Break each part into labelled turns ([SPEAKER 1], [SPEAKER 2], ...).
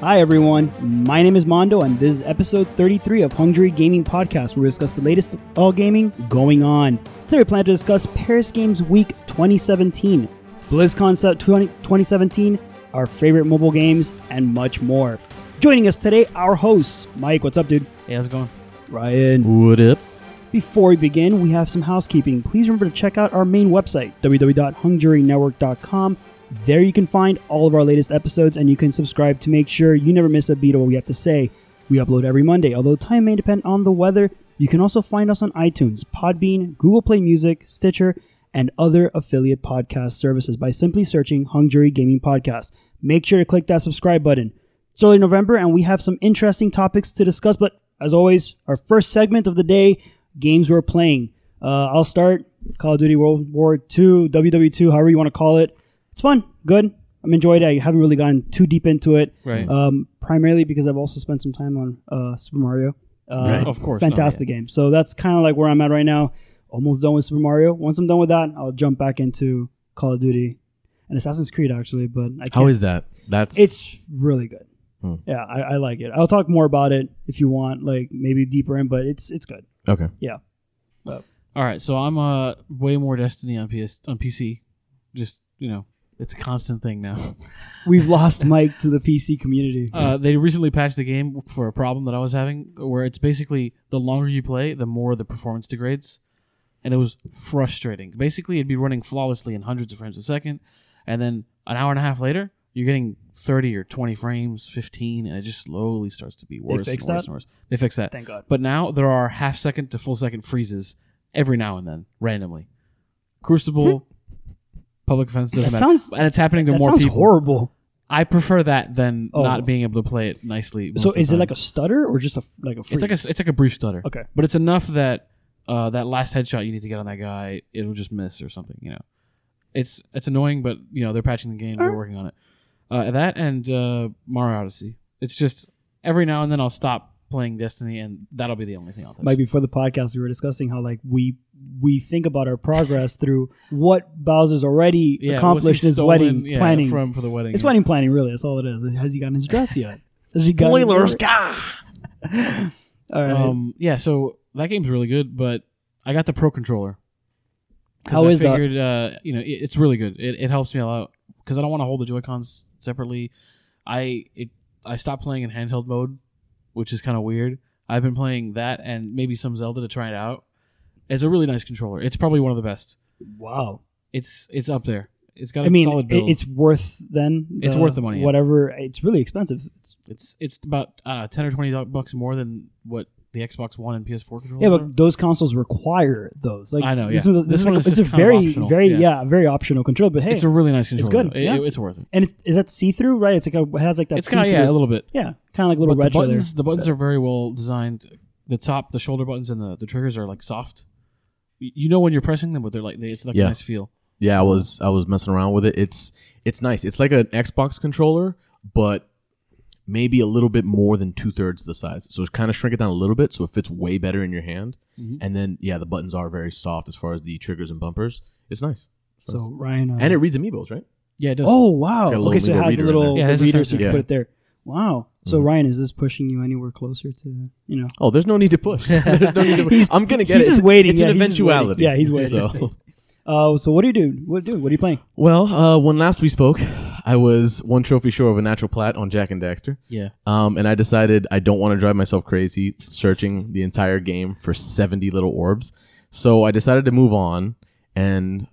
[SPEAKER 1] Hi, everyone. My name is Mondo, and this is episode 33 of Hungry Gaming Podcast, where we discuss the latest of all gaming going on. Today, we plan to discuss Paris Games Week 2017, BlizzCon set 20 2017, our favorite mobile games, and much more. Joining us today, our hosts, Mike. What's up, dude?
[SPEAKER 2] Hey, how's it going?
[SPEAKER 1] Ryan.
[SPEAKER 3] What up?
[SPEAKER 1] Before we begin, we have some housekeeping. Please remember to check out our main website, www.hungjurynetwork.com. There you can find all of our latest episodes and you can subscribe to make sure you never miss a beat of what we have to say. We upload every Monday, although time may depend on the weather. You can also find us on iTunes, Podbean, Google Play Music, Stitcher, and other affiliate podcast services by simply searching Hung Jury Gaming Podcast. Make sure to click that subscribe button. It's early November and we have some interesting topics to discuss, but as always, our first segment of the day games we're playing. Uh, I'll start Call of Duty World War II, WW2, however you want to call it. It's fun, good. I'm enjoyed it. I haven't really gotten too deep into it,
[SPEAKER 2] Right.
[SPEAKER 1] um, primarily because I've also spent some time on uh, Super Mario. Uh,
[SPEAKER 3] Right.
[SPEAKER 2] Of course, no,
[SPEAKER 1] Fantastic game. So that's kind of like where I'm at right now. Almost done with Super Mario. Once I'm done with that, I'll jump back into Call of Duty and Assassin's Creed, actually. But I can't.
[SPEAKER 3] How is that? That's
[SPEAKER 1] It's really good.
[SPEAKER 3] Hmm.
[SPEAKER 1] Yeah, I, I like it. I'll talk more about it if you want, like maybe deeper in, but it's it's good.
[SPEAKER 3] okay.
[SPEAKER 2] All right, so I'm uh way more Destiny on PS on PC. Just you know, it's a constant thing now.
[SPEAKER 1] We've lost Mike to the PC community.
[SPEAKER 2] uh, they recently patched the game for a problem that I was having, where it's basically the longer you play, the more the performance degrades, and it was frustrating. Basically, it'd be running flawlessly in hundreds of frames a second, and then an hour and a half later, you're getting 30 or 20 frames, 15, and it just slowly starts to be worse
[SPEAKER 1] fixed
[SPEAKER 2] and worse
[SPEAKER 1] that?
[SPEAKER 2] and worse. They fixed that.
[SPEAKER 1] Thank God.
[SPEAKER 2] But now there are half second to full second freezes every now and then, randomly. Crucible, public offense doesn't
[SPEAKER 1] Hmm. That
[SPEAKER 2] matter.
[SPEAKER 1] sounds-
[SPEAKER 2] and it's happening to
[SPEAKER 1] That
[SPEAKER 2] more
[SPEAKER 1] sounds
[SPEAKER 2] people.
[SPEAKER 1] horrible.
[SPEAKER 2] I prefer that than
[SPEAKER 1] Oh.
[SPEAKER 2] not being able to play it nicely. most
[SPEAKER 1] So
[SPEAKER 2] of the
[SPEAKER 1] is it
[SPEAKER 2] time.
[SPEAKER 1] like a stutter or just a f- like a?
[SPEAKER 2] It's like a
[SPEAKER 1] freeze?
[SPEAKER 2] s- it's like a brief stutter.
[SPEAKER 1] Okay.
[SPEAKER 2] But it's enough that uh, that last headshot you need to get on that guy, it'll just miss or something. You know, it's it's annoying, but you know they're patching the game. They're
[SPEAKER 1] Alright.
[SPEAKER 2] working on it. Uh, that and uh, Mario Odyssey. It's just every now and then I'll stop playing Destiny, and that'll be the only thing I'll touch.
[SPEAKER 1] Mike, before the podcast, we were discussing how like we we think about our progress through what Bowser's already
[SPEAKER 2] Yeah, was
[SPEAKER 1] accomplished
[SPEAKER 2] he
[SPEAKER 1] in his
[SPEAKER 2] stolen?
[SPEAKER 1] wedding
[SPEAKER 2] Yeah,
[SPEAKER 1] planning.
[SPEAKER 2] from for the wedding.
[SPEAKER 1] it's
[SPEAKER 2] yeah.
[SPEAKER 1] wedding planning, really. That's all it is. Has he gotten his dress yet? Has he gotten All right.
[SPEAKER 2] Um, yeah, so that game's really good, but I got the pro controller. 'Cause
[SPEAKER 1] How
[SPEAKER 2] I
[SPEAKER 1] is that?
[SPEAKER 2] figured, Uh, you know, it, it's really good. It, it helps me a lot because I don't want to hold the Joy Cons separately. I it I stopped playing in handheld mode, which is kind of weird. I've been playing that and maybe some Zelda to try it out. It's a really nice controller. It's probably one of the best.
[SPEAKER 1] wow.
[SPEAKER 2] It's it's up there. It's got a
[SPEAKER 1] I mean,
[SPEAKER 2] solid
[SPEAKER 1] it,
[SPEAKER 2] build.
[SPEAKER 1] it's worth then.
[SPEAKER 2] It's worth the money, yeah.
[SPEAKER 1] Whatever. It's really expensive. It's-
[SPEAKER 2] it's it's about uh, ten or twenty dollars bucks more than what the Xbox One and PS4 controller.
[SPEAKER 1] yeah, but those consoles require those. Like
[SPEAKER 2] I know,
[SPEAKER 1] This,
[SPEAKER 2] yeah.
[SPEAKER 1] is- this
[SPEAKER 2] This
[SPEAKER 1] is
[SPEAKER 2] one
[SPEAKER 1] like
[SPEAKER 2] is
[SPEAKER 1] a- it's
[SPEAKER 2] just
[SPEAKER 1] a
[SPEAKER 2] kind of
[SPEAKER 1] very,
[SPEAKER 2] optional,
[SPEAKER 1] very,
[SPEAKER 2] yeah.
[SPEAKER 1] yeah. very optional control. But hey,
[SPEAKER 2] it's a really nice controller.
[SPEAKER 1] good,
[SPEAKER 2] though. It-
[SPEAKER 1] yeah.
[SPEAKER 2] it- it's worth it.
[SPEAKER 1] and it's, is that see through? Right. It's like a, it has like that.
[SPEAKER 2] It's kind of
[SPEAKER 1] see-through-
[SPEAKER 2] yeah, a little bit.
[SPEAKER 1] Yeah, kind of like little
[SPEAKER 2] But
[SPEAKER 1] retro
[SPEAKER 2] the
[SPEAKER 1] there.
[SPEAKER 2] buttons, the buttons are very well designed. The top, the shoulder buttons, and the, the triggers are like soft. Y- You know when you're pressing them, but they're like they, it's like a
[SPEAKER 3] Yeah.
[SPEAKER 2] nice feel.
[SPEAKER 3] Yeah, I was I was messing around with it. It's it's nice. It's like an Xbox controller, but maybe a little bit more than two thirds the size. So it's kind of shrink it down a little bit, so it fits way better in your hand.
[SPEAKER 1] Mm-hmm.
[SPEAKER 2] Mhm.
[SPEAKER 3] And then yeah, the buttons are very soft as far as the triggers and bumpers. It's nice. It's
[SPEAKER 1] So
[SPEAKER 3] nice.
[SPEAKER 1] Ryan. Uh,
[SPEAKER 3] and it reads amiibos, right?
[SPEAKER 2] Yeah, it does.
[SPEAKER 1] oh wow.
[SPEAKER 3] It's got a Mm-hmm. little
[SPEAKER 1] Okay, so it
[SPEAKER 3] little
[SPEAKER 1] has a little
[SPEAKER 2] there.
[SPEAKER 3] reader in
[SPEAKER 2] Yeah,
[SPEAKER 1] the
[SPEAKER 2] it has a
[SPEAKER 1] reader, so you
[SPEAKER 2] sensor.
[SPEAKER 1] can
[SPEAKER 3] Yeah.
[SPEAKER 1] put it there. Wow. So Ryan, is this pushing you anywhere closer to you know?
[SPEAKER 3] Oh, there's no need to push. there's no need to push.
[SPEAKER 1] He's-
[SPEAKER 3] I'm gonna get
[SPEAKER 1] he's
[SPEAKER 3] it.
[SPEAKER 1] just waiting.
[SPEAKER 3] It's
[SPEAKER 1] Yeah,
[SPEAKER 3] an
[SPEAKER 1] he's just waiting.
[SPEAKER 3] eventuality.
[SPEAKER 1] Yeah, he's waiting.
[SPEAKER 3] So.
[SPEAKER 1] Uh, so what do you do? What do? What are you playing?
[SPEAKER 3] Well, uh, when last we spoke, I was one trophy short of a natural plat on Jack and Daxter,
[SPEAKER 2] yeah.
[SPEAKER 3] um, and I decided I don't want to drive myself crazy searching the entire game for 70 little orbs. So I decided to move on, and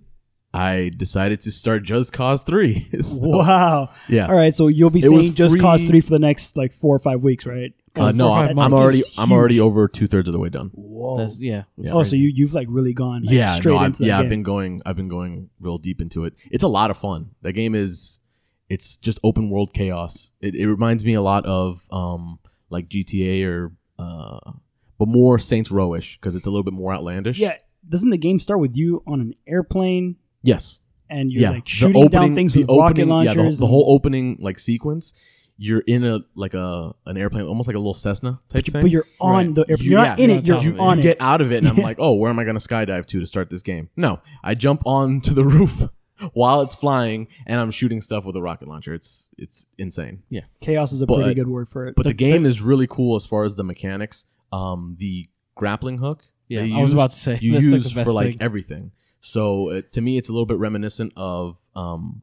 [SPEAKER 3] I decided to start Just Cause 3. So,
[SPEAKER 1] Wow.
[SPEAKER 3] Yeah.
[SPEAKER 1] All right. So you'll be
[SPEAKER 3] It was
[SPEAKER 1] saying Just Cause
[SPEAKER 3] free-
[SPEAKER 1] three for the next like four or five weeks, right?
[SPEAKER 3] Uh,
[SPEAKER 2] Four
[SPEAKER 3] no,
[SPEAKER 2] or five
[SPEAKER 3] I'm, I'm
[SPEAKER 2] months.
[SPEAKER 3] already
[SPEAKER 1] It's
[SPEAKER 3] I'm already over two thirds of the way done.
[SPEAKER 1] Whoa.
[SPEAKER 2] That's, yeah. it's
[SPEAKER 1] Oh, so
[SPEAKER 2] crazy.
[SPEAKER 1] you you've like really gone like,
[SPEAKER 3] yeah,
[SPEAKER 1] straight
[SPEAKER 3] no, I've-
[SPEAKER 1] into that
[SPEAKER 3] yeah,
[SPEAKER 1] game.
[SPEAKER 3] I've been going I've been going real deep into it. It's a lot of fun. That game is it's just open world chaos. It, it reminds me a lot of um like GTA or uh but more Saints Rowish because it's a little bit more outlandish.
[SPEAKER 1] yeah, doesn't the game start with you on an airplane
[SPEAKER 3] Yes.
[SPEAKER 1] and you're
[SPEAKER 3] yeah.
[SPEAKER 1] like shooting down things
[SPEAKER 3] the
[SPEAKER 1] with rocket
[SPEAKER 3] opening-
[SPEAKER 1] launchers?
[SPEAKER 3] Yeah, the, the
[SPEAKER 1] and-
[SPEAKER 3] whole opening like sequence. You're in a like a an airplane, almost like a little Cessna type thing.
[SPEAKER 1] but you're on
[SPEAKER 2] Right.
[SPEAKER 1] the airplane.
[SPEAKER 3] You-
[SPEAKER 1] You're not
[SPEAKER 3] yeah,
[SPEAKER 1] in
[SPEAKER 2] you're
[SPEAKER 1] it. You're
[SPEAKER 2] on top of it.
[SPEAKER 1] on
[SPEAKER 3] you
[SPEAKER 1] it.
[SPEAKER 3] get out of it, and I'm like, oh, where am I going to skydive to to start this game? No, I jump onto the roof while it's flying and I'm shooting stuff with a rocket launcher. It's it's insane.
[SPEAKER 1] Chaos is a
[SPEAKER 3] But-
[SPEAKER 1] pretty good word for it.
[SPEAKER 3] But the, game is really cool as far as the mechanics. Um, the grappling hook.
[SPEAKER 2] Yeah,
[SPEAKER 3] they
[SPEAKER 2] I was
[SPEAKER 3] used-
[SPEAKER 2] about to say
[SPEAKER 3] you
[SPEAKER 2] that's like
[SPEAKER 3] use
[SPEAKER 2] the best
[SPEAKER 3] for like
[SPEAKER 2] thing.
[SPEAKER 3] everything. So uh, to me, it's a little bit reminiscent of um,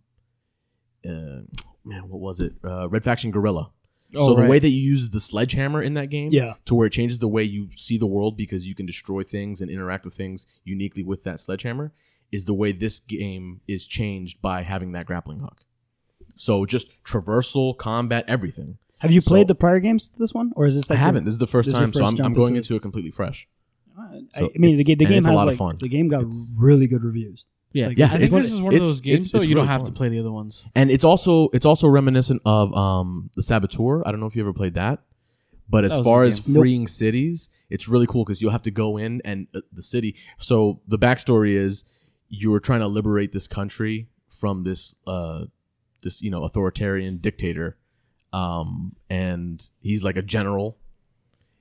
[SPEAKER 3] uh, man, what was it? Uh, Red Faction Gorilla.
[SPEAKER 2] Oh,
[SPEAKER 3] so the
[SPEAKER 2] right.
[SPEAKER 3] way that you use the sledgehammer in that game,
[SPEAKER 1] Yeah.
[SPEAKER 3] to where it changes the way you see the world because you can destroy things and interact with things uniquely with that sledgehammer, is the way this game is changed by having that grappling hook. So just traversal combat, everything.
[SPEAKER 1] Have you
[SPEAKER 3] so-
[SPEAKER 1] played the prior games to this one, or is this
[SPEAKER 3] I
[SPEAKER 1] like
[SPEAKER 3] haven't. This is the first
[SPEAKER 1] this is your
[SPEAKER 3] time, so
[SPEAKER 1] first
[SPEAKER 3] I'm, I'm
[SPEAKER 1] jump
[SPEAKER 3] going
[SPEAKER 1] into
[SPEAKER 3] into it completely fresh.
[SPEAKER 1] I-
[SPEAKER 3] So
[SPEAKER 1] I mean, the,
[SPEAKER 3] it's-
[SPEAKER 1] ga- the
[SPEAKER 3] and
[SPEAKER 1] game has
[SPEAKER 3] it's a lot of
[SPEAKER 1] like
[SPEAKER 3] fun.
[SPEAKER 1] the game got
[SPEAKER 3] It's-
[SPEAKER 1] really good reviews.
[SPEAKER 2] yeah,
[SPEAKER 1] like,
[SPEAKER 2] yeah. I
[SPEAKER 1] it's-
[SPEAKER 2] think
[SPEAKER 1] it's-
[SPEAKER 2] this is one of
[SPEAKER 3] it's-
[SPEAKER 2] those games
[SPEAKER 3] it's-
[SPEAKER 2] though
[SPEAKER 3] it's
[SPEAKER 2] you don't
[SPEAKER 3] really
[SPEAKER 2] have to
[SPEAKER 3] fun.
[SPEAKER 2] play the other ones.
[SPEAKER 3] And it's also it's also reminiscent of um the Saboteur. I don't know if you ever played that, but as
[SPEAKER 2] That was
[SPEAKER 3] far
[SPEAKER 2] a
[SPEAKER 3] as
[SPEAKER 1] game. Nope.
[SPEAKER 3] freeing cities, it's really cool because you'll have to go in and uh, the city. So the backstory is you were trying to liberate this country from this uh this you know authoritarian dictator, um and he's like a general,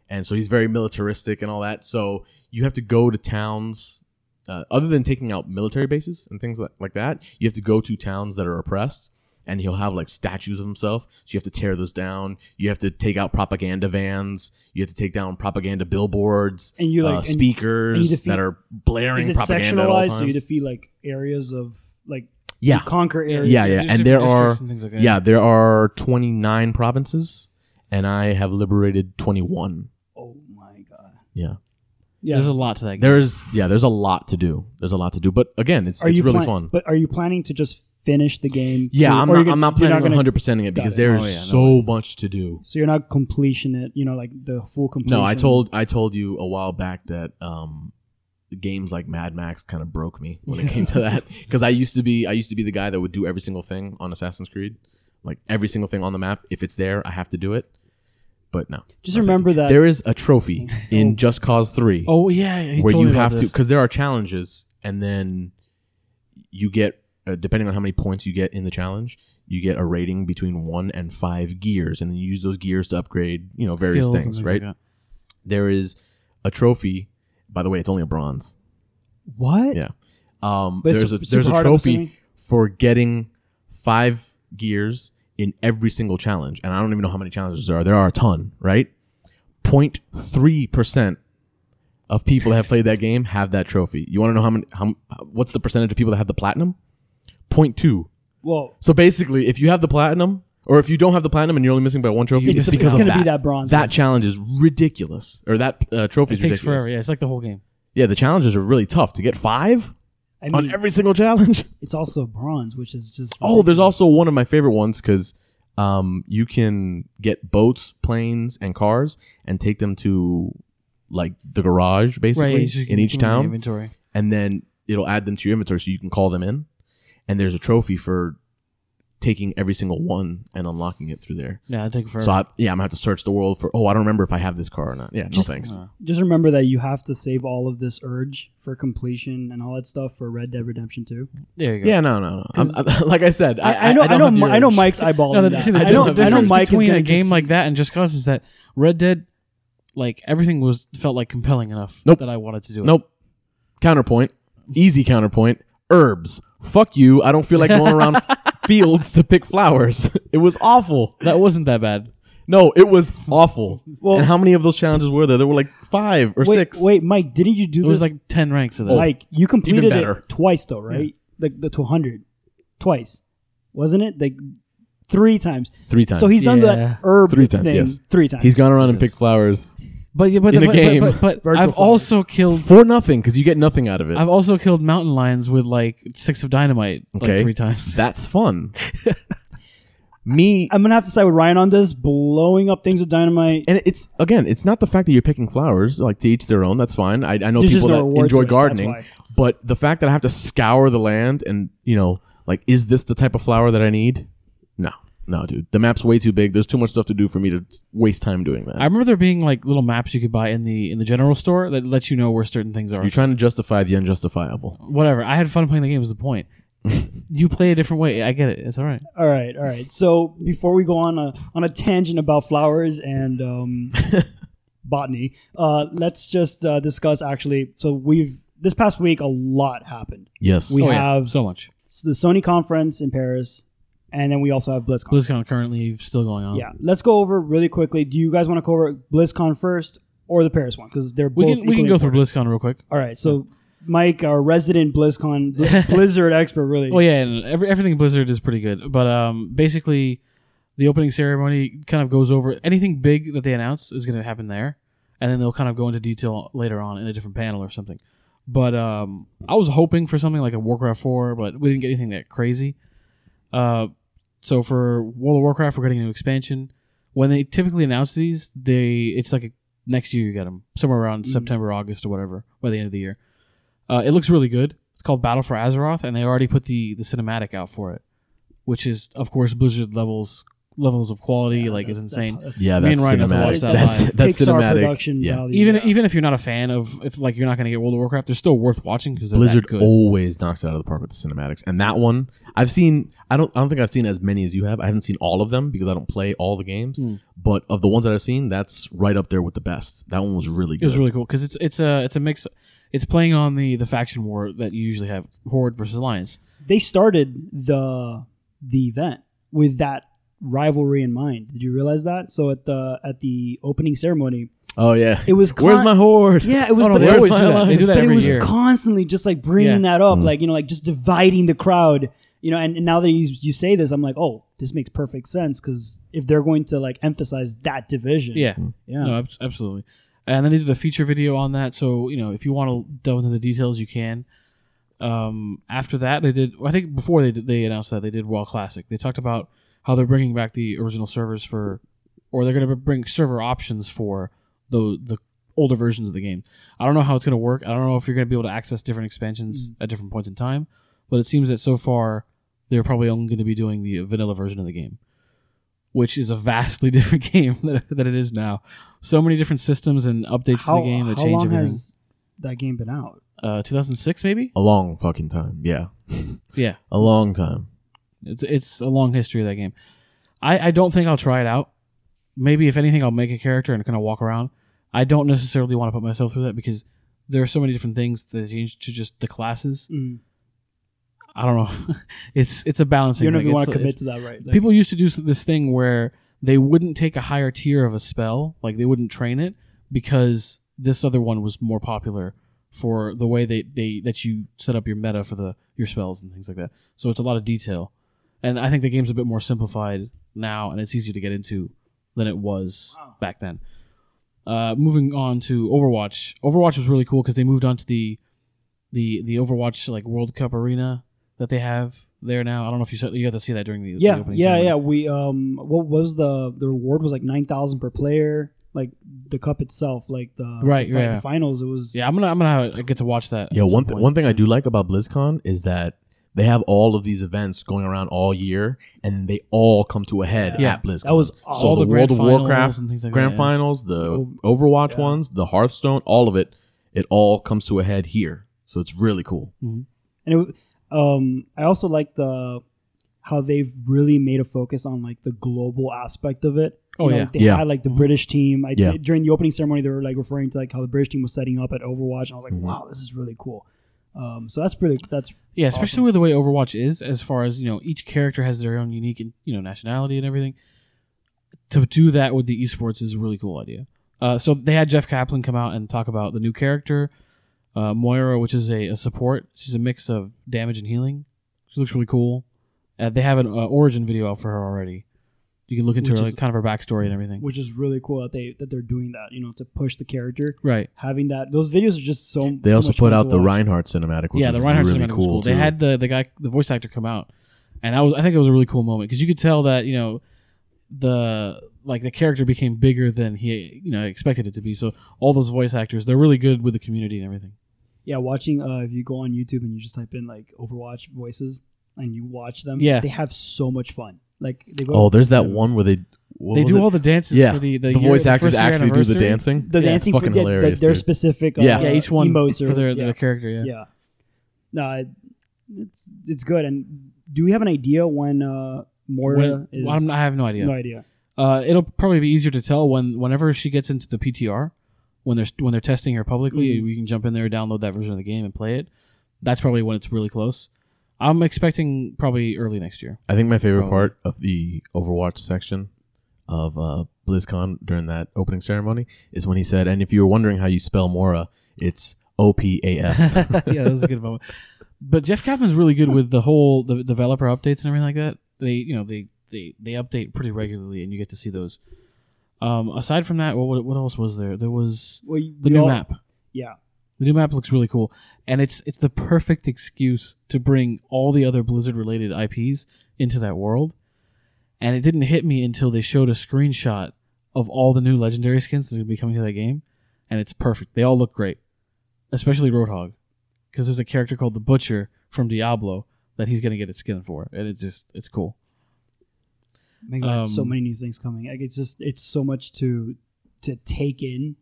[SPEAKER 3] and so he's very militaristic and all that. So you have to go to towns uh, other than taking out military bases and things like, like that, you have to go to towns that are oppressed, and he'll have like statues of himself. So you have to tear those down. You have to take out propaganda vans. You have to take down propaganda billboards
[SPEAKER 1] And you, like,
[SPEAKER 3] uh,
[SPEAKER 1] and-
[SPEAKER 3] speakers
[SPEAKER 1] and you defeat-
[SPEAKER 3] that are blaring
[SPEAKER 1] Is it
[SPEAKER 3] propaganda at all
[SPEAKER 1] sectionalized
[SPEAKER 3] times.
[SPEAKER 1] so you defeat like areas of like you
[SPEAKER 3] yeah,
[SPEAKER 1] conquer areas?
[SPEAKER 3] yeah, yeah.
[SPEAKER 2] There's
[SPEAKER 3] And
[SPEAKER 2] different
[SPEAKER 3] there
[SPEAKER 2] districts
[SPEAKER 3] are
[SPEAKER 2] and things like that.
[SPEAKER 3] yeah there are twenty nine provinces, and I have liberated twenty one.
[SPEAKER 1] Oh my god.
[SPEAKER 3] Yeah,
[SPEAKER 1] Yeah.
[SPEAKER 2] There's a lot to that game.
[SPEAKER 3] there's yeah there's a lot to do. There's a lot to do, but again, it's
[SPEAKER 1] are
[SPEAKER 3] it's
[SPEAKER 1] you
[SPEAKER 3] really
[SPEAKER 1] plan-
[SPEAKER 3] fun.
[SPEAKER 1] But are you planning to just finish the game?
[SPEAKER 3] Yeah,
[SPEAKER 1] to-
[SPEAKER 3] I'm
[SPEAKER 1] or
[SPEAKER 3] not,
[SPEAKER 1] you're gonna-
[SPEAKER 3] I'm not
[SPEAKER 1] you're
[SPEAKER 3] planning on
[SPEAKER 1] gonna-
[SPEAKER 3] 100%ing it because
[SPEAKER 1] Got it.
[SPEAKER 3] there
[SPEAKER 2] Oh, yeah,
[SPEAKER 3] is
[SPEAKER 2] no
[SPEAKER 3] so much to do.
[SPEAKER 1] So you're not completion it, you know, like the full completion.
[SPEAKER 3] No, I told I told you a while back that um, games like Mad Max kind of broke me when it came to that because I used to be I used to be the guy that would do every single thing on Assassin's Creed, like every single thing on the map. If it's there, I have to do it. But no,
[SPEAKER 1] Just remember that
[SPEAKER 3] there is a trophy in Just Cause Three
[SPEAKER 2] oh yeah, yeah, he
[SPEAKER 3] where
[SPEAKER 2] told
[SPEAKER 3] you
[SPEAKER 2] me about
[SPEAKER 3] have to
[SPEAKER 2] this.
[SPEAKER 3] because there are challenges and then you get uh, depending on how many points you get in the challenge you get a rating between one and five gears and then you use those gears to upgrade you know various
[SPEAKER 2] Skills and
[SPEAKER 3] things,
[SPEAKER 2] like
[SPEAKER 3] right
[SPEAKER 2] that.
[SPEAKER 3] there is a trophy by the way it's only a bronze
[SPEAKER 1] what?
[SPEAKER 3] yeah um
[SPEAKER 1] But it's
[SPEAKER 3] there's a
[SPEAKER 1] sup-
[SPEAKER 3] there's
[SPEAKER 1] super
[SPEAKER 3] a
[SPEAKER 1] hard, I'm assuming?
[SPEAKER 3] trophy for getting five gears in every single challenge and i don't even know how many challenges there are there are a ton right 0.3% of people that have played that game have that trophy. You want to know how many? How, what's the percentage of people that have the platinum? 0.2.
[SPEAKER 1] Well,
[SPEAKER 3] So basically, if you have the platinum, or if you don't have the platinum and you're only missing by one trophy,
[SPEAKER 1] It's
[SPEAKER 3] it's,
[SPEAKER 1] the- it's
[SPEAKER 3] because of
[SPEAKER 1] gonna
[SPEAKER 3] that.
[SPEAKER 1] be that bronze one.
[SPEAKER 3] That challenge is ridiculous, or that uh, trophy
[SPEAKER 2] It
[SPEAKER 3] is
[SPEAKER 2] takes
[SPEAKER 3] ridiculous.
[SPEAKER 2] forever. Yeah, it's like the whole game.
[SPEAKER 3] Yeah, the challenges are really tough to get five
[SPEAKER 1] I mean,
[SPEAKER 3] on every single challenge.
[SPEAKER 1] it's also bronze, which is just
[SPEAKER 3] Oh, there's also one of my favorite ones because um, you can get boats, planes, and cars and take them to like the garage basically
[SPEAKER 2] Right, it's just
[SPEAKER 3] in each
[SPEAKER 2] keeping
[SPEAKER 3] town.
[SPEAKER 2] Inventory.
[SPEAKER 3] and then it'll add them to your inventory so you can call them in. And there's a trophy for taking every single one and unlocking it through there.
[SPEAKER 2] Yeah, it takes forever.
[SPEAKER 3] So I, yeah, I'm gonna have to search the world for. Oh, I don't remember if I have this car or not. Yeah,
[SPEAKER 1] Just-
[SPEAKER 3] no thanks.
[SPEAKER 2] Uh,
[SPEAKER 1] just remember that you have to save all of this urge for completion and all that stuff for Red Dead Redemption 2.
[SPEAKER 2] there you go.
[SPEAKER 3] yeah, no, no. no. I'm, I'm- like I said, I,
[SPEAKER 1] I, know, I,
[SPEAKER 3] don't
[SPEAKER 1] know,
[SPEAKER 3] have the
[SPEAKER 1] Mi- I know
[SPEAKER 3] urge.
[SPEAKER 1] Mike's eyeballing
[SPEAKER 2] No,
[SPEAKER 1] that.
[SPEAKER 2] that's, see, the
[SPEAKER 1] I
[SPEAKER 3] don't
[SPEAKER 1] know,
[SPEAKER 2] difference
[SPEAKER 3] have
[SPEAKER 1] I know
[SPEAKER 3] urge.
[SPEAKER 1] Mike is
[SPEAKER 2] between
[SPEAKER 1] gonna
[SPEAKER 2] a game
[SPEAKER 1] just-
[SPEAKER 2] like that and Just Cause is that Red Dead, like everything was felt like compelling enough
[SPEAKER 3] Nope.
[SPEAKER 2] that I wanted to do it.
[SPEAKER 3] Nope. Counterpoint. Easy counterpoint. Herbs. Fuck you. I don't feel like going around f- fields to pick flowers. It was awful.
[SPEAKER 2] that wasn't that bad.
[SPEAKER 3] No, it was awful.
[SPEAKER 1] Well-
[SPEAKER 3] and how many of those challenges were there? There were like five or
[SPEAKER 1] wait,
[SPEAKER 3] six.
[SPEAKER 1] Wait, Mike, didn't you do
[SPEAKER 2] It
[SPEAKER 1] this?
[SPEAKER 2] was like ten ranks of that.
[SPEAKER 1] Like you completed
[SPEAKER 3] Oh, better.
[SPEAKER 1] it twice though, right? Like the to hundred, twice, wasn't it? Like three times.
[SPEAKER 3] Three times.
[SPEAKER 1] So he's done
[SPEAKER 2] Yeah.
[SPEAKER 1] that herb
[SPEAKER 3] Three times,
[SPEAKER 1] thing
[SPEAKER 3] yes.
[SPEAKER 1] three times.
[SPEAKER 3] He's gone around and picked flowers
[SPEAKER 2] but yeah, but,
[SPEAKER 3] in a
[SPEAKER 2] but,
[SPEAKER 3] game.
[SPEAKER 2] but, but, but
[SPEAKER 1] Virtual
[SPEAKER 2] I've
[SPEAKER 1] fire.
[SPEAKER 2] also killed
[SPEAKER 3] for nothing because you get nothing out of it.
[SPEAKER 2] I've also killed mountain lions with like six of dynamite like
[SPEAKER 3] Okay.
[SPEAKER 2] three times.
[SPEAKER 3] That's fun. Me
[SPEAKER 1] I'm gonna have to side with Ryan on this. Blowing up things with dynamite.
[SPEAKER 3] and it's again, it's not the fact that you're picking flowers. Like to each their own. That's fine. I, I know
[SPEAKER 1] There's just
[SPEAKER 3] people
[SPEAKER 1] no
[SPEAKER 3] that
[SPEAKER 1] reward to
[SPEAKER 3] enjoy
[SPEAKER 1] it, that's
[SPEAKER 3] gardening,
[SPEAKER 1] why.
[SPEAKER 3] but the fact that I have to scour the land and you know, like, is this the type of flower that I need? No, no, dude. The map's way too big. There's too much stuff to do for me to waste time doing that.
[SPEAKER 2] I remember there being like little maps you could buy in the in the general store that lets you know where certain things are.
[SPEAKER 3] you're trying to justify the unjustifiable.
[SPEAKER 2] Whatever. I had fun playing the game. Was the point? you play a different way. I get it. It's all right.
[SPEAKER 1] All right, all right. So before we go on a on a tangent about flowers and um, botany, uh, let's just uh, discuss actually. So we've this past week a lot happened.
[SPEAKER 3] Yes.
[SPEAKER 1] We
[SPEAKER 2] Oh, yeah.
[SPEAKER 1] have
[SPEAKER 2] so much.
[SPEAKER 1] so the Sony conference in Paris, and then we also have BlizzCon.
[SPEAKER 2] BlizzCon currently still going on.
[SPEAKER 1] Yeah, let's go over really quickly. Do you guys want to cover BlizzCon first or the Paris one? Because they're
[SPEAKER 2] we
[SPEAKER 1] both
[SPEAKER 2] can we can
[SPEAKER 1] equally
[SPEAKER 2] go
[SPEAKER 1] important.
[SPEAKER 2] through BlizzCon real quick.
[SPEAKER 1] All right, so Mike, our resident BlizzCon Bl- Blizzard expert, really.
[SPEAKER 2] Well, Oh, yeah, and every, everything Blizzard is pretty good, but um, basically, the opening ceremony kind of goes over anything big that they announce is going to happen there, and then they'll kind of go into detail later on in a different panel or something. But um, I was hoping for something like a Warcraft four, but we didn't get anything that crazy. Uh, so for World of Warcraft, we're getting a new expansion. When they typically announce these, they it's like a, next year you get them somewhere around September, August, or whatever by the end of the year. Uh, it looks really good. It's called Battle for Azeroth, and they already put the the cinematic out for it, which is of course Blizzard levels levels of quality like is
[SPEAKER 1] That's-
[SPEAKER 2] insane.
[SPEAKER 1] that's-
[SPEAKER 3] Yeah,
[SPEAKER 2] Me
[SPEAKER 3] that's
[SPEAKER 2] and Ryan have to
[SPEAKER 3] cinematic.
[SPEAKER 2] watch that
[SPEAKER 3] That's,
[SPEAKER 2] live.
[SPEAKER 3] that's
[SPEAKER 1] Pixar
[SPEAKER 3] cinematic.
[SPEAKER 1] production
[SPEAKER 3] yeah.
[SPEAKER 1] value.
[SPEAKER 2] even
[SPEAKER 1] yeah.
[SPEAKER 2] even if you're not a fan of if like you're not going to get World of Warcraft, they're still worth watching because
[SPEAKER 3] Blizzard
[SPEAKER 2] good.
[SPEAKER 3] always knocks it out of the park with the cinematics, and that one I've seen. I don't. I don't think I've seen as many as you have. I haven't seen all of them because I don't play all the games.
[SPEAKER 2] Hmm.
[SPEAKER 3] But of the ones that I've seen, that's right up there with the best. That one was really
[SPEAKER 2] It
[SPEAKER 3] good.
[SPEAKER 2] was really cool because it's it's a it's a mix. It's playing on the the faction war that you usually have Horde versus Alliance.
[SPEAKER 1] they started the the event with that rivalry in mind. Did you realize that? So at the at the opening ceremony,
[SPEAKER 3] oh yeah.
[SPEAKER 1] it was
[SPEAKER 3] Where's
[SPEAKER 1] con-
[SPEAKER 3] my horde?
[SPEAKER 1] Yeah, it was.
[SPEAKER 2] Oh, no,
[SPEAKER 1] but
[SPEAKER 2] they
[SPEAKER 1] it was-
[SPEAKER 2] always do that. They do that
[SPEAKER 1] but
[SPEAKER 2] every
[SPEAKER 1] it was
[SPEAKER 2] year. Mm.
[SPEAKER 1] constantly just like bringing that up, like you know, like just dividing the crowd. You know, and, and now that you, you say this, I'm like, oh, this makes perfect sense because if they're going to like emphasize that division,
[SPEAKER 2] Yeah,
[SPEAKER 1] yeah,
[SPEAKER 2] no, abs- absolutely. And then they did a feature video on that. So you know, if you want to delve into the details, you can. Um, after that, they did. I think before they did, they announced that they did WoW Classic. They talked about how they're bringing back the original servers for, or they're going to bring server options for the the older versions of the game. I don't know how it's going to work. I don't know if you're going to be able to access different expansions
[SPEAKER 1] Mm.
[SPEAKER 2] at different points in time. But it seems that so far they're probably only going to be doing the vanilla version of the game, which is a vastly different game than, than it is now. So many different systems and updates
[SPEAKER 1] How,
[SPEAKER 2] to the game that
[SPEAKER 1] how
[SPEAKER 2] change
[SPEAKER 1] long
[SPEAKER 2] everything.
[SPEAKER 1] has that game been out?
[SPEAKER 2] uh, 2006 maybe?
[SPEAKER 3] A long fucking time. Yeah.
[SPEAKER 2] Yeah.
[SPEAKER 3] A long time.
[SPEAKER 2] It's it's a long history of that game. I, I don't think I'll try it out. Maybe if anything, I'll make a character and kind of walk around. I don't necessarily want to put myself through that because there are so many different things that change to just the classes.
[SPEAKER 1] Mm.
[SPEAKER 2] I don't know. it's it's a balancing.
[SPEAKER 1] You don't know if
[SPEAKER 2] thing.
[SPEAKER 1] you want to
[SPEAKER 2] It's-
[SPEAKER 1] commit
[SPEAKER 2] it's-
[SPEAKER 1] to that, right? Like,
[SPEAKER 2] people used to do s- this thing where they wouldn't take a higher tier of a spell, like they wouldn't train it because this other one was more popular for the way they, they that you set up your meta for the your spells and things like that. So it's a lot of detail. And I think the game's a bit more simplified now and it's easier to get into than it was back then. Uh, moving on to Overwatch. Overwatch was really cool because they moved on to the the the Overwatch like World Cup arena that they have there now. I don't know if you saw, you got to see that during the the
[SPEAKER 1] yeah,
[SPEAKER 2] opening
[SPEAKER 1] yeah,
[SPEAKER 2] ceremony.
[SPEAKER 1] yeah. We um, what was the the reward was like nine thousand per player, like the cup itself, like the
[SPEAKER 2] Right,
[SPEAKER 1] the, fi-
[SPEAKER 2] yeah.
[SPEAKER 1] the finals. It was
[SPEAKER 2] Yeah, I'm gonna I'm gonna have- get to watch that.
[SPEAKER 3] Yeah.
[SPEAKER 2] at some
[SPEAKER 3] One th-
[SPEAKER 2] point.
[SPEAKER 3] one thing I do like about BlizzCon is that they have all of these events going around all year, and they all come to a head
[SPEAKER 2] Yeah.
[SPEAKER 3] at BlizzCon.
[SPEAKER 1] that was
[SPEAKER 3] So
[SPEAKER 1] awesome.
[SPEAKER 3] the,
[SPEAKER 2] grand
[SPEAKER 3] World of
[SPEAKER 2] finals
[SPEAKER 3] Warcraft
[SPEAKER 2] and things like
[SPEAKER 3] grand
[SPEAKER 2] that, yeah.
[SPEAKER 3] finals, the
[SPEAKER 1] Oh,
[SPEAKER 3] Overwatch
[SPEAKER 1] yeah.
[SPEAKER 3] ones, the Hearthstone, all of it, it all comes to a head here. So it's really cool.
[SPEAKER 1] And it, w- um, I also like the how they've really made a focus on like the global aspect of it.
[SPEAKER 2] Oh,
[SPEAKER 1] know,
[SPEAKER 2] yeah.
[SPEAKER 1] like, they
[SPEAKER 3] Yeah.
[SPEAKER 1] had like the British team. I,
[SPEAKER 3] Yeah.
[SPEAKER 1] during the opening ceremony, they were like referring to like how the British team was setting up at Overwatch, and I was
[SPEAKER 3] Mm-hmm.
[SPEAKER 1] like, wow, this is really cool. Um, so that's pretty. That's
[SPEAKER 2] Yeah, especially with the way Overwatch is, as far as you know, each character has their own unique and you know nationality and everything. To do that with the esports is a really cool idea. Uh, so they had Jeff Kaplan come out and talk about the new character, uh, Moira, which is a, a support. She's a mix of damage and healing. She looks really cool. Uh, they have an uh, origin video out for her already. You can look into
[SPEAKER 1] Which
[SPEAKER 2] her,
[SPEAKER 1] is-
[SPEAKER 2] like, kind of her backstory and everything.
[SPEAKER 1] which is really cool that they that they're doing that. You know, to push the character,
[SPEAKER 2] right.
[SPEAKER 1] having that those videos are just so.
[SPEAKER 3] They
[SPEAKER 1] so
[SPEAKER 3] also
[SPEAKER 1] much
[SPEAKER 3] put
[SPEAKER 1] fun
[SPEAKER 3] out
[SPEAKER 1] to
[SPEAKER 3] the
[SPEAKER 1] watch.
[SPEAKER 3] Reinhardt cinematic, which
[SPEAKER 2] yeah,
[SPEAKER 3] is
[SPEAKER 2] the Reinhardt
[SPEAKER 3] really
[SPEAKER 2] cinematic
[SPEAKER 3] cool.
[SPEAKER 2] was cool. They
[SPEAKER 3] too.
[SPEAKER 2] had the the guy, the voice actor, come out, and I was I think it was a really cool moment because you could tell that you know the like the character became bigger than he you know expected it to be. So all those voice actors, they're really good with the community and everything.
[SPEAKER 1] Yeah, watching uh, if you go on YouTube and you just type in like Overwatch voices and you watch them,
[SPEAKER 2] Yeah.
[SPEAKER 1] they have so much fun. Like they go
[SPEAKER 3] oh, there's that one where they what
[SPEAKER 2] they
[SPEAKER 3] was
[SPEAKER 2] do
[SPEAKER 3] it?
[SPEAKER 2] all the dances
[SPEAKER 3] yeah
[SPEAKER 2] for the the,
[SPEAKER 3] the,
[SPEAKER 2] year-
[SPEAKER 3] voice
[SPEAKER 2] the
[SPEAKER 3] actors
[SPEAKER 2] first year
[SPEAKER 3] actually do the
[SPEAKER 2] anniversary.
[SPEAKER 3] dancing.
[SPEAKER 1] the
[SPEAKER 2] Yeah,
[SPEAKER 1] dancing
[SPEAKER 3] it's
[SPEAKER 1] for
[SPEAKER 3] fucking
[SPEAKER 1] the, the,
[SPEAKER 3] hilarious,
[SPEAKER 1] their
[SPEAKER 3] dude.
[SPEAKER 1] specific uh,
[SPEAKER 3] Yeah.
[SPEAKER 2] Yeah, each one
[SPEAKER 1] emotes
[SPEAKER 2] for
[SPEAKER 1] or,
[SPEAKER 2] their,
[SPEAKER 1] yeah,
[SPEAKER 2] their character. Yeah.
[SPEAKER 1] yeah. No, it- it's it's good. And do we have an idea when uh, Moira
[SPEAKER 2] When-
[SPEAKER 1] is?
[SPEAKER 2] well, I'm- I have no idea.
[SPEAKER 1] no idea.
[SPEAKER 2] Uh, it'll probably be easier to tell when whenever she gets into the PTR, when they're when they're testing her publicly, we can jump in there, download that version of the game, and play it. That's probably when it's really close. I'm expecting probably early next year.
[SPEAKER 3] I think my favorite
[SPEAKER 2] Probably.
[SPEAKER 3] part of the Overwatch section of uh, BlizzCon during that opening ceremony is when he said, "And if you were wondering how you spell Mora, it's O P A F."
[SPEAKER 2] yeah, that was a good moment. But Jeff Kaplan's really good with the whole the developer updates and everything like that. They you know they they they update pretty regularly, and you get to see those. Um, aside from that, what what else was there? There was
[SPEAKER 1] Well, you,
[SPEAKER 2] the
[SPEAKER 1] we
[SPEAKER 2] new
[SPEAKER 1] all-
[SPEAKER 2] map.
[SPEAKER 1] Yeah.
[SPEAKER 2] The new map looks really cool, and it's it's the perfect excuse to bring all the other Blizzard related IPs into that world. And it didn't hit me until they showed a screenshot of all the new legendary skins that's gonna be coming to that game, and it's perfect. They all look great, especially Roadhog, because there's a character called the Butcher from Diablo that he's gonna get a skin for, and it just it's cool.
[SPEAKER 1] My God, so
[SPEAKER 2] Um,
[SPEAKER 1] many new things coming. Like it's just it's so much to to take in.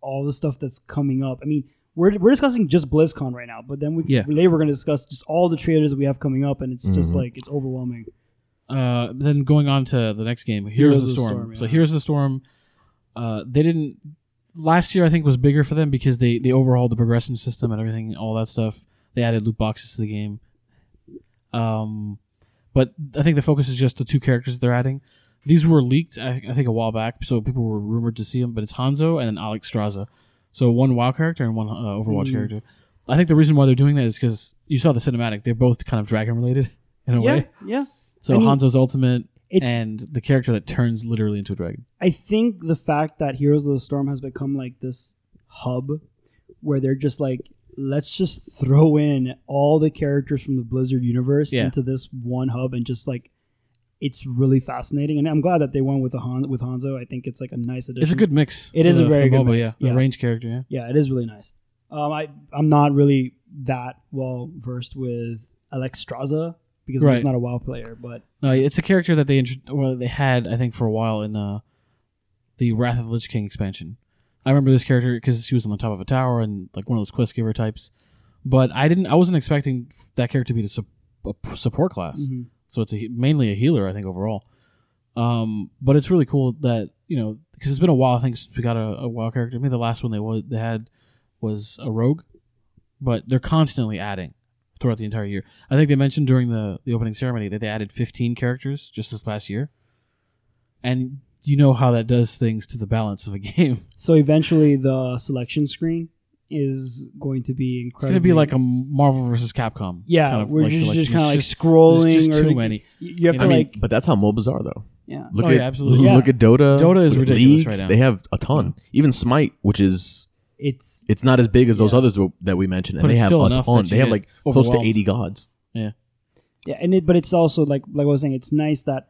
[SPEAKER 1] All the stuff that's coming up. I mean, we're we're discussing just BlizzCon right now, but then we
[SPEAKER 2] Yeah.
[SPEAKER 1] later we're going to discuss just all the trailers that we have coming up, and it's just
[SPEAKER 3] Mhm.
[SPEAKER 1] like it's overwhelming.
[SPEAKER 2] uh, then going on to the next game, Heroes, of the Storm. So
[SPEAKER 1] yeah.
[SPEAKER 2] Heroes of the Storm, uh, they didn't last year. I think was bigger for them because they they overhauled the progression system and everything, all that stuff. They added loot boxes to the game. Um, but I think the focus is just the two characters they're adding. These were leaked, I, I think, a while back, so people were rumored to see them. But it's Hanzo and then Alex Straza, so one WoW character and one uh, Overwatch
[SPEAKER 1] Mm.
[SPEAKER 2] character. I think the reason why they're doing that is because you saw the cinematic; they're both kind of dragon related in a
[SPEAKER 1] yeah,
[SPEAKER 2] way.
[SPEAKER 1] yeah.
[SPEAKER 2] So
[SPEAKER 1] I mean,
[SPEAKER 2] Hanzo's ultimate
[SPEAKER 1] It's
[SPEAKER 2] and the character that turns literally into a dragon.
[SPEAKER 1] I think the fact that Heroes of the Storm has become like this hub where they're just like, let's just throw in all the characters from the Blizzard universe
[SPEAKER 2] Yeah.
[SPEAKER 1] into this one hub and just like it's really fascinating. And I'm glad that they went with the Han- with Hanzo. I think it's like a nice addition.
[SPEAKER 2] It's a good mix.
[SPEAKER 1] It
[SPEAKER 2] for
[SPEAKER 1] is a
[SPEAKER 2] the- for
[SPEAKER 1] very
[SPEAKER 2] the
[SPEAKER 1] good
[SPEAKER 2] MOBA,
[SPEAKER 1] mix,
[SPEAKER 2] Yeah,
[SPEAKER 1] yeah.
[SPEAKER 2] the range character. Yeah,
[SPEAKER 1] Yeah, it is really nice. Um, I I'm not really that well versed with Alex Straza because I'm just
[SPEAKER 2] Right.
[SPEAKER 1] not a WoW player, but
[SPEAKER 2] no, it's a character that they intro- well, they had I think for a while in uh, the Wrath of the Lich King expansion. I remember this character because she was on the top of a tower and like one of those quest giver types. But I didn't. I wasn't expecting that character to be the sup- a p- support class.
[SPEAKER 1] mhm.
[SPEAKER 2] So it's a, he- mainly a healer, I think overall. Um, but it's really cool that you know because it's been a while. I think since we got a, a WoW character. Maybe the last one they wa- they had was a rogue, but they're constantly adding throughout the entire year. I think they mentioned during the the opening ceremony that they added 15 characters just this past year, and you know how that does things to the balance of a game.
[SPEAKER 1] so eventually the selection screen is going to be
[SPEAKER 2] It's
[SPEAKER 1] incredible.
[SPEAKER 2] gonna be like a Marvel versus Capcom.
[SPEAKER 1] Yeah,
[SPEAKER 2] kind of
[SPEAKER 1] we're
[SPEAKER 2] like
[SPEAKER 1] just,
[SPEAKER 2] selection.
[SPEAKER 1] just kind of like
[SPEAKER 2] It's just-
[SPEAKER 1] scrolling.
[SPEAKER 2] there's just
[SPEAKER 1] or
[SPEAKER 2] too
[SPEAKER 1] like-
[SPEAKER 2] many.
[SPEAKER 1] You you have
[SPEAKER 2] You
[SPEAKER 1] to
[SPEAKER 2] know? I
[SPEAKER 1] like,
[SPEAKER 3] but that's how MOBAs are, though.
[SPEAKER 1] yeah,
[SPEAKER 3] Look
[SPEAKER 2] Oh,
[SPEAKER 3] at
[SPEAKER 2] yeah, absolutely.
[SPEAKER 3] look at Dota.
[SPEAKER 2] Dota is
[SPEAKER 3] League,
[SPEAKER 2] ridiculous right now.
[SPEAKER 3] They have a ton. Even Smite, which is
[SPEAKER 1] it's
[SPEAKER 3] it's not as big as those
[SPEAKER 1] Yeah.
[SPEAKER 3] others that we mentioned, and
[SPEAKER 2] But
[SPEAKER 3] they
[SPEAKER 2] it's
[SPEAKER 3] have
[SPEAKER 2] still
[SPEAKER 3] a
[SPEAKER 2] enough
[SPEAKER 3] ton.
[SPEAKER 2] that
[SPEAKER 3] They
[SPEAKER 2] you
[SPEAKER 3] have
[SPEAKER 2] get
[SPEAKER 3] like close to
[SPEAKER 2] overwhelmed.
[SPEAKER 3] eighty gods.
[SPEAKER 1] yeah, and it but it's also like like I was saying, it's nice that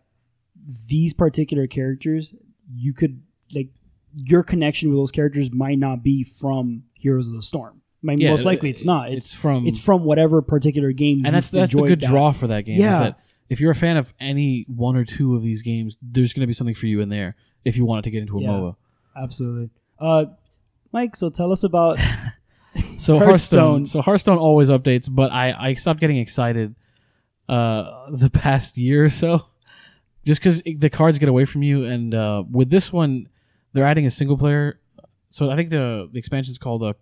[SPEAKER 1] these particular characters you could like your connection with those characters might not be from Heroes of the Storm. I mean,
[SPEAKER 2] Yeah, uh,
[SPEAKER 1] most likely it's not.
[SPEAKER 2] It's
[SPEAKER 1] It's
[SPEAKER 2] from
[SPEAKER 1] it's from whatever particular game. you
[SPEAKER 2] and that's that's the
[SPEAKER 1] enjoyed
[SPEAKER 2] good
[SPEAKER 1] that.
[SPEAKER 2] draw for that game.
[SPEAKER 1] Yeah.
[SPEAKER 2] Is that if you're a fan of any one or two of these games, there's going to be something for you in there if you wanted to get into a
[SPEAKER 1] Yeah.
[SPEAKER 2] MOBA.
[SPEAKER 1] Absolutely, uh, Mike. So tell us about Hearthstone.
[SPEAKER 2] So Hearthstone. So Hearthstone always updates, but I I stopped getting excited uh the past year or so just because the cards get away from you. And uh, with this one, they're adding a single player. So I think the the expansion is called uh,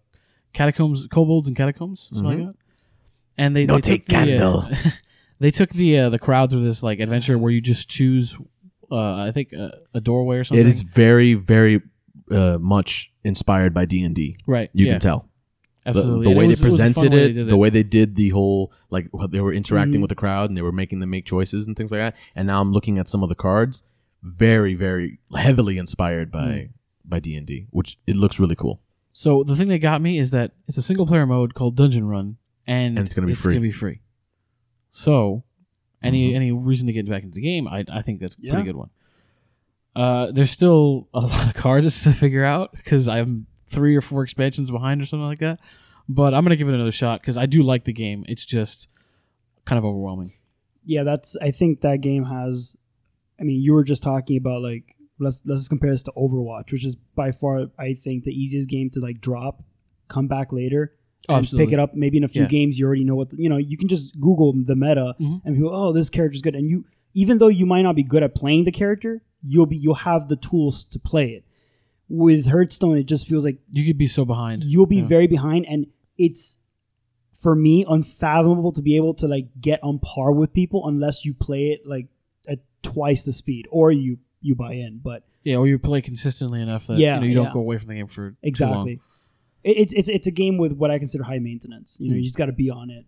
[SPEAKER 2] Catacombs, Kobolds, and Catacombs. Something like that. And they
[SPEAKER 3] Mm-hmm. No
[SPEAKER 2] they took
[SPEAKER 3] take
[SPEAKER 2] the, uh,
[SPEAKER 3] candle.
[SPEAKER 2] they took the uh, the crowd through this like adventure where you just choose. Uh, I think uh, a doorway or something.
[SPEAKER 3] It is very, very uh, much inspired by D and D.
[SPEAKER 2] right.
[SPEAKER 3] You
[SPEAKER 2] yeah,
[SPEAKER 3] can tell the,
[SPEAKER 2] absolutely.
[SPEAKER 3] the
[SPEAKER 2] And
[SPEAKER 3] way
[SPEAKER 2] it was-
[SPEAKER 3] they
[SPEAKER 2] it Mm. was a fun
[SPEAKER 3] presented
[SPEAKER 2] way
[SPEAKER 3] it,
[SPEAKER 2] they did
[SPEAKER 3] the way they did the whole like what they were interacting
[SPEAKER 1] Mhm.
[SPEAKER 3] with the crowd and they were making them make choices and things like that. And now I'm looking at some of the cards, very, very heavily inspired by
[SPEAKER 2] Mm.
[SPEAKER 3] by D and D, which it looks really cool.
[SPEAKER 2] So the thing that got me is that it's a single player mode called Dungeon Run, and,
[SPEAKER 3] And it's gonna be free. Mm-hmm.
[SPEAKER 2] free. So, any any reason to get back into the game, I I think that's a
[SPEAKER 1] Yeah.
[SPEAKER 2] pretty good one. Uh, there's still a lot of cards to figure out because I'm three or four expansions behind or something like that. But I'm gonna give it another shot because I do like the game. It's just kind of overwhelming.
[SPEAKER 1] yeah, that's I think that game has I mean, you were just talking about like let's let's just compare this to Overwatch, which is by far I think the easiest game to like drop, come back later,
[SPEAKER 2] Oh,
[SPEAKER 1] and pick
[SPEAKER 2] absolutely.
[SPEAKER 1] it up. Maybe in a few
[SPEAKER 2] Yeah.
[SPEAKER 1] games you already know what you know, you can just Google the meta
[SPEAKER 2] Mhm.
[SPEAKER 1] and people, oh, this character's good. And you even though you might not be good at playing the character, you'll be you'll have the tools to play it. With Hearthstone, it just feels like
[SPEAKER 2] You could be so behind.
[SPEAKER 1] you'll be
[SPEAKER 2] Yeah.
[SPEAKER 1] very behind and it's for me unfathomable to be able to like get on par with people unless you play it like at twice the speed or you you buy in. But
[SPEAKER 2] Yeah, or you play consistently enough that
[SPEAKER 1] Yeah,
[SPEAKER 2] you, know, you don't
[SPEAKER 1] yeah.
[SPEAKER 2] go away from the game for too long.
[SPEAKER 1] exactly, it, it's it's it's a game with what I consider high maintenance. You know, you just got to be on it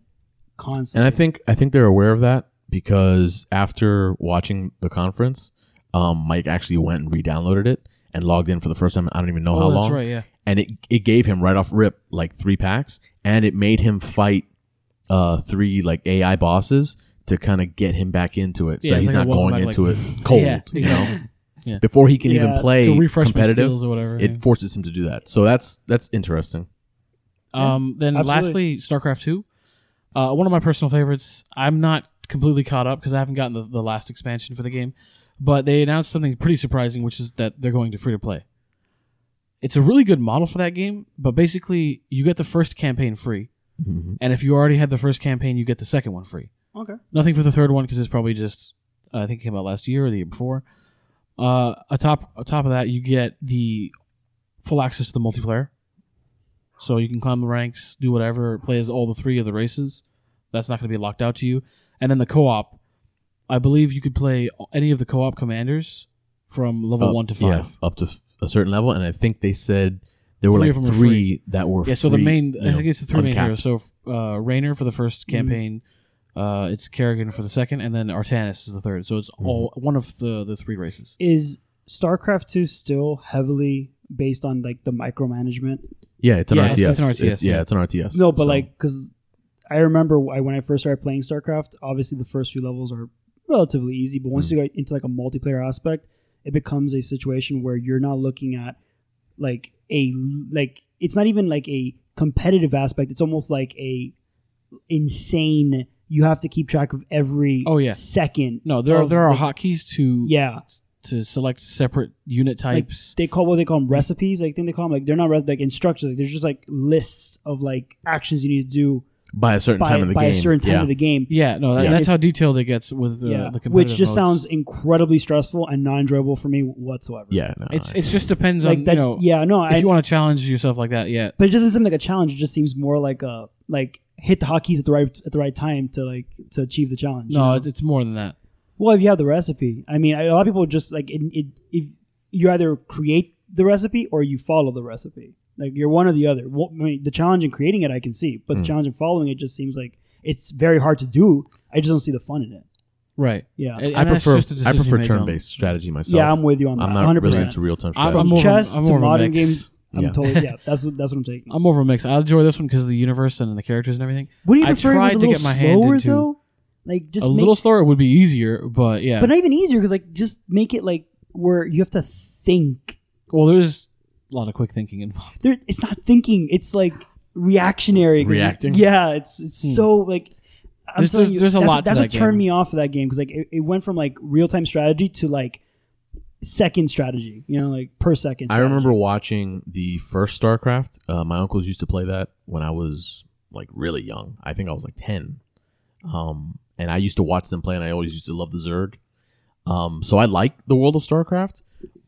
[SPEAKER 1] constantly.
[SPEAKER 3] And I think I think they're aware of that because after watching the conference, um, Mike actually went and re-downloaded it and logged in for the first time. I don't even know how
[SPEAKER 2] Oh, that's
[SPEAKER 3] long.
[SPEAKER 2] right. Yeah,
[SPEAKER 3] And it it gave him right off rip like three packs, and it made him fight uh three like AI bosses to kind of get him back into it. So
[SPEAKER 2] Yeah, it's
[SPEAKER 3] he's
[SPEAKER 2] like a
[SPEAKER 3] not
[SPEAKER 2] welcome
[SPEAKER 3] going
[SPEAKER 2] back,
[SPEAKER 3] into
[SPEAKER 2] like-
[SPEAKER 3] it cold,
[SPEAKER 2] Yeah,
[SPEAKER 3] you know.
[SPEAKER 2] Yeah.
[SPEAKER 3] Before he can
[SPEAKER 1] Yeah,
[SPEAKER 3] even
[SPEAKER 1] to
[SPEAKER 3] play
[SPEAKER 2] to refresh my
[SPEAKER 3] competitive,
[SPEAKER 2] skills or whatever. yeah.
[SPEAKER 3] it forces him to do that. So that's that's interesting.
[SPEAKER 2] Um, then
[SPEAKER 1] Absolutely.
[SPEAKER 2] lastly, StarCraft Two, uh, one of my personal favorites. I'm not completely caught up because I haven't gotten the, the last expansion for the game, but they announced something pretty surprising, which is that they're going to free to play. It's a really good model for that game, but basically, you get the first campaign free, and if you already had the first campaign, you get the second one free.
[SPEAKER 1] okay,
[SPEAKER 2] Nothing for the third one because it's probably just uh, I think it came out last year or the year before. Uh, atop atop of that, you get the full access to the multiplayer, so you can climb the ranks, do whatever, play as all the three of the races. That's not going to be locked out to you. And then the co-op, I believe you could play any of the co-op commanders from level
[SPEAKER 3] Up-
[SPEAKER 2] one to five.
[SPEAKER 3] Oh, yeah, up to f- a certain level, and I think they said there were
[SPEAKER 2] Three of
[SPEAKER 3] like
[SPEAKER 2] them were
[SPEAKER 3] three
[SPEAKER 2] free.
[SPEAKER 3] that were
[SPEAKER 2] Yeah, so the
[SPEAKER 3] free,
[SPEAKER 2] main,
[SPEAKER 3] you
[SPEAKER 2] I
[SPEAKER 3] know,
[SPEAKER 2] think it's the three main
[SPEAKER 3] uncapped.
[SPEAKER 2] heroes. So uh, Raynor for the first
[SPEAKER 1] Mm-hmm.
[SPEAKER 2] campaign, uh, it's Kerrigan for the second, and then Artanis is the third. So it's
[SPEAKER 3] Mm-hmm.
[SPEAKER 2] all one of the the three races.
[SPEAKER 1] is StarCraft two still heavily based on like the micromanagement?
[SPEAKER 3] Yeah, it's an
[SPEAKER 2] Yeah,
[SPEAKER 3] RTS.
[SPEAKER 2] it's- it's an RTS,
[SPEAKER 3] yeah,
[SPEAKER 2] yeah.
[SPEAKER 3] it's an RTS.
[SPEAKER 1] No, but
[SPEAKER 3] so-
[SPEAKER 1] like 'cause like because I remember wh- when I first started playing StarCraft. Obviously, the first few levels are relatively easy, but
[SPEAKER 3] Mm.
[SPEAKER 1] once you go into like a multiplayer aspect, it becomes a situation where you're not looking at like a like it's not even like a competitive aspect. It's almost like a insane. You have to keep track of every
[SPEAKER 2] Oh, yeah.
[SPEAKER 1] second.
[SPEAKER 2] No, there are
[SPEAKER 1] of
[SPEAKER 2] there are
[SPEAKER 1] the-
[SPEAKER 2] hotkeys to
[SPEAKER 1] yeah.
[SPEAKER 2] to select separate unit
[SPEAKER 1] Like
[SPEAKER 2] types.
[SPEAKER 1] they call what they call them recipes. I think they call them like they're not res- like instructions. Like, they're just like lists of like actions you need to do
[SPEAKER 3] by a certain
[SPEAKER 1] by,
[SPEAKER 3] time of the
[SPEAKER 1] by
[SPEAKER 3] game.
[SPEAKER 1] a certain time
[SPEAKER 3] yeah.
[SPEAKER 1] of the game.
[SPEAKER 2] yeah, no, that,
[SPEAKER 1] Yeah.
[SPEAKER 2] that's how detailed it gets with the,
[SPEAKER 1] yeah,
[SPEAKER 2] the competitive
[SPEAKER 1] which just
[SPEAKER 2] modes.
[SPEAKER 1] sounds incredibly stressful and not enjoyable for me whatsoever.
[SPEAKER 3] yeah, no,
[SPEAKER 2] It's
[SPEAKER 3] I-
[SPEAKER 2] it just depends on
[SPEAKER 1] like that.
[SPEAKER 2] you know
[SPEAKER 1] yeah, no,
[SPEAKER 2] if
[SPEAKER 1] I,
[SPEAKER 2] you want to challenge yourself like that. Yeah,
[SPEAKER 1] but it doesn't seem like a challenge. It just seems more like a like hit the hotkeys at the right at the right time to like to achieve the challenge. you
[SPEAKER 2] no,
[SPEAKER 1] know?
[SPEAKER 2] it's, it's more than that.
[SPEAKER 1] well, if you have the recipe, I mean, a lot of people just like it, it, if you either create the recipe or you follow the recipe. Like you're one or the other. Well, I mean, the challenge in creating it, I can see, but
[SPEAKER 3] Mm.
[SPEAKER 1] the challenge in following it just seems like it's very hard to do. I just don't see the fun in it.
[SPEAKER 2] Right.
[SPEAKER 1] Yeah,
[SPEAKER 2] And-
[SPEAKER 3] I
[SPEAKER 2] and that's
[SPEAKER 3] prefer
[SPEAKER 2] just a
[SPEAKER 3] I
[SPEAKER 2] decision you
[SPEAKER 3] prefer
[SPEAKER 2] make on-
[SPEAKER 3] turn based strategy myself.
[SPEAKER 1] yeah, I'm with you on that.
[SPEAKER 3] I'm not
[SPEAKER 1] 100%.
[SPEAKER 3] really into real time
[SPEAKER 2] I'm-
[SPEAKER 3] strategy.
[SPEAKER 1] from
[SPEAKER 2] more of a-
[SPEAKER 1] chess
[SPEAKER 2] I'm
[SPEAKER 1] to
[SPEAKER 2] more of a
[SPEAKER 1] modern
[SPEAKER 2] mix.
[SPEAKER 1] games. I'm
[SPEAKER 3] Yeah.
[SPEAKER 1] totally yeah. That's what that's what I'm taking.
[SPEAKER 2] I'm over mix. I enjoy this one because of the universe and the characters and everything.
[SPEAKER 1] What do you
[SPEAKER 2] I
[SPEAKER 1] prefer?
[SPEAKER 2] tried
[SPEAKER 1] was a
[SPEAKER 2] to
[SPEAKER 1] little
[SPEAKER 2] get my hand
[SPEAKER 1] slower,
[SPEAKER 2] into
[SPEAKER 1] though? like just
[SPEAKER 2] a
[SPEAKER 1] make,
[SPEAKER 2] little slower would be easier, but yeah.
[SPEAKER 1] but not even easier because like just make it like where you have to think.
[SPEAKER 2] well, there's a lot of quick thinking involved.
[SPEAKER 1] There, it's not thinking. It's like reactionary. 'cause you-
[SPEAKER 3] Reacting?
[SPEAKER 1] Yeah, it's it's so like. I'm
[SPEAKER 2] Hmm. There's-
[SPEAKER 1] telling
[SPEAKER 2] there's-
[SPEAKER 1] you,
[SPEAKER 2] there's a
[SPEAKER 1] that's,
[SPEAKER 2] lot
[SPEAKER 1] what-
[SPEAKER 2] to
[SPEAKER 1] That's what
[SPEAKER 2] that
[SPEAKER 1] turned
[SPEAKER 2] game.
[SPEAKER 1] me off of that game because like it, it went from like real time strategy to like second strategy. You know, like per second.
[SPEAKER 3] I
[SPEAKER 1] strategy.
[SPEAKER 3] remember watching the first StarCraft. Uh, my uncles used to play that when I was like really young. I think I was like ten, um, and I used to watch them play, and I always used to love the Zerg. Um, so I like the world of StarCraft,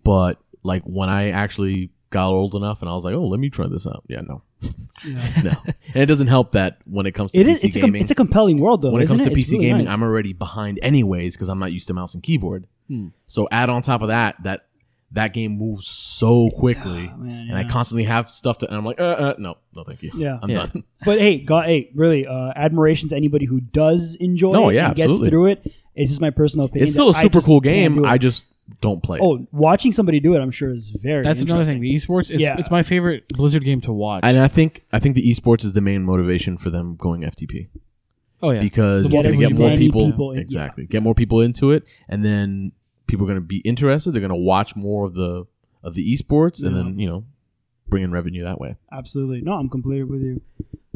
[SPEAKER 3] but like when I actually got old enough, and I was like, oh, let me try this out. Yeah, no, no, and it doesn't help that when it comes to
[SPEAKER 1] It
[SPEAKER 3] PC
[SPEAKER 1] is. It's a, com-
[SPEAKER 3] gaming.
[SPEAKER 1] it's a compelling world though.
[SPEAKER 3] when it
[SPEAKER 1] isn't
[SPEAKER 3] comes to
[SPEAKER 1] it? It's
[SPEAKER 3] PC
[SPEAKER 1] really
[SPEAKER 3] gaming,
[SPEAKER 1] nice.
[SPEAKER 3] I'm already behind anyways because I'm not used to mouse and keyboard.
[SPEAKER 2] Hmm.
[SPEAKER 3] So add on top of that that that game moves so quickly,
[SPEAKER 1] Ah, man,
[SPEAKER 3] and I
[SPEAKER 1] yeah.
[SPEAKER 3] constantly have stuff to. And I'm like, uh, uh no, no, thank you.
[SPEAKER 1] Yeah.
[SPEAKER 3] I'm
[SPEAKER 2] Yeah.
[SPEAKER 3] done.
[SPEAKER 1] But hey, God, hey, really, uh, admiration to anybody who does enjoy
[SPEAKER 3] No,
[SPEAKER 1] it
[SPEAKER 3] yeah,
[SPEAKER 1] and gets
[SPEAKER 3] absolutely.
[SPEAKER 1] through it. It's just my personal opinion.
[SPEAKER 3] It's still a
[SPEAKER 1] that I
[SPEAKER 3] super
[SPEAKER 1] just
[SPEAKER 3] cool
[SPEAKER 1] can't do
[SPEAKER 3] game.
[SPEAKER 1] it.
[SPEAKER 3] I just don't play. it.
[SPEAKER 1] oh, watching somebody do it, I'm sure is very.
[SPEAKER 2] That's another thing.
[SPEAKER 1] interesting.
[SPEAKER 2] The esports, it's,
[SPEAKER 1] Yeah.
[SPEAKER 2] it's my favorite Blizzard game to watch.
[SPEAKER 3] and I think I think the esports is the main motivation for them going FTP
[SPEAKER 2] oh yeah,
[SPEAKER 3] because
[SPEAKER 1] Get
[SPEAKER 3] it's
[SPEAKER 1] as
[SPEAKER 3] going to get more
[SPEAKER 1] many
[SPEAKER 3] people,
[SPEAKER 1] people in-
[SPEAKER 3] exactly get more people into it, and then people are going to be interested. They're going to watch more of the of the esports, and
[SPEAKER 1] Yeah.
[SPEAKER 3] then you know bring in revenue that way.
[SPEAKER 1] Absolutely. No, I'm completely with you.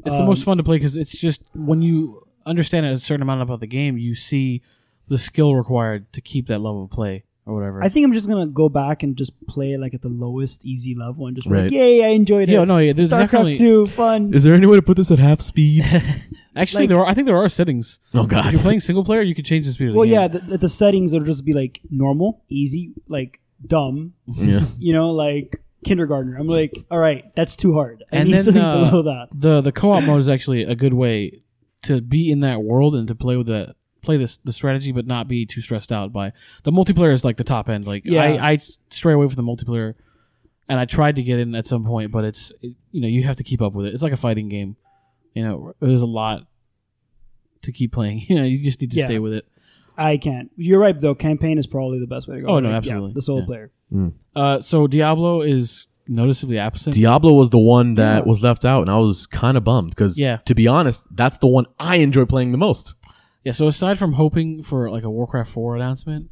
[SPEAKER 2] it's the
[SPEAKER 1] Um,
[SPEAKER 2] most fun to play because it's just when you understand a certain amount about the game, you see the skill required to keep that level of play or whatever.
[SPEAKER 1] I think I'm just gonna go back and just play like at the lowest easy level and just be
[SPEAKER 3] Right.
[SPEAKER 1] like, yay, I enjoyed it.
[SPEAKER 2] yeah, no, yeah. There's
[SPEAKER 1] StarCraft
[SPEAKER 2] definitely
[SPEAKER 1] two, fun.
[SPEAKER 3] Is there any way to put this at half speed?
[SPEAKER 2] actually
[SPEAKER 1] like-
[SPEAKER 2] there are. I think there are settings.
[SPEAKER 3] oh
[SPEAKER 2] If
[SPEAKER 3] God.
[SPEAKER 2] you're playing single player, you can change the speed. Of the
[SPEAKER 1] Well,
[SPEAKER 2] game.
[SPEAKER 1] yeah, the, the the settings will just be like normal, easy, like dumb.
[SPEAKER 3] Yeah.
[SPEAKER 1] You know, like kindergartner. I'm like, all right, that's too hard. I
[SPEAKER 2] And
[SPEAKER 1] need
[SPEAKER 2] then,
[SPEAKER 1] something
[SPEAKER 2] uh,
[SPEAKER 1] below that.
[SPEAKER 2] the the co-op mode is actually a good way to be in that world and to play with the play this the strategy but not be too stressed out by the multiplayer is like the top end like
[SPEAKER 1] Yeah.
[SPEAKER 2] I, I stray away from the multiplayer and i tried to get in at some point but it's it, you know you have to keep up with it it's like a fighting game you know there's a lot to keep playing you know you just need to
[SPEAKER 1] Yeah.
[SPEAKER 2] stay with it
[SPEAKER 1] I can't. You're right though. Campaign is probably the best way to go.
[SPEAKER 2] Oh, no,
[SPEAKER 1] Yeah,
[SPEAKER 2] absolutely.
[SPEAKER 1] the solo
[SPEAKER 2] Yeah.
[SPEAKER 1] player.
[SPEAKER 2] uh so diablo is noticeably absent
[SPEAKER 3] Diablo was the one that
[SPEAKER 1] Yeah.
[SPEAKER 3] was left out, and I was kind of bummed because,
[SPEAKER 2] Yeah.
[SPEAKER 3] to be honest, that's the one I enjoy playing the most.
[SPEAKER 2] Yeah, so aside from hoping for like a Warcraft 4 announcement,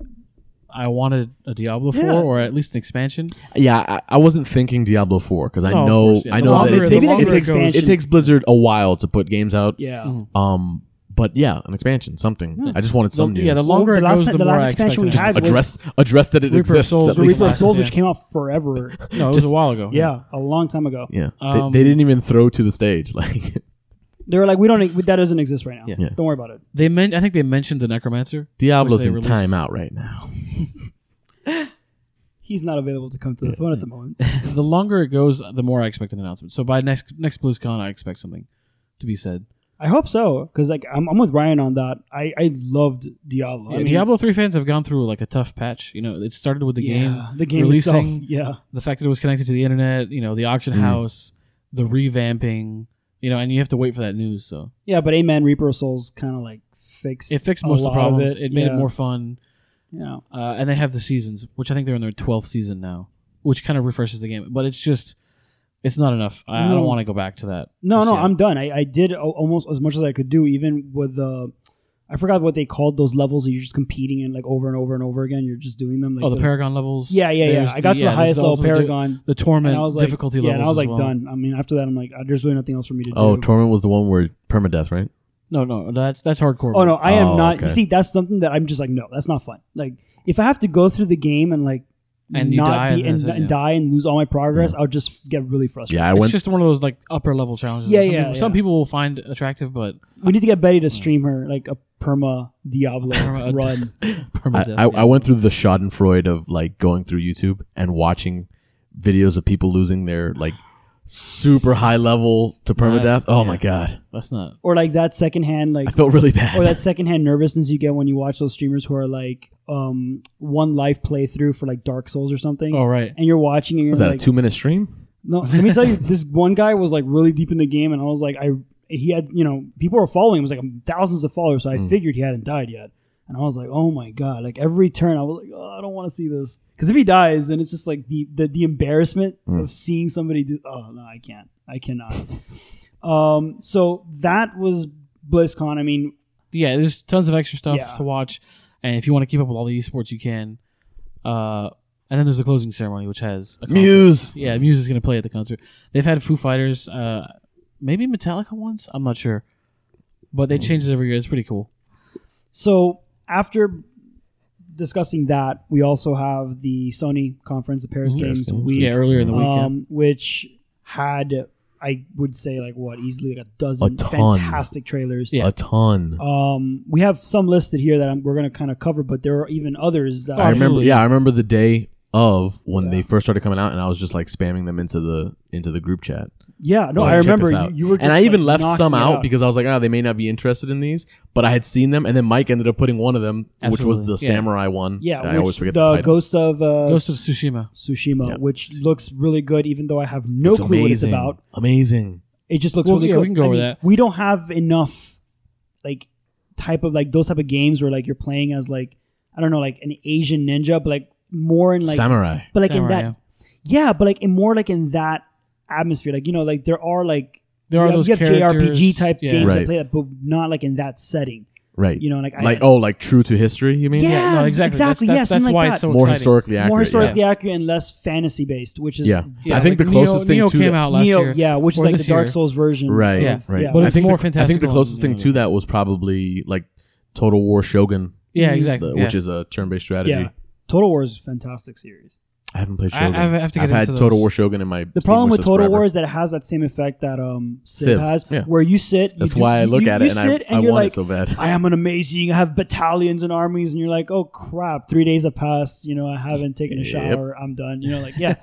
[SPEAKER 2] I wanted a Diablo 4
[SPEAKER 1] Yeah.
[SPEAKER 2] or at least an expansion.
[SPEAKER 3] Yeah, I, I wasn't thinking Diablo Four because I
[SPEAKER 2] No, of
[SPEAKER 3] know
[SPEAKER 2] course, yeah.
[SPEAKER 3] I
[SPEAKER 2] The
[SPEAKER 3] know
[SPEAKER 1] longer-
[SPEAKER 3] that it
[SPEAKER 1] the
[SPEAKER 3] takes,
[SPEAKER 1] longer
[SPEAKER 3] it,
[SPEAKER 1] it
[SPEAKER 3] takes
[SPEAKER 1] goes-
[SPEAKER 3] it takes Blizzard a while to put games out.
[SPEAKER 1] Yeah.
[SPEAKER 2] Mhm.
[SPEAKER 3] Um, but yeah, an expansion, something. I just wanted
[SPEAKER 2] The-
[SPEAKER 3] some news.
[SPEAKER 2] yeah, the longer
[SPEAKER 1] the
[SPEAKER 2] it
[SPEAKER 1] last
[SPEAKER 2] goes,
[SPEAKER 1] ti-
[SPEAKER 2] the,
[SPEAKER 1] the
[SPEAKER 2] more
[SPEAKER 1] last
[SPEAKER 2] I expect
[SPEAKER 1] expansion we
[SPEAKER 2] an
[SPEAKER 1] had
[SPEAKER 2] announcement.
[SPEAKER 1] was-
[SPEAKER 3] address address that it
[SPEAKER 2] Reaper
[SPEAKER 3] exists.
[SPEAKER 2] Souls
[SPEAKER 3] at
[SPEAKER 1] The
[SPEAKER 2] release
[SPEAKER 3] least.
[SPEAKER 1] Reaper of
[SPEAKER 2] last-
[SPEAKER 1] Souls, which
[SPEAKER 2] yeah.
[SPEAKER 1] came out forever.
[SPEAKER 2] no, it was
[SPEAKER 3] just-
[SPEAKER 2] a while ago.
[SPEAKER 1] yeah, a long time ago.
[SPEAKER 3] Yeah, They-
[SPEAKER 2] Um,
[SPEAKER 3] they, didn't even throw to the stage. Like
[SPEAKER 1] They were like, we don't. That doesn't exist right now.
[SPEAKER 2] Yeah.
[SPEAKER 3] Yeah.
[SPEAKER 1] Don't worry about it.
[SPEAKER 2] they men- I think they mentioned the Necromancer.
[SPEAKER 3] Diablo's
[SPEAKER 2] they
[SPEAKER 3] in
[SPEAKER 2] released.
[SPEAKER 3] timeout right now.
[SPEAKER 1] He's not available to come to the phone at the moment.
[SPEAKER 2] the longer it goes, the more I expect an announcement. So by next next BlizzCon, I expect something to be said.
[SPEAKER 1] I hope so, because like I'm, I'm with Ryan on that. I, I loved Diablo. I
[SPEAKER 2] Yeah,
[SPEAKER 1] mean,
[SPEAKER 2] Diablo 3 fans have gone through like a tough patch. You know, it started with the game,
[SPEAKER 1] yeah, the game
[SPEAKER 2] releasing-
[SPEAKER 1] itself. Yeah,
[SPEAKER 2] the fact that it was connected to the internet, you know, the auction
[SPEAKER 3] Mm.
[SPEAKER 2] house, the revamping, you know, and you have to wait for that news. So
[SPEAKER 1] yeah, but Amen Reaper of Souls kind of like fixed.
[SPEAKER 2] it fixed
[SPEAKER 1] a
[SPEAKER 2] most of the
[SPEAKER 1] lot
[SPEAKER 2] problems.
[SPEAKER 1] it.
[SPEAKER 2] it made
[SPEAKER 1] Yeah.
[SPEAKER 2] it more fun.
[SPEAKER 1] Yeah.
[SPEAKER 2] uh, and they have the seasons, which I think they're in their twelfth season now, which kind of refreshes the game. But it's just, it's not enough. I, I
[SPEAKER 1] No.
[SPEAKER 2] don't want to go back to that.
[SPEAKER 1] No,
[SPEAKER 2] just
[SPEAKER 1] no,
[SPEAKER 2] yet.
[SPEAKER 1] I'm done. I, I did al- almost as much as I could do, even with the. I forgot what they called those levels. that You're just competing and like over and over and over again. You're just doing them. Like
[SPEAKER 2] oh, the, Paragon levels.
[SPEAKER 1] Yeah, yeah,
[SPEAKER 2] There's
[SPEAKER 1] yeah. I got to the
[SPEAKER 2] there's
[SPEAKER 1] highest level
[SPEAKER 2] also the-
[SPEAKER 1] Paragon,
[SPEAKER 2] The, torment
[SPEAKER 1] and I was like,
[SPEAKER 2] difficulty
[SPEAKER 1] yeah,
[SPEAKER 2] levels.
[SPEAKER 1] and I was
[SPEAKER 2] as
[SPEAKER 1] like
[SPEAKER 2] well.
[SPEAKER 1] done. I mean, after that, I'm like, uh, there's really nothing else for me to
[SPEAKER 3] Oh,
[SPEAKER 1] do.
[SPEAKER 3] Torment was the one where permadeath, right?
[SPEAKER 2] No, no, that's that's hardcore.
[SPEAKER 1] oh no, I am
[SPEAKER 3] Oh,
[SPEAKER 1] not.
[SPEAKER 3] okay.
[SPEAKER 1] You see, that's something that I'm just like, no, that's not fun. Like, if I have to go through the game and like
[SPEAKER 2] And you
[SPEAKER 1] not
[SPEAKER 2] die
[SPEAKER 1] be,
[SPEAKER 2] and
[SPEAKER 1] and,
[SPEAKER 2] that's it,
[SPEAKER 1] and
[SPEAKER 2] yeah.
[SPEAKER 1] die and lose all my progress, I'll just get really frustrated.
[SPEAKER 3] Yeah, I
[SPEAKER 2] It's
[SPEAKER 3] went.
[SPEAKER 2] just one of those like upper level challenges.
[SPEAKER 1] Yeah,
[SPEAKER 2] some
[SPEAKER 1] yeah,
[SPEAKER 2] People, Some
[SPEAKER 1] yeah.
[SPEAKER 2] people will find attractive, but
[SPEAKER 1] We need to get Betty to stream her like a perma Diablo
[SPEAKER 2] Perma-
[SPEAKER 1] run.
[SPEAKER 3] I,
[SPEAKER 2] permanent.
[SPEAKER 3] I, I went through the Schadenfreude of like going through YouTube and watching videos of people losing their like super high level to permadeath. oh my
[SPEAKER 2] yeah.
[SPEAKER 3] god,
[SPEAKER 2] that's not.
[SPEAKER 1] or like that secondhand like
[SPEAKER 3] I felt really bad.
[SPEAKER 1] or that secondhand nervousness you get when you watch those streamers who are like um one life playthrough for like Dark Souls or something.
[SPEAKER 2] Oh right.
[SPEAKER 1] And you're watching and you're
[SPEAKER 3] was that
[SPEAKER 1] like,
[SPEAKER 3] a two minute stream?
[SPEAKER 1] no, let me tell you, this one guy was like really deep in the game, and I was like, I he had you know people were following him, it was like thousands of followers, so I figured he hadn't died yet, and I was like, oh my god, like every turn I was like, oh, I don't want to see this, because if he dies, then it's just like the the, the embarrassment of seeing somebody do. Oh no, I can't, I cannot. um, so that was BlizzCon. I mean,
[SPEAKER 2] yeah, there's tons of extra stuff
[SPEAKER 1] Yeah.
[SPEAKER 2] to watch, and if you want to keep up with all the esports, you can. Uh, and then there's the closing ceremony, which has a concert.
[SPEAKER 3] Muse.
[SPEAKER 2] Yeah, Muse is gonna play at the concert. They've had Foo Fighters, uh, maybe Metallica once. I'm not sure, but they change it every year. It's pretty cool.
[SPEAKER 1] So after discussing that, we also have the Sony conference, the Paris
[SPEAKER 3] Mhm. Paris
[SPEAKER 1] Games
[SPEAKER 3] Games.
[SPEAKER 1] week,
[SPEAKER 2] Yeah, earlier in the weekend.
[SPEAKER 1] um, which had I would say like what easily like a
[SPEAKER 3] A
[SPEAKER 1] dozen
[SPEAKER 3] ton.
[SPEAKER 1] fantastic trailers.
[SPEAKER 2] Yeah.
[SPEAKER 3] A ton.
[SPEAKER 1] Um, we have some listed here that I'm, we're going to kind of cover, but there are even others that
[SPEAKER 3] Oh, I remember.
[SPEAKER 2] absolutely.
[SPEAKER 3] Yeah, I remember the day of when they first started coming out, and I was just like spamming them into the into the group chat.
[SPEAKER 1] yeah, no,
[SPEAKER 3] Like,
[SPEAKER 1] I
[SPEAKER 3] check
[SPEAKER 1] remember
[SPEAKER 3] this
[SPEAKER 1] you,
[SPEAKER 3] out.
[SPEAKER 1] you were, just
[SPEAKER 3] and I
[SPEAKER 1] like,
[SPEAKER 3] even left some
[SPEAKER 1] knocking it
[SPEAKER 3] out, because I was like, ah, they may not be interested in these, but I had seen them, and then Mike ended up putting one of them, which
[SPEAKER 2] Absolutely.
[SPEAKER 3] was the
[SPEAKER 2] Yeah.
[SPEAKER 3] samurai one.
[SPEAKER 1] yeah,
[SPEAKER 3] I
[SPEAKER 1] which-
[SPEAKER 3] always forget the,
[SPEAKER 1] the,
[SPEAKER 3] title.
[SPEAKER 1] Ghost of uh,
[SPEAKER 2] Ghost of Tsushima.
[SPEAKER 1] Tsushima,
[SPEAKER 3] Yeah.
[SPEAKER 1] which looks really good, even though I have no
[SPEAKER 3] It's
[SPEAKER 1] clue what it's about.
[SPEAKER 3] Amazing.
[SPEAKER 1] It just looks
[SPEAKER 2] Well,
[SPEAKER 1] really
[SPEAKER 2] yeah,
[SPEAKER 1] cool.
[SPEAKER 2] we can go
[SPEAKER 1] I
[SPEAKER 2] over
[SPEAKER 1] mean,
[SPEAKER 2] that.
[SPEAKER 1] We don't have enough like type of like those type of games where like you're playing as like I don't know like an Asian ninja, but like more in like
[SPEAKER 3] samurai.
[SPEAKER 1] but like
[SPEAKER 2] Samurai,
[SPEAKER 1] in that yeah. but like in more like in that atmosphere. Like you know like there are like
[SPEAKER 2] There are
[SPEAKER 1] you have,
[SPEAKER 2] those
[SPEAKER 1] you have
[SPEAKER 2] characters.
[SPEAKER 1] JRPG type
[SPEAKER 2] yeah.
[SPEAKER 1] games
[SPEAKER 3] Right.
[SPEAKER 1] that play that, but not like in that setting.
[SPEAKER 3] Right.
[SPEAKER 1] You know like
[SPEAKER 3] like
[SPEAKER 1] I,
[SPEAKER 3] oh, like true to history. You mean?
[SPEAKER 1] yeah,
[SPEAKER 2] Yeah, no, exactly.
[SPEAKER 1] exactly.
[SPEAKER 2] That's,
[SPEAKER 1] yeah,
[SPEAKER 2] that's, that's
[SPEAKER 1] something
[SPEAKER 2] why
[SPEAKER 1] like
[SPEAKER 2] it's
[SPEAKER 1] that.
[SPEAKER 2] so
[SPEAKER 3] More
[SPEAKER 2] exciting.
[SPEAKER 3] historically accurate.
[SPEAKER 1] more
[SPEAKER 3] yeah.
[SPEAKER 1] historically accurate and less fantasy based, which is
[SPEAKER 3] Yeah.
[SPEAKER 2] Yeah,
[SPEAKER 3] I think
[SPEAKER 2] like
[SPEAKER 3] the closest
[SPEAKER 2] Neo, Neo
[SPEAKER 3] thing to
[SPEAKER 2] came
[SPEAKER 3] that,
[SPEAKER 2] out last
[SPEAKER 1] Neo,
[SPEAKER 2] year.
[SPEAKER 1] yeah, which is
[SPEAKER 2] or
[SPEAKER 1] like the
[SPEAKER 2] this
[SPEAKER 1] Dark
[SPEAKER 2] year.
[SPEAKER 1] Souls version.
[SPEAKER 3] Right.
[SPEAKER 2] Yeah.
[SPEAKER 1] of-
[SPEAKER 3] Right.
[SPEAKER 1] yeah.
[SPEAKER 2] But
[SPEAKER 3] I
[SPEAKER 2] it's
[SPEAKER 3] think
[SPEAKER 2] more
[SPEAKER 3] the, I think the
[SPEAKER 2] fantastical
[SPEAKER 3] closest
[SPEAKER 2] than
[SPEAKER 3] thing to that was probably like Total War Shogun,
[SPEAKER 2] Yeah,
[SPEAKER 1] Mhm.
[SPEAKER 2] exactly.
[SPEAKER 3] the-
[SPEAKER 2] yeah.
[SPEAKER 3] which is a turn-based strategy.
[SPEAKER 1] Yeah. Total War is a fantastic series.
[SPEAKER 3] I haven't played
[SPEAKER 2] I- I
[SPEAKER 3] Shogun.
[SPEAKER 2] have- I have to get
[SPEAKER 3] I've had
[SPEAKER 2] into
[SPEAKER 3] Total
[SPEAKER 2] those.
[SPEAKER 3] War Shogun in my
[SPEAKER 1] The problem with Total
[SPEAKER 3] Wars.
[SPEAKER 1] War is that it has that same effect that um Civ,
[SPEAKER 3] Civ,
[SPEAKER 1] has,
[SPEAKER 3] yeah.
[SPEAKER 1] where you sit. you
[SPEAKER 3] That's
[SPEAKER 1] do-
[SPEAKER 3] why I
[SPEAKER 1] you-
[SPEAKER 3] look
[SPEAKER 1] you-
[SPEAKER 3] at
[SPEAKER 1] you
[SPEAKER 3] it and I,
[SPEAKER 1] sit
[SPEAKER 3] I
[SPEAKER 1] you're
[SPEAKER 3] want
[SPEAKER 1] like,
[SPEAKER 3] it so bad.
[SPEAKER 1] I am an amazing. I have battalions and armies, and you're like, oh crap! Three days have passed. You know, I haven't taken a
[SPEAKER 3] Yep.
[SPEAKER 1] shower. I'm done. You know, like yeah.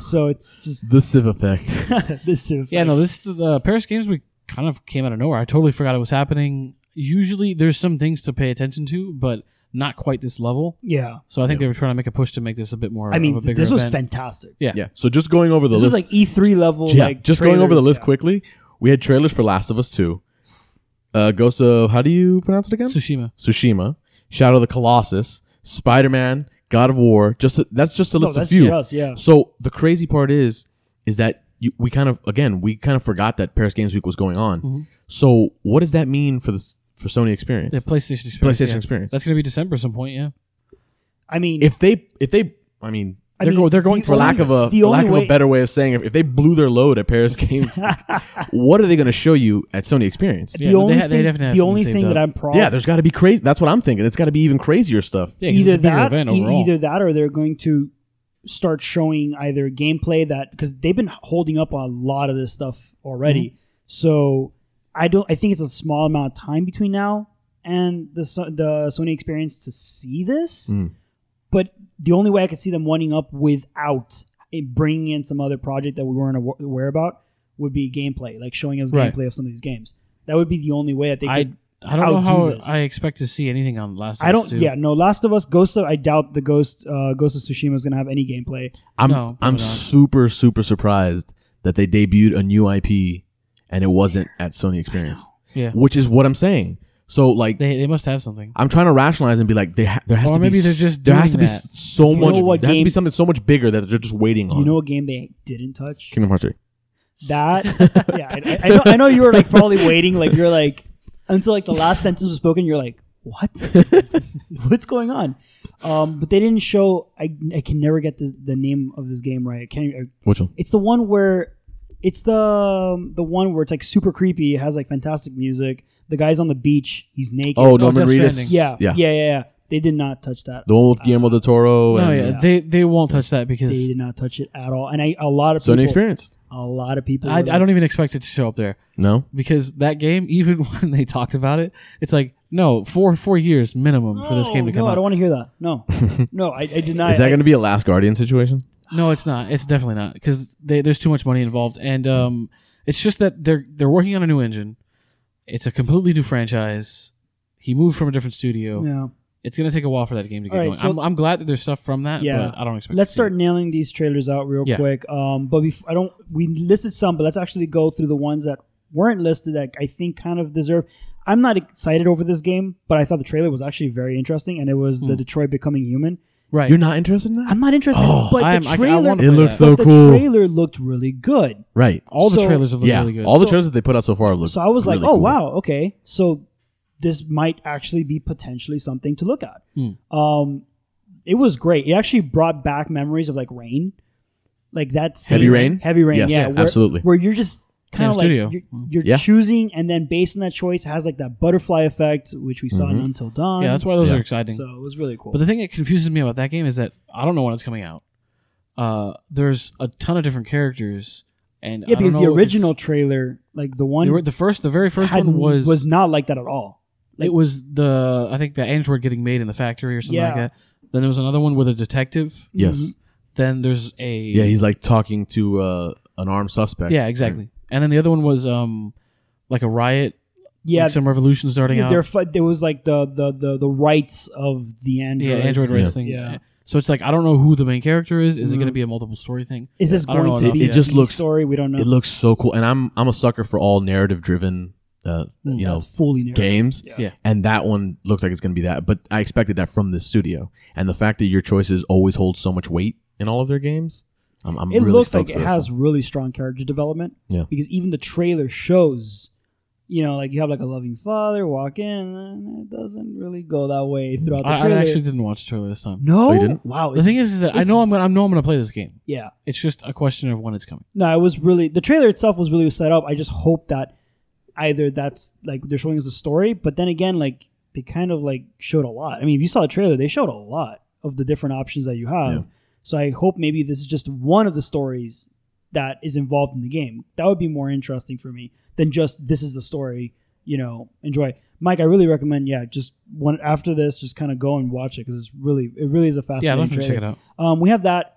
[SPEAKER 1] so it's just
[SPEAKER 3] The Civ effect.
[SPEAKER 1] this Civ.
[SPEAKER 2] Yeah, no, this the Paris Games Week kind of came out of nowhere. I totally forgot it was happening. Usually, there's some things to pay attention to, but not quite this level.
[SPEAKER 1] Yeah.
[SPEAKER 2] So I think they were trying to make a push to make this a bit more.
[SPEAKER 1] I mean,
[SPEAKER 2] of a bigger
[SPEAKER 1] this was
[SPEAKER 2] event.
[SPEAKER 1] fantastic.
[SPEAKER 3] yeah. So just going over the
[SPEAKER 1] This was
[SPEAKER 3] list.
[SPEAKER 1] like E3 level.
[SPEAKER 3] yeah.
[SPEAKER 1] like,
[SPEAKER 3] just going over the
[SPEAKER 1] trailers,
[SPEAKER 3] list
[SPEAKER 1] yeah.
[SPEAKER 3] quickly. We had trailers for Last of Us Two, uh, Ghost of how do you pronounce it again?
[SPEAKER 2] Tsushima.
[SPEAKER 3] Tsushima, Shadow of the Colossus, Spider Man, God of War. Just a, that's just a
[SPEAKER 1] No,
[SPEAKER 3] list of
[SPEAKER 1] that's
[SPEAKER 3] few.
[SPEAKER 1] just- yeah.
[SPEAKER 3] So the crazy part is, is that you, we kind of again we kind of forgot that Paris Games Week was going on. So what does that mean for the s- for Sony Experience?
[SPEAKER 2] Mm-hmm. Yeah, PlayStation experience.
[SPEAKER 3] PlayStation
[SPEAKER 2] yeah.
[SPEAKER 3] Experience.
[SPEAKER 2] That's gonna be December some point. Yeah.
[SPEAKER 1] I mean,
[SPEAKER 3] if they if they I mean
[SPEAKER 1] I
[SPEAKER 2] they're
[SPEAKER 1] mean,
[SPEAKER 2] go- they're going
[SPEAKER 1] the
[SPEAKER 3] for lack
[SPEAKER 1] only-
[SPEAKER 3] of a
[SPEAKER 1] the
[SPEAKER 3] for lack
[SPEAKER 1] only
[SPEAKER 3] of
[SPEAKER 1] way-
[SPEAKER 3] a better way of saying it, if they blew their load at Paris Games, Week, what are they going to show you at Sony Experience?
[SPEAKER 2] Yeah,
[SPEAKER 1] The
[SPEAKER 2] no, they
[SPEAKER 1] only
[SPEAKER 2] ha- they
[SPEAKER 1] thing,
[SPEAKER 2] definitely have
[SPEAKER 1] the
[SPEAKER 2] something
[SPEAKER 1] only
[SPEAKER 2] saved
[SPEAKER 1] thing
[SPEAKER 2] up.
[SPEAKER 1] that I'm probably
[SPEAKER 3] Yeah, there's got to be crazy. That's what I'm thinking. It's got to be even crazier stuff.
[SPEAKER 2] Yeah, 'cause it's
[SPEAKER 1] either
[SPEAKER 2] a bigger
[SPEAKER 1] that,
[SPEAKER 2] event
[SPEAKER 1] e-
[SPEAKER 2] overall.
[SPEAKER 1] either that, or they're going to start showing either gameplay that because they've been holding up on a lot of this stuff already.
[SPEAKER 2] Mm-hmm.
[SPEAKER 1] So I don't. I think it's a small amount of time between now and the So- the Sony experience to see this.
[SPEAKER 3] Mm.
[SPEAKER 1] But the only way I could see them winding up without it bringing in some other project that we weren't awa- aware about would be gameplay, like showing us
[SPEAKER 2] Right.
[SPEAKER 1] gameplay of some of these games. That would be the only way that they
[SPEAKER 2] I
[SPEAKER 1] could
[SPEAKER 2] I don't know
[SPEAKER 1] outdo
[SPEAKER 2] how
[SPEAKER 1] this.
[SPEAKER 2] I expect to see anything on Last. Of
[SPEAKER 1] I
[SPEAKER 2] Us
[SPEAKER 1] don't.
[SPEAKER 2] 2.
[SPEAKER 1] Yeah, no. Last of Us, Ghost of. I doubt the Ghost, uh, Ghost of Tsushima is gonna have any gameplay.
[SPEAKER 3] I'm
[SPEAKER 2] No,
[SPEAKER 3] I'm
[SPEAKER 2] probably not.
[SPEAKER 3] super super surprised that they debuted a new IP and it wasn't at Sony Experience,
[SPEAKER 2] Yeah.
[SPEAKER 3] which is what I'm saying. So like
[SPEAKER 2] They they must have something.
[SPEAKER 3] I'm trying to rationalize and be like they ha- there has
[SPEAKER 2] Or
[SPEAKER 3] to be
[SPEAKER 2] maybe
[SPEAKER 3] s-
[SPEAKER 2] they're just
[SPEAKER 3] there has to
[SPEAKER 2] doing
[SPEAKER 3] be
[SPEAKER 2] that.
[SPEAKER 3] s- so
[SPEAKER 1] You know
[SPEAKER 3] much
[SPEAKER 1] what
[SPEAKER 3] there has to
[SPEAKER 1] game-
[SPEAKER 3] be something so much bigger that they're just waiting on.
[SPEAKER 1] You know, a game they didn't touch.
[SPEAKER 3] Kingdom Hearts 3.
[SPEAKER 1] That. yeah, I, I know. I know you were like probably waiting. Like you're like until like the last sentence was spoken. You're like, what? What's going on? Um, but they didn't show. I I can never get the the name of this game right. I can't. I-
[SPEAKER 3] Which one?
[SPEAKER 1] It's the one where. It's the um, the one where it's like super creepy. It has like fantastic music. The guy's on the beach. He's naked.
[SPEAKER 3] Oh,
[SPEAKER 2] no,
[SPEAKER 3] Norman
[SPEAKER 2] Death
[SPEAKER 3] Reedus.
[SPEAKER 2] Stranding.
[SPEAKER 1] Yeah, yeah,
[SPEAKER 3] yeah.
[SPEAKER 1] yeah, yeah. They did not touch that.
[SPEAKER 3] The one with Guillermo del
[SPEAKER 2] No,
[SPEAKER 3] Toro and
[SPEAKER 2] Oh, yeah,
[SPEAKER 1] yeah.
[SPEAKER 2] they they won't touch that because
[SPEAKER 1] They did not touch it at all. And I, a lot of
[SPEAKER 3] Sony
[SPEAKER 1] people,
[SPEAKER 3] Experience.
[SPEAKER 1] a lot of people.
[SPEAKER 2] I, I
[SPEAKER 1] were like,
[SPEAKER 2] don't even expect it to show up there
[SPEAKER 3] No.
[SPEAKER 2] because that game, even when they talked about it, it's like no four four years minimum for this game to
[SPEAKER 1] "No,
[SPEAKER 2] come
[SPEAKER 1] no, I
[SPEAKER 2] out.
[SPEAKER 1] don't want to hear that. No, no, I, I did not.
[SPEAKER 3] Is that
[SPEAKER 1] I-
[SPEAKER 3] going to be a Last Guardian situation?
[SPEAKER 2] No, it's not. It's definitely not because there's too much money involved, and um, it's just that they're they're working on a new engine. It's a completely new franchise. He moved from a different studio.
[SPEAKER 1] yeah.
[SPEAKER 2] It's gonna take a while for that game to get
[SPEAKER 1] All right,
[SPEAKER 2] going.
[SPEAKER 1] so-
[SPEAKER 2] I'm, I'm glad that there's stuff from that,
[SPEAKER 1] Yeah.
[SPEAKER 2] but I don't expect.
[SPEAKER 1] Let's
[SPEAKER 2] to see it.
[SPEAKER 1] start nailing these trailers out real
[SPEAKER 2] Yeah.
[SPEAKER 1] quick. Um, but bef- I don't. We listed some, but let's actually go through the ones that weren't listed that I think kind of deserve. I'm not excited over this game, but I thought the trailer was actually very interesting, and it was
[SPEAKER 2] Hmm.
[SPEAKER 1] the Detroit Becoming Human.
[SPEAKER 2] Right.
[SPEAKER 3] You're not interested in that?
[SPEAKER 1] I'm not interested,
[SPEAKER 3] Oh,
[SPEAKER 1] but
[SPEAKER 2] I am- I-
[SPEAKER 1] the
[SPEAKER 2] I
[SPEAKER 1] trailer.
[SPEAKER 2] wanna play It looks
[SPEAKER 3] that. so
[SPEAKER 1] but
[SPEAKER 3] cool.
[SPEAKER 1] The trailer looked really good.
[SPEAKER 3] right.
[SPEAKER 2] All the
[SPEAKER 1] So-
[SPEAKER 2] trailers have looked
[SPEAKER 3] yeah.
[SPEAKER 2] really good.
[SPEAKER 3] All the
[SPEAKER 1] So-
[SPEAKER 3] trailers that they put out so far look.
[SPEAKER 1] So I was like,
[SPEAKER 3] really
[SPEAKER 1] oh
[SPEAKER 3] cool.
[SPEAKER 1] wow, okay. So this might actually be potentially something to look at.
[SPEAKER 2] Hmm.
[SPEAKER 1] Um, it was great. It actually brought back memories of like rain, like that same,
[SPEAKER 3] Heavy Rain?
[SPEAKER 1] heavy rain.
[SPEAKER 3] Yes,
[SPEAKER 1] yeah, where,
[SPEAKER 3] absolutely.
[SPEAKER 1] Where you're just kind
[SPEAKER 2] Same
[SPEAKER 1] of like
[SPEAKER 2] studio.
[SPEAKER 1] you're, you're
[SPEAKER 3] Yeah.
[SPEAKER 1] choosing, and then based on that choice, it has like that butterfly effect, which we saw in Until Dawn.
[SPEAKER 2] Mm-hmm. yeah, that's why those
[SPEAKER 3] Yeah.
[SPEAKER 2] are exciting.
[SPEAKER 1] So it was really cool.
[SPEAKER 2] But the thing that confuses me about that game is that I don't know when it's coming out. Uh, there's a ton of different characters, and
[SPEAKER 1] yeah,
[SPEAKER 2] I don't
[SPEAKER 1] because the
[SPEAKER 2] know if
[SPEAKER 1] original
[SPEAKER 2] it's-
[SPEAKER 1] trailer, like the
[SPEAKER 2] the,
[SPEAKER 1] one,
[SPEAKER 2] the first, the very first
[SPEAKER 1] had-
[SPEAKER 2] one was
[SPEAKER 1] was not like that at all. like-
[SPEAKER 2] it was the I think the android getting made in the factory or something like
[SPEAKER 1] Yeah.
[SPEAKER 2] that. Then there was another one with a detective.
[SPEAKER 3] Yes.
[SPEAKER 2] Then there's a
[SPEAKER 3] Yeah, he's like talking to uh, an armed suspect.
[SPEAKER 2] yeah exactly. And then the other one was um like a riot,
[SPEAKER 1] Yeah,
[SPEAKER 2] like some revolution starting
[SPEAKER 1] Yeah,
[SPEAKER 2] out.
[SPEAKER 1] they're fu- there was like the the the, the rights of the android.
[SPEAKER 2] yeah, android race
[SPEAKER 3] Yeah.
[SPEAKER 2] thing.
[SPEAKER 1] Yeah.
[SPEAKER 2] So it's like I don't know who the main character is. Is it
[SPEAKER 1] Mhm.
[SPEAKER 2] going to be a multiple story thing?
[SPEAKER 1] Is this
[SPEAKER 2] I don't
[SPEAKER 1] going
[SPEAKER 2] know
[SPEAKER 1] to
[SPEAKER 2] enough
[SPEAKER 1] be
[SPEAKER 2] yet.
[SPEAKER 1] a
[SPEAKER 3] It just
[SPEAKER 1] B
[SPEAKER 3] looks-
[SPEAKER 1] story? We don't know.
[SPEAKER 3] It looks so cool, and I'm I'm a sucker for all narrative driven, uh,
[SPEAKER 2] Mm.
[SPEAKER 3] you know,
[SPEAKER 1] That's fully narrative.
[SPEAKER 3] games.
[SPEAKER 1] Yeah.
[SPEAKER 2] Yeah.
[SPEAKER 3] And that one looks like it's going to be that, but I expected that from this studio. And the fact that your choices always hold so much weight in all of their games, I'm, I'm
[SPEAKER 1] It
[SPEAKER 3] really
[SPEAKER 1] looks
[SPEAKER 3] stoked
[SPEAKER 1] like it
[SPEAKER 3] for this
[SPEAKER 1] has
[SPEAKER 3] one.
[SPEAKER 1] really strong character development.
[SPEAKER 3] Yeah.
[SPEAKER 1] Because even the trailer shows, you know, like you have like a loving father walk in, and it doesn't really go that way throughout the
[SPEAKER 2] I, I
[SPEAKER 1] trailer.
[SPEAKER 2] actually didn't watch the trailer this time.
[SPEAKER 1] no.
[SPEAKER 3] Oh, you didn't?
[SPEAKER 1] Wow.
[SPEAKER 2] The
[SPEAKER 1] it's-
[SPEAKER 2] thing is, is that I
[SPEAKER 1] it's-
[SPEAKER 2] know I'm gonna, I know I'm gonna play this game.
[SPEAKER 1] yeah.
[SPEAKER 2] It's just a question of when it's coming.
[SPEAKER 1] No, it was really the trailer itself was really set up. I just hope that either that's like they're showing us a story, but then again, like they kind of like showed a lot. I mean, if you saw the trailer, they showed a lot of the different options that you have. So I hope maybe this is just one of the stories that is involved in the game. That would be more interesting for me than just this is the story. You know, enjoy. Mike, I really recommend. Yeah, just one after this, just kind of go and watch it because it's really, it really is a
[SPEAKER 2] yeah,
[SPEAKER 1] fascinating.
[SPEAKER 2] I'll definitely
[SPEAKER 1] trailer.
[SPEAKER 2] check it out.
[SPEAKER 1] Um, we have that.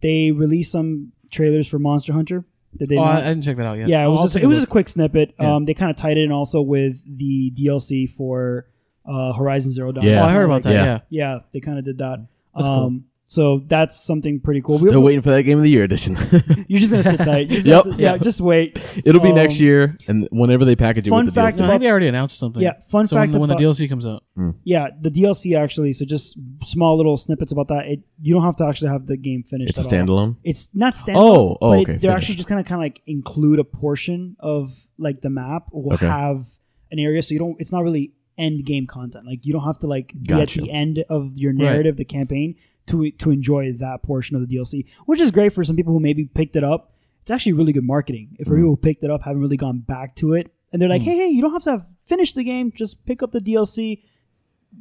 [SPEAKER 1] They released some trailers for Monster Hunter. Did they?
[SPEAKER 2] Oh,
[SPEAKER 1] not?
[SPEAKER 2] I, I didn't check that out yet.
[SPEAKER 1] yeah, it
[SPEAKER 2] I'll
[SPEAKER 1] was just,
[SPEAKER 2] take
[SPEAKER 1] it
[SPEAKER 2] a
[SPEAKER 1] was
[SPEAKER 2] look.
[SPEAKER 1] just a quick snippet.
[SPEAKER 2] Yeah.
[SPEAKER 1] Um, they kind of tied it in also with the DLC for uh, Horizon Zero Dawn.
[SPEAKER 3] Yeah.
[SPEAKER 2] Oh, I heard about that.
[SPEAKER 3] Yeah.
[SPEAKER 2] Yeah.
[SPEAKER 1] Yeah, they kind of did that.
[SPEAKER 2] That's cool.
[SPEAKER 1] um, So that's something pretty cool.
[SPEAKER 3] Still
[SPEAKER 1] We-
[SPEAKER 3] waiting for that game of the year edition.
[SPEAKER 1] You're just gonna sit tight. You just
[SPEAKER 3] Yep.
[SPEAKER 1] have to- yeah, just wait.
[SPEAKER 3] It'll be
[SPEAKER 1] Um,
[SPEAKER 3] next year, and whenever they package it
[SPEAKER 1] fun
[SPEAKER 3] with the
[SPEAKER 1] fact
[SPEAKER 3] DLC.
[SPEAKER 2] No, I think they already announced something.
[SPEAKER 1] Yeah, fun
[SPEAKER 2] So
[SPEAKER 1] fact
[SPEAKER 2] when, the- when the
[SPEAKER 1] about-
[SPEAKER 2] DLC comes out,
[SPEAKER 1] Yeah, the DLC actually. So just small little snippets about that. It, you don't have to actually have the game finished.
[SPEAKER 3] it's a
[SPEAKER 1] at all.
[SPEAKER 3] standalone.
[SPEAKER 1] It's not standalone.
[SPEAKER 3] Oh,
[SPEAKER 1] but
[SPEAKER 3] oh,
[SPEAKER 1] it-
[SPEAKER 3] okay,
[SPEAKER 1] they're
[SPEAKER 3] finished.
[SPEAKER 1] actually just gonna kind of like include a portion of like the map will
[SPEAKER 3] Okay.
[SPEAKER 1] have an area, so you don't. It's not really end game content. Like you don't have to like be
[SPEAKER 3] Gotcha.
[SPEAKER 1] at the end of your
[SPEAKER 2] Right.
[SPEAKER 1] narrative, the campaign, to to enjoy that portion of the DLC, which is great for some people who maybe picked it up. It's actually really good marketing. If for
[SPEAKER 3] Mhm.
[SPEAKER 1] people who picked it up haven't really gone back to it, and they're like,
[SPEAKER 2] Mm.
[SPEAKER 1] hey, hey, you don't have to have, finish the game. Just pick up the DLC.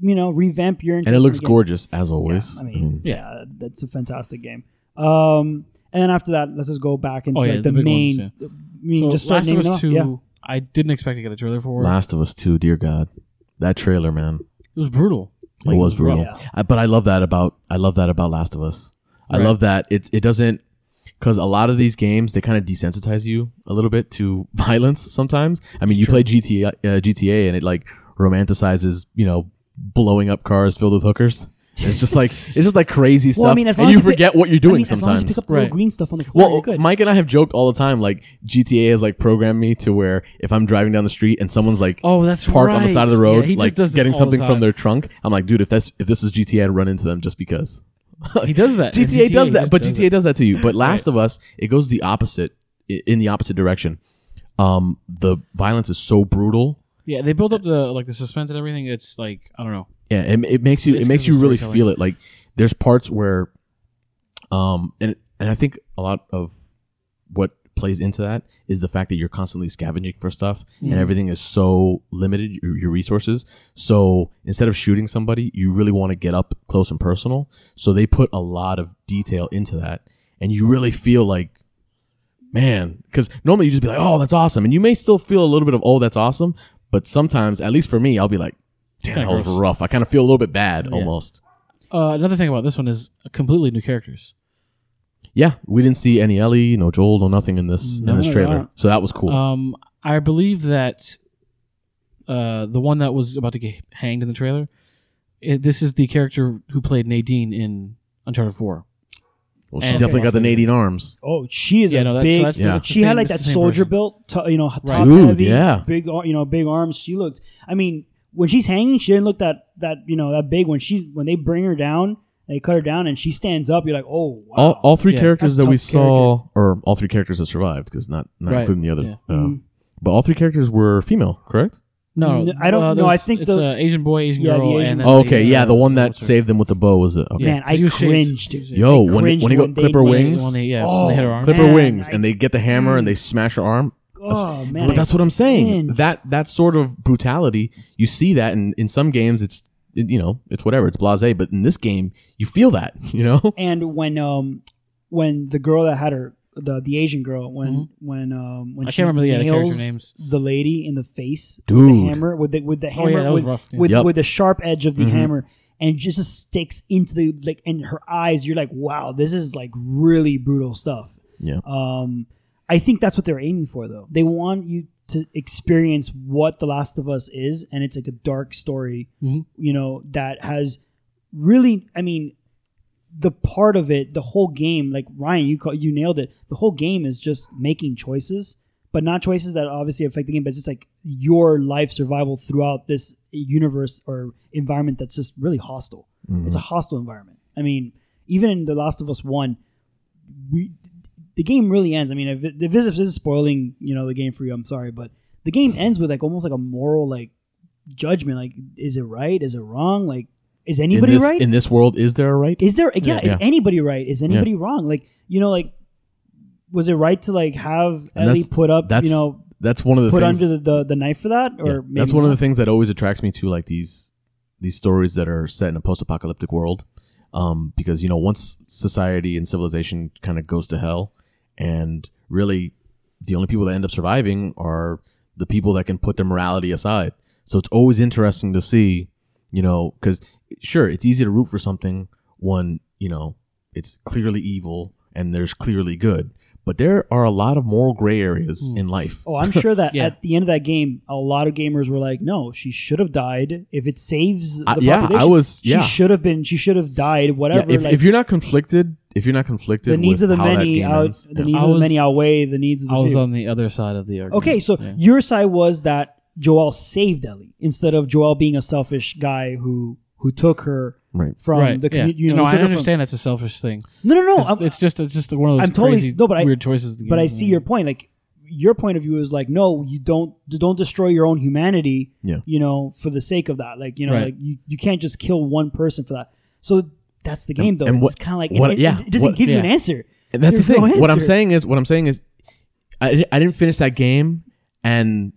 [SPEAKER 1] You know, revamp your interest
[SPEAKER 3] And it
[SPEAKER 1] in
[SPEAKER 3] looks
[SPEAKER 1] the game.
[SPEAKER 3] gorgeous as always.
[SPEAKER 1] I mean, yeah. that's a fantastic game. Um, and then after that, let's just go back into
[SPEAKER 2] Oh, yeah,
[SPEAKER 1] like the,
[SPEAKER 2] the big
[SPEAKER 1] main.
[SPEAKER 2] ones,
[SPEAKER 1] I mean,
[SPEAKER 2] so
[SPEAKER 1] just start
[SPEAKER 2] Last of
[SPEAKER 1] naming
[SPEAKER 2] Us
[SPEAKER 1] them
[SPEAKER 2] Two,
[SPEAKER 1] off. Yeah.
[SPEAKER 2] I didn't expect to get a trailer for. it.
[SPEAKER 3] Last of Us Two, dear God, that trailer, man,
[SPEAKER 2] It was brutal.
[SPEAKER 3] it was brutal.
[SPEAKER 1] rough.
[SPEAKER 3] I, but I love that about I love that about Last of Us. I
[SPEAKER 2] Right.
[SPEAKER 3] love that it it doesn't because a lot of these games they kind of desensitize you a little bit to violence sometimes. I mean, you play GTA uh, GTA and it like romanticizes you know blowing up cars filled with hookers. It's just like it's just like crazy stuff,
[SPEAKER 1] Well, I mean, as long
[SPEAKER 3] and you
[SPEAKER 1] as you pick-
[SPEAKER 3] forget what you're
[SPEAKER 1] I
[SPEAKER 3] doing
[SPEAKER 1] mean, as long as
[SPEAKER 3] sometimes.
[SPEAKER 1] you pick up the little
[SPEAKER 2] Right.
[SPEAKER 1] green stuff on the floor,
[SPEAKER 3] Well,
[SPEAKER 1] you're good.
[SPEAKER 3] Mike and I have joked all the time. Like GTA has like programmed me to where if I'm driving down the street and someone's like
[SPEAKER 2] Oh, that's
[SPEAKER 3] parked on the
[SPEAKER 2] right.
[SPEAKER 3] side of the
[SPEAKER 2] Yeah,
[SPEAKER 3] road,
[SPEAKER 2] he just
[SPEAKER 3] like
[SPEAKER 2] does this
[SPEAKER 3] getting
[SPEAKER 2] all the
[SPEAKER 3] something from
[SPEAKER 2] time.
[SPEAKER 3] their trunk, I'm like, dude, if that's if this is GTA, I'd run into them just because.
[SPEAKER 2] He does that. In
[SPEAKER 3] GTA, does
[SPEAKER 2] he
[SPEAKER 3] that,
[SPEAKER 2] just
[SPEAKER 3] but
[SPEAKER 2] does
[SPEAKER 3] GTA
[SPEAKER 2] it.
[SPEAKER 3] does that to you. But Last of Us, it goes the opposite i- in the opposite direction. Um, the violence is so brutal.
[SPEAKER 2] Yeah, they build up the like the suspense and everything. It's like I don't know.
[SPEAKER 3] Yeah, it, it makes you
[SPEAKER 2] It's
[SPEAKER 3] it
[SPEAKER 2] 'cause
[SPEAKER 3] makes
[SPEAKER 2] of
[SPEAKER 3] you really
[SPEAKER 2] storytelling.
[SPEAKER 3] feel it. Like there's parts where, um, and and I think a lot of what plays into that is the fact that you're constantly scavenging for stuff and everything is so limited your, your resources so instead of shooting somebody you really want to get up close and personal so they put a lot of detail into that and you really feel like man because normally you just be like oh that's awesome and you may still feel a little bit of oh that's awesome but sometimes at least for me i'll be like damn that
[SPEAKER 2] kinda
[SPEAKER 3] was
[SPEAKER 2] gross.
[SPEAKER 3] rough i kind of feel a little bit bad almost
[SPEAKER 2] Uh, another thing about this one is completely new characters.
[SPEAKER 3] yeah we didn't see any ellie no joel no nothing in this
[SPEAKER 1] No,
[SPEAKER 3] in this
[SPEAKER 1] no,
[SPEAKER 3] trailer
[SPEAKER 1] no.
[SPEAKER 3] so that was cool
[SPEAKER 2] Um, I believe that uh, the one that was about to get hanged in the trailer, it, this is the character who played Nadine in Uncharted Four.
[SPEAKER 3] well, she
[SPEAKER 2] and-
[SPEAKER 3] definitely got the
[SPEAKER 2] Okay.
[SPEAKER 3] nadine arms
[SPEAKER 1] oh, she is
[SPEAKER 2] yeah,
[SPEAKER 1] a
[SPEAKER 2] no, that's,
[SPEAKER 1] big.
[SPEAKER 2] so that's,
[SPEAKER 3] Yeah.
[SPEAKER 2] that's the
[SPEAKER 1] she
[SPEAKER 2] same-
[SPEAKER 1] had like
[SPEAKER 2] that's
[SPEAKER 1] that
[SPEAKER 2] the same
[SPEAKER 1] soldier
[SPEAKER 2] version.
[SPEAKER 1] built, to- you know, top
[SPEAKER 3] Dude,
[SPEAKER 1] heavy,
[SPEAKER 3] yeah.
[SPEAKER 1] big, ar- you know, big arms. She looked. I mean, when she's hanging, she didn't look that that you know that big. When she when they bring her down, they cut her down, and she stands up. You're like, oh wow.
[SPEAKER 3] all, all three
[SPEAKER 2] Yeah.
[SPEAKER 3] characters
[SPEAKER 1] That's
[SPEAKER 3] that we
[SPEAKER 1] tough
[SPEAKER 3] saw, or all three characters that survived, because not not
[SPEAKER 2] Right.
[SPEAKER 3] including the other.
[SPEAKER 2] Yeah.
[SPEAKER 3] uh, But all three characters were female, correct?
[SPEAKER 2] No,
[SPEAKER 1] Mm, I don't
[SPEAKER 2] uh,
[SPEAKER 1] know.
[SPEAKER 2] there's-
[SPEAKER 1] I think
[SPEAKER 2] it's
[SPEAKER 1] the-
[SPEAKER 2] uh, Asian boy, Asian
[SPEAKER 1] Yeah, the
[SPEAKER 2] girl,
[SPEAKER 1] Asian-
[SPEAKER 2] and then
[SPEAKER 3] Oh, okay, yeah,
[SPEAKER 2] uh,
[SPEAKER 3] the one that
[SPEAKER 2] what's her-
[SPEAKER 3] saved them with the bow was it? Okay.
[SPEAKER 2] Yeah.
[SPEAKER 1] man, I
[SPEAKER 2] she was shaved.
[SPEAKER 1] cringed.
[SPEAKER 2] She was shaved.
[SPEAKER 1] I
[SPEAKER 3] Yo, when he,
[SPEAKER 1] cringed
[SPEAKER 3] when he got
[SPEAKER 1] when they-
[SPEAKER 3] clip her
[SPEAKER 1] when
[SPEAKER 2] they-
[SPEAKER 3] wings,
[SPEAKER 2] when they- yeah,
[SPEAKER 1] Oh,
[SPEAKER 2] when they hit her arm.
[SPEAKER 3] clip her
[SPEAKER 1] Man,
[SPEAKER 3] wings,
[SPEAKER 1] I-
[SPEAKER 3] and they get the hammer and they smash her arm.
[SPEAKER 1] Oh man,
[SPEAKER 3] but that's what I'm saying.
[SPEAKER 1] cringed.
[SPEAKER 3] That that sort of brutality, you see that, in, in some games it's it- you know it's whatever, it's blasé. But in this game, you feel that, you know.
[SPEAKER 1] and when um when the girl that had her the the Asian girl when when um when
[SPEAKER 2] Mm-hmm. I
[SPEAKER 1] she
[SPEAKER 2] can't remember the- yeah, the
[SPEAKER 1] nails
[SPEAKER 2] character names.
[SPEAKER 1] the lady in the face with the
[SPEAKER 3] Dude.
[SPEAKER 1] hammer with the with the
[SPEAKER 2] Oh,
[SPEAKER 1] hammer
[SPEAKER 2] yeah, that was
[SPEAKER 1] with
[SPEAKER 2] rough, yeah.
[SPEAKER 1] with,
[SPEAKER 3] Yep.
[SPEAKER 1] with the sharp edge of the hammer and just sticks into the like in her eyes you're like wow this is like really brutal stuff
[SPEAKER 3] Yeah.
[SPEAKER 1] um I think that's what they're aiming for though they want you to experience what The Last of Us is and it's like a dark story
[SPEAKER 2] Mhm.
[SPEAKER 1] you know that has really I mean the part of it, the whole game, like Ryan, you call, you nailed it. The whole game is just making choices, but not choices that obviously affect the game, but it's just like your life survival throughout this universe or environment that's just really hostile.
[SPEAKER 3] Mm-hmm.
[SPEAKER 1] It's a hostile environment. I mean, even in The Last of Us One, we the game really ends. I mean, if, it- if this is spoiling, you know, the game for you, I'm sorry, but the game ends with like almost like a moral like judgment. Like, is it right? Is it wrong? Like, is anybody
[SPEAKER 3] in this,
[SPEAKER 1] right?
[SPEAKER 3] in this world, is there a right?
[SPEAKER 1] Is there? Yeah,
[SPEAKER 3] Yeah.
[SPEAKER 1] is anybody right? Is anybody wrong? Like you know, like was it right to like have
[SPEAKER 3] And
[SPEAKER 1] Ellie
[SPEAKER 3] that's-
[SPEAKER 1] put up?
[SPEAKER 3] that's
[SPEAKER 1] You know,
[SPEAKER 3] that's one of the
[SPEAKER 1] put
[SPEAKER 3] things,
[SPEAKER 1] under the, the, the knife for that, or
[SPEAKER 3] Yeah,
[SPEAKER 1] maybe
[SPEAKER 3] that's one of
[SPEAKER 1] not?
[SPEAKER 3] the things that always attracts me to like these these stories that are set in a post-apocalyptic world um, because you know once society and civilization kind of goes to hell, and really the only people that end up surviving are the people that can put their morality aside. So it's always interesting to see, you know, because sure it's easy to root for something when you know it's clearly evil and there's clearly good, but there are a lot of moral gray areas in life.
[SPEAKER 1] Oh, I'm sure that
[SPEAKER 2] Yeah.
[SPEAKER 1] at the end of that game, a lot of gamers were like, "No, she should have died. If it saves the
[SPEAKER 3] I- yeah, I
[SPEAKER 1] population,
[SPEAKER 3] was- yeah.
[SPEAKER 1] she should have been. She should have died.
[SPEAKER 3] Yeah,
[SPEAKER 1] Whatever.
[SPEAKER 3] if,
[SPEAKER 1] like,
[SPEAKER 3] if you're not conflicted, if you're not conflicted,
[SPEAKER 1] the needs
[SPEAKER 3] with
[SPEAKER 1] of the
[SPEAKER 3] how that
[SPEAKER 1] many
[SPEAKER 3] game
[SPEAKER 1] out,
[SPEAKER 3] ends,
[SPEAKER 1] the
[SPEAKER 3] yeah.
[SPEAKER 1] needs
[SPEAKER 2] I
[SPEAKER 1] of the
[SPEAKER 2] was-
[SPEAKER 1] many outweigh the needs of the
[SPEAKER 2] I was
[SPEAKER 1] few.
[SPEAKER 2] on the other side of the argument.
[SPEAKER 1] Okay, so
[SPEAKER 2] Yeah.
[SPEAKER 1] your side was that Joel saved Ellie instead of Joel being a selfish guy who who took her
[SPEAKER 3] right.
[SPEAKER 1] from
[SPEAKER 2] right,
[SPEAKER 1] the
[SPEAKER 2] yeah.
[SPEAKER 1] community. You know,
[SPEAKER 2] no,
[SPEAKER 1] he
[SPEAKER 2] I
[SPEAKER 1] took her from-
[SPEAKER 2] understand that's a selfish thing.
[SPEAKER 1] no, no, no.
[SPEAKER 2] it's,
[SPEAKER 1] I'm-
[SPEAKER 2] it's just it's just one of those
[SPEAKER 1] I'm totally-
[SPEAKER 2] crazy,
[SPEAKER 1] no, but I-
[SPEAKER 2] weird choices. the
[SPEAKER 1] but I
[SPEAKER 2] game's
[SPEAKER 1] see
[SPEAKER 2] made.
[SPEAKER 1] your point. Like your point of view is like, no, you don't don't destroy your own humanity.
[SPEAKER 3] Yeah.
[SPEAKER 1] You know, for the sake of that, like you know,
[SPEAKER 2] Right.
[SPEAKER 1] like you, you can't just kill one person for that. So that's the game, though.
[SPEAKER 3] and
[SPEAKER 1] it's
[SPEAKER 3] what-
[SPEAKER 1] kind of like
[SPEAKER 3] what-
[SPEAKER 1] it, it-
[SPEAKER 3] yeah,
[SPEAKER 1] it doesn't
[SPEAKER 3] what-
[SPEAKER 1] give you an
[SPEAKER 2] yeah.
[SPEAKER 1] answer.
[SPEAKER 3] And that's the
[SPEAKER 1] There's
[SPEAKER 3] thing.
[SPEAKER 1] no
[SPEAKER 3] what I'm
[SPEAKER 1] answer.
[SPEAKER 3] saying is, what I'm saying is, I, di- I didn't finish that game and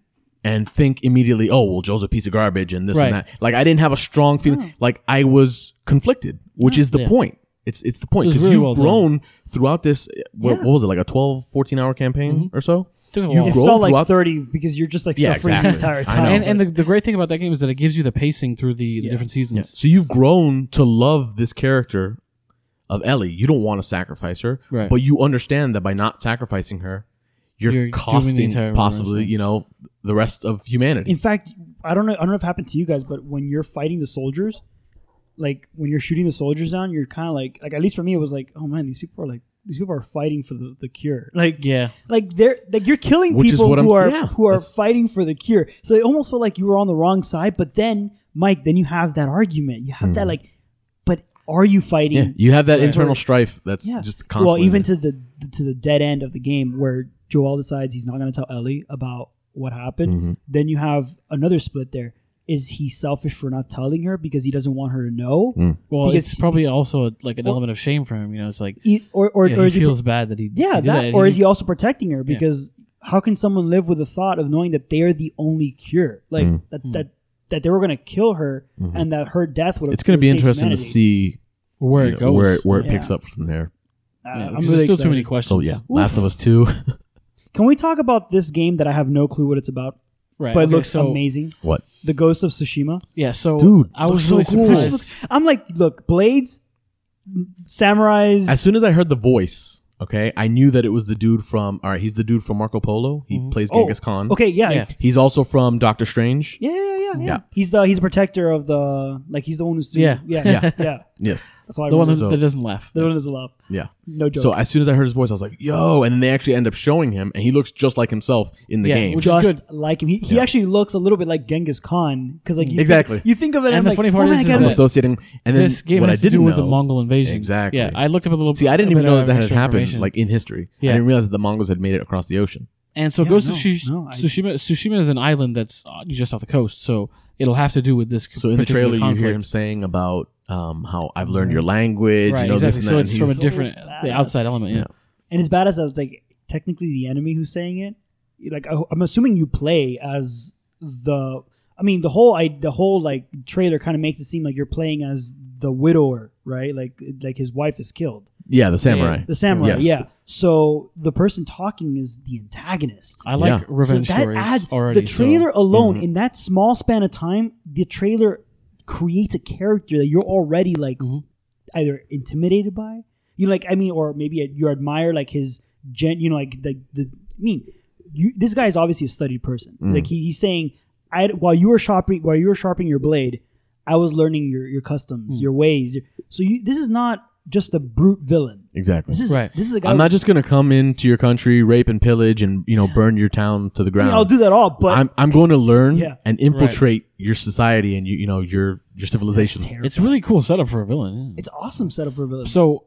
[SPEAKER 3] and think immediately, oh well, Joe's a piece of garbage and this and
[SPEAKER 2] Right.
[SPEAKER 3] that. Like I didn't have a strong feeling. Like I was conflicted, which is the
[SPEAKER 2] Yeah.
[SPEAKER 3] point. It's it's the point
[SPEAKER 2] It was
[SPEAKER 3] because
[SPEAKER 2] really
[SPEAKER 3] you've
[SPEAKER 2] well done.
[SPEAKER 3] grown throughout this. What, what was it like a 12, 14 hour campaign or so?
[SPEAKER 2] Took a
[SPEAKER 3] you
[SPEAKER 2] while.
[SPEAKER 1] It
[SPEAKER 3] grow
[SPEAKER 1] felt like
[SPEAKER 3] throughout-
[SPEAKER 1] thirty because you're just like
[SPEAKER 3] Yeah,
[SPEAKER 1] suffering
[SPEAKER 3] exactly.
[SPEAKER 1] the entire
[SPEAKER 3] I
[SPEAKER 1] time.
[SPEAKER 3] know.
[SPEAKER 2] and and the, the great thing about that game is that it gives you the pacing through the, the different seasons.
[SPEAKER 3] So you've grown to love this character of Ellie. You don't want to sacrifice her,
[SPEAKER 2] Right.
[SPEAKER 3] but you understand that by not sacrificing her, you're,
[SPEAKER 2] You're doing the
[SPEAKER 3] costing
[SPEAKER 2] entire
[SPEAKER 3] possibly,
[SPEAKER 2] universe,
[SPEAKER 3] you know, the rest of humanity.
[SPEAKER 1] In fact, I don't know. I don't know if it happened to you guys, but when you're fighting the soldiers, like when you're shooting the soldiers down, you're kind of like, like at least for me, it was like, oh man, these people are like, these people are fighting for the, the cure. Like,
[SPEAKER 2] Yeah,
[SPEAKER 1] like they're like you're killing
[SPEAKER 3] Which is
[SPEAKER 1] people
[SPEAKER 3] what I'm-
[SPEAKER 1] who are
[SPEAKER 3] yeah,
[SPEAKER 1] who are
[SPEAKER 3] that's-
[SPEAKER 1] fighting for the cure. So it almost felt like you were on the wrong side. But then, Mike, then you have that argument. You have that like, but are you fighting?
[SPEAKER 3] Hmm. Yeah, you have that internal strife that's
[SPEAKER 1] Yeah.
[SPEAKER 3] just constantly.
[SPEAKER 1] Well, even
[SPEAKER 3] there.
[SPEAKER 1] to the to the dead end of the game where Joel decides he's not going to tell Ellie about what happened.
[SPEAKER 3] Mm-hmm.
[SPEAKER 1] Then you have another split there. Is he selfish for not telling her because he doesn't want her to know?
[SPEAKER 3] Mm.
[SPEAKER 2] well,
[SPEAKER 1] Because-
[SPEAKER 2] it's probably also a, like an element of shame for him. You know, it's like
[SPEAKER 1] He- or or,
[SPEAKER 2] yeah,
[SPEAKER 1] or
[SPEAKER 2] he
[SPEAKER 1] is he,
[SPEAKER 2] feels bad that he
[SPEAKER 1] yeah,
[SPEAKER 2] he did
[SPEAKER 1] that,
[SPEAKER 2] that.
[SPEAKER 1] or
[SPEAKER 2] He-
[SPEAKER 1] is he also protecting her because how can someone live with the thought of knowing that they're the only cure? Like
[SPEAKER 3] Mm.
[SPEAKER 1] that
[SPEAKER 2] Mm.
[SPEAKER 1] that that they were going to kill her and that her death would have
[SPEAKER 3] Mm-hmm. it's going to be
[SPEAKER 1] saved
[SPEAKER 3] interesting
[SPEAKER 1] humanity.
[SPEAKER 3] to see
[SPEAKER 2] where
[SPEAKER 3] you
[SPEAKER 2] it
[SPEAKER 3] know,
[SPEAKER 2] goes?
[SPEAKER 3] where it, where it
[SPEAKER 1] Yeah.
[SPEAKER 3] picks up from there.
[SPEAKER 1] Uh,
[SPEAKER 2] Yeah,
[SPEAKER 1] I'm
[SPEAKER 2] because
[SPEAKER 1] really
[SPEAKER 2] there's still too
[SPEAKER 1] excited.
[SPEAKER 2] many questions.
[SPEAKER 3] So yeah, Last of Us Two.
[SPEAKER 1] Can we talk about this game that I have no clue what it's about,
[SPEAKER 2] right.
[SPEAKER 1] but it
[SPEAKER 2] okay,
[SPEAKER 1] looks
[SPEAKER 2] so,
[SPEAKER 1] amazing?
[SPEAKER 3] what?
[SPEAKER 1] The Ghost of Tsushima.
[SPEAKER 2] Yeah, so
[SPEAKER 3] Dude,
[SPEAKER 2] I
[SPEAKER 3] looks
[SPEAKER 2] was
[SPEAKER 3] so
[SPEAKER 1] This
[SPEAKER 2] really
[SPEAKER 3] cool. Nice.
[SPEAKER 2] surprised.
[SPEAKER 1] looks- I'm like, look, blades, samurais.
[SPEAKER 3] As soon as I heard the voice, okay, I knew that it was the dude from. All right, he's the dude from Marco Polo. He plays
[SPEAKER 1] Oh,
[SPEAKER 3] Genghis Khan.
[SPEAKER 1] okay, yeah, yeah,
[SPEAKER 2] Yeah.
[SPEAKER 3] He's also from Doctor Strange.
[SPEAKER 1] yeah, yeah, yeah,
[SPEAKER 3] Yeah.
[SPEAKER 1] He's the he's the protector of the like he's the one who's
[SPEAKER 2] Yeah.
[SPEAKER 1] yeah,
[SPEAKER 3] Yeah.
[SPEAKER 1] yeah,
[SPEAKER 3] Yes.
[SPEAKER 1] That's all I
[SPEAKER 2] The one
[SPEAKER 1] remember.
[SPEAKER 3] So-
[SPEAKER 2] that doesn't laugh.
[SPEAKER 1] The one that's love.
[SPEAKER 3] Yeah.
[SPEAKER 1] No joke.
[SPEAKER 3] So as soon as I heard his voice, I was like, "Yo!" And then they actually end up showing him, and he looks just like himself in the
[SPEAKER 2] Yeah,
[SPEAKER 3] game.
[SPEAKER 2] which is
[SPEAKER 1] just like him. He, he actually looks a little bit like Genghis Khan because like you
[SPEAKER 3] Exactly.
[SPEAKER 1] think, you think of it.
[SPEAKER 2] And
[SPEAKER 1] I'm
[SPEAKER 2] the
[SPEAKER 1] like,
[SPEAKER 2] funny part
[SPEAKER 1] oh my
[SPEAKER 2] is- is
[SPEAKER 1] God,
[SPEAKER 3] I'm
[SPEAKER 2] that-
[SPEAKER 1] this-
[SPEAKER 3] associating, and then
[SPEAKER 2] this game
[SPEAKER 3] what
[SPEAKER 2] has
[SPEAKER 3] I didn't
[SPEAKER 2] to do with
[SPEAKER 3] know,
[SPEAKER 2] the Mongol invasion.
[SPEAKER 3] Exactly.
[SPEAKER 2] Yeah, I looked up a little.
[SPEAKER 3] See, I didn't
[SPEAKER 2] a
[SPEAKER 3] even
[SPEAKER 2] bit
[SPEAKER 3] know
[SPEAKER 2] of
[SPEAKER 3] that that had
[SPEAKER 2] extra
[SPEAKER 3] happened,
[SPEAKER 2] information.
[SPEAKER 3] like in history.
[SPEAKER 2] Yeah.
[SPEAKER 3] I didn't realize that the Mongols had made it across the ocean.
[SPEAKER 2] and so
[SPEAKER 1] Yeah,
[SPEAKER 2] Ghost
[SPEAKER 1] no,
[SPEAKER 2] of Tsush-
[SPEAKER 1] no, I-
[SPEAKER 2] Tsushima. Tsushima is an island that's uh, just off the coast, so it'll have to do with this.
[SPEAKER 3] So in the
[SPEAKER 2] particular
[SPEAKER 3] trailer, you
[SPEAKER 2] conflict.
[SPEAKER 3] hear him saying about um, how I've learned your language,
[SPEAKER 2] Right,
[SPEAKER 3] you know, this
[SPEAKER 2] exactly.
[SPEAKER 3] and
[SPEAKER 2] So
[SPEAKER 3] that.
[SPEAKER 2] it's
[SPEAKER 3] and
[SPEAKER 2] from a
[SPEAKER 1] So
[SPEAKER 3] he's-
[SPEAKER 2] different, the
[SPEAKER 1] badass.
[SPEAKER 2] outside element. Yeah.
[SPEAKER 3] Yeah.
[SPEAKER 1] and it's badass that it's like technically the enemy who's saying it. Like I- I'm assuming you play as the. I mean the whole I the whole like trailer kind of makes it seem like you're playing as the widower, right? Like like his wife is killed.
[SPEAKER 3] yeah, the samurai.
[SPEAKER 1] The samurai,
[SPEAKER 3] Yes.
[SPEAKER 1] yeah. So the person talking is the antagonist.
[SPEAKER 2] I like
[SPEAKER 3] Yeah.
[SPEAKER 2] revenge
[SPEAKER 1] so that
[SPEAKER 2] stories
[SPEAKER 1] adds
[SPEAKER 2] already.
[SPEAKER 1] the
[SPEAKER 2] so- mm-hmm.
[SPEAKER 1] trailer alone in that small span of time. The trailer creates a character that you're already like
[SPEAKER 2] Mm-hmm.
[SPEAKER 1] either intimidated by, you know, like I mean, or maybe you admire like his gen, you know, like the the I mean, you this guy is obviously a studied person.
[SPEAKER 2] Mm-hmm.
[SPEAKER 1] Like he, he's saying, I while you were sharpening while you were sharpening your blade, I was learning your your
[SPEAKER 2] Mm.
[SPEAKER 1] customs, your ways. So you this is not just a brute villain.
[SPEAKER 3] Exactly.
[SPEAKER 1] This is
[SPEAKER 2] Right.
[SPEAKER 1] this is a guy.
[SPEAKER 3] I'm
[SPEAKER 1] who-
[SPEAKER 3] not just gonna come into your country, rape and pillage, and you know, burn your town to the
[SPEAKER 1] I
[SPEAKER 3] ground.
[SPEAKER 1] mean, I'll do that all, but
[SPEAKER 3] I'm I'm going to learn
[SPEAKER 1] Yeah.
[SPEAKER 3] and infiltrate your society and you you know your your civilization.
[SPEAKER 1] terrible.
[SPEAKER 2] It's really cool setup for a villain. yeah.
[SPEAKER 1] It's awesome setup for a villain.
[SPEAKER 2] So,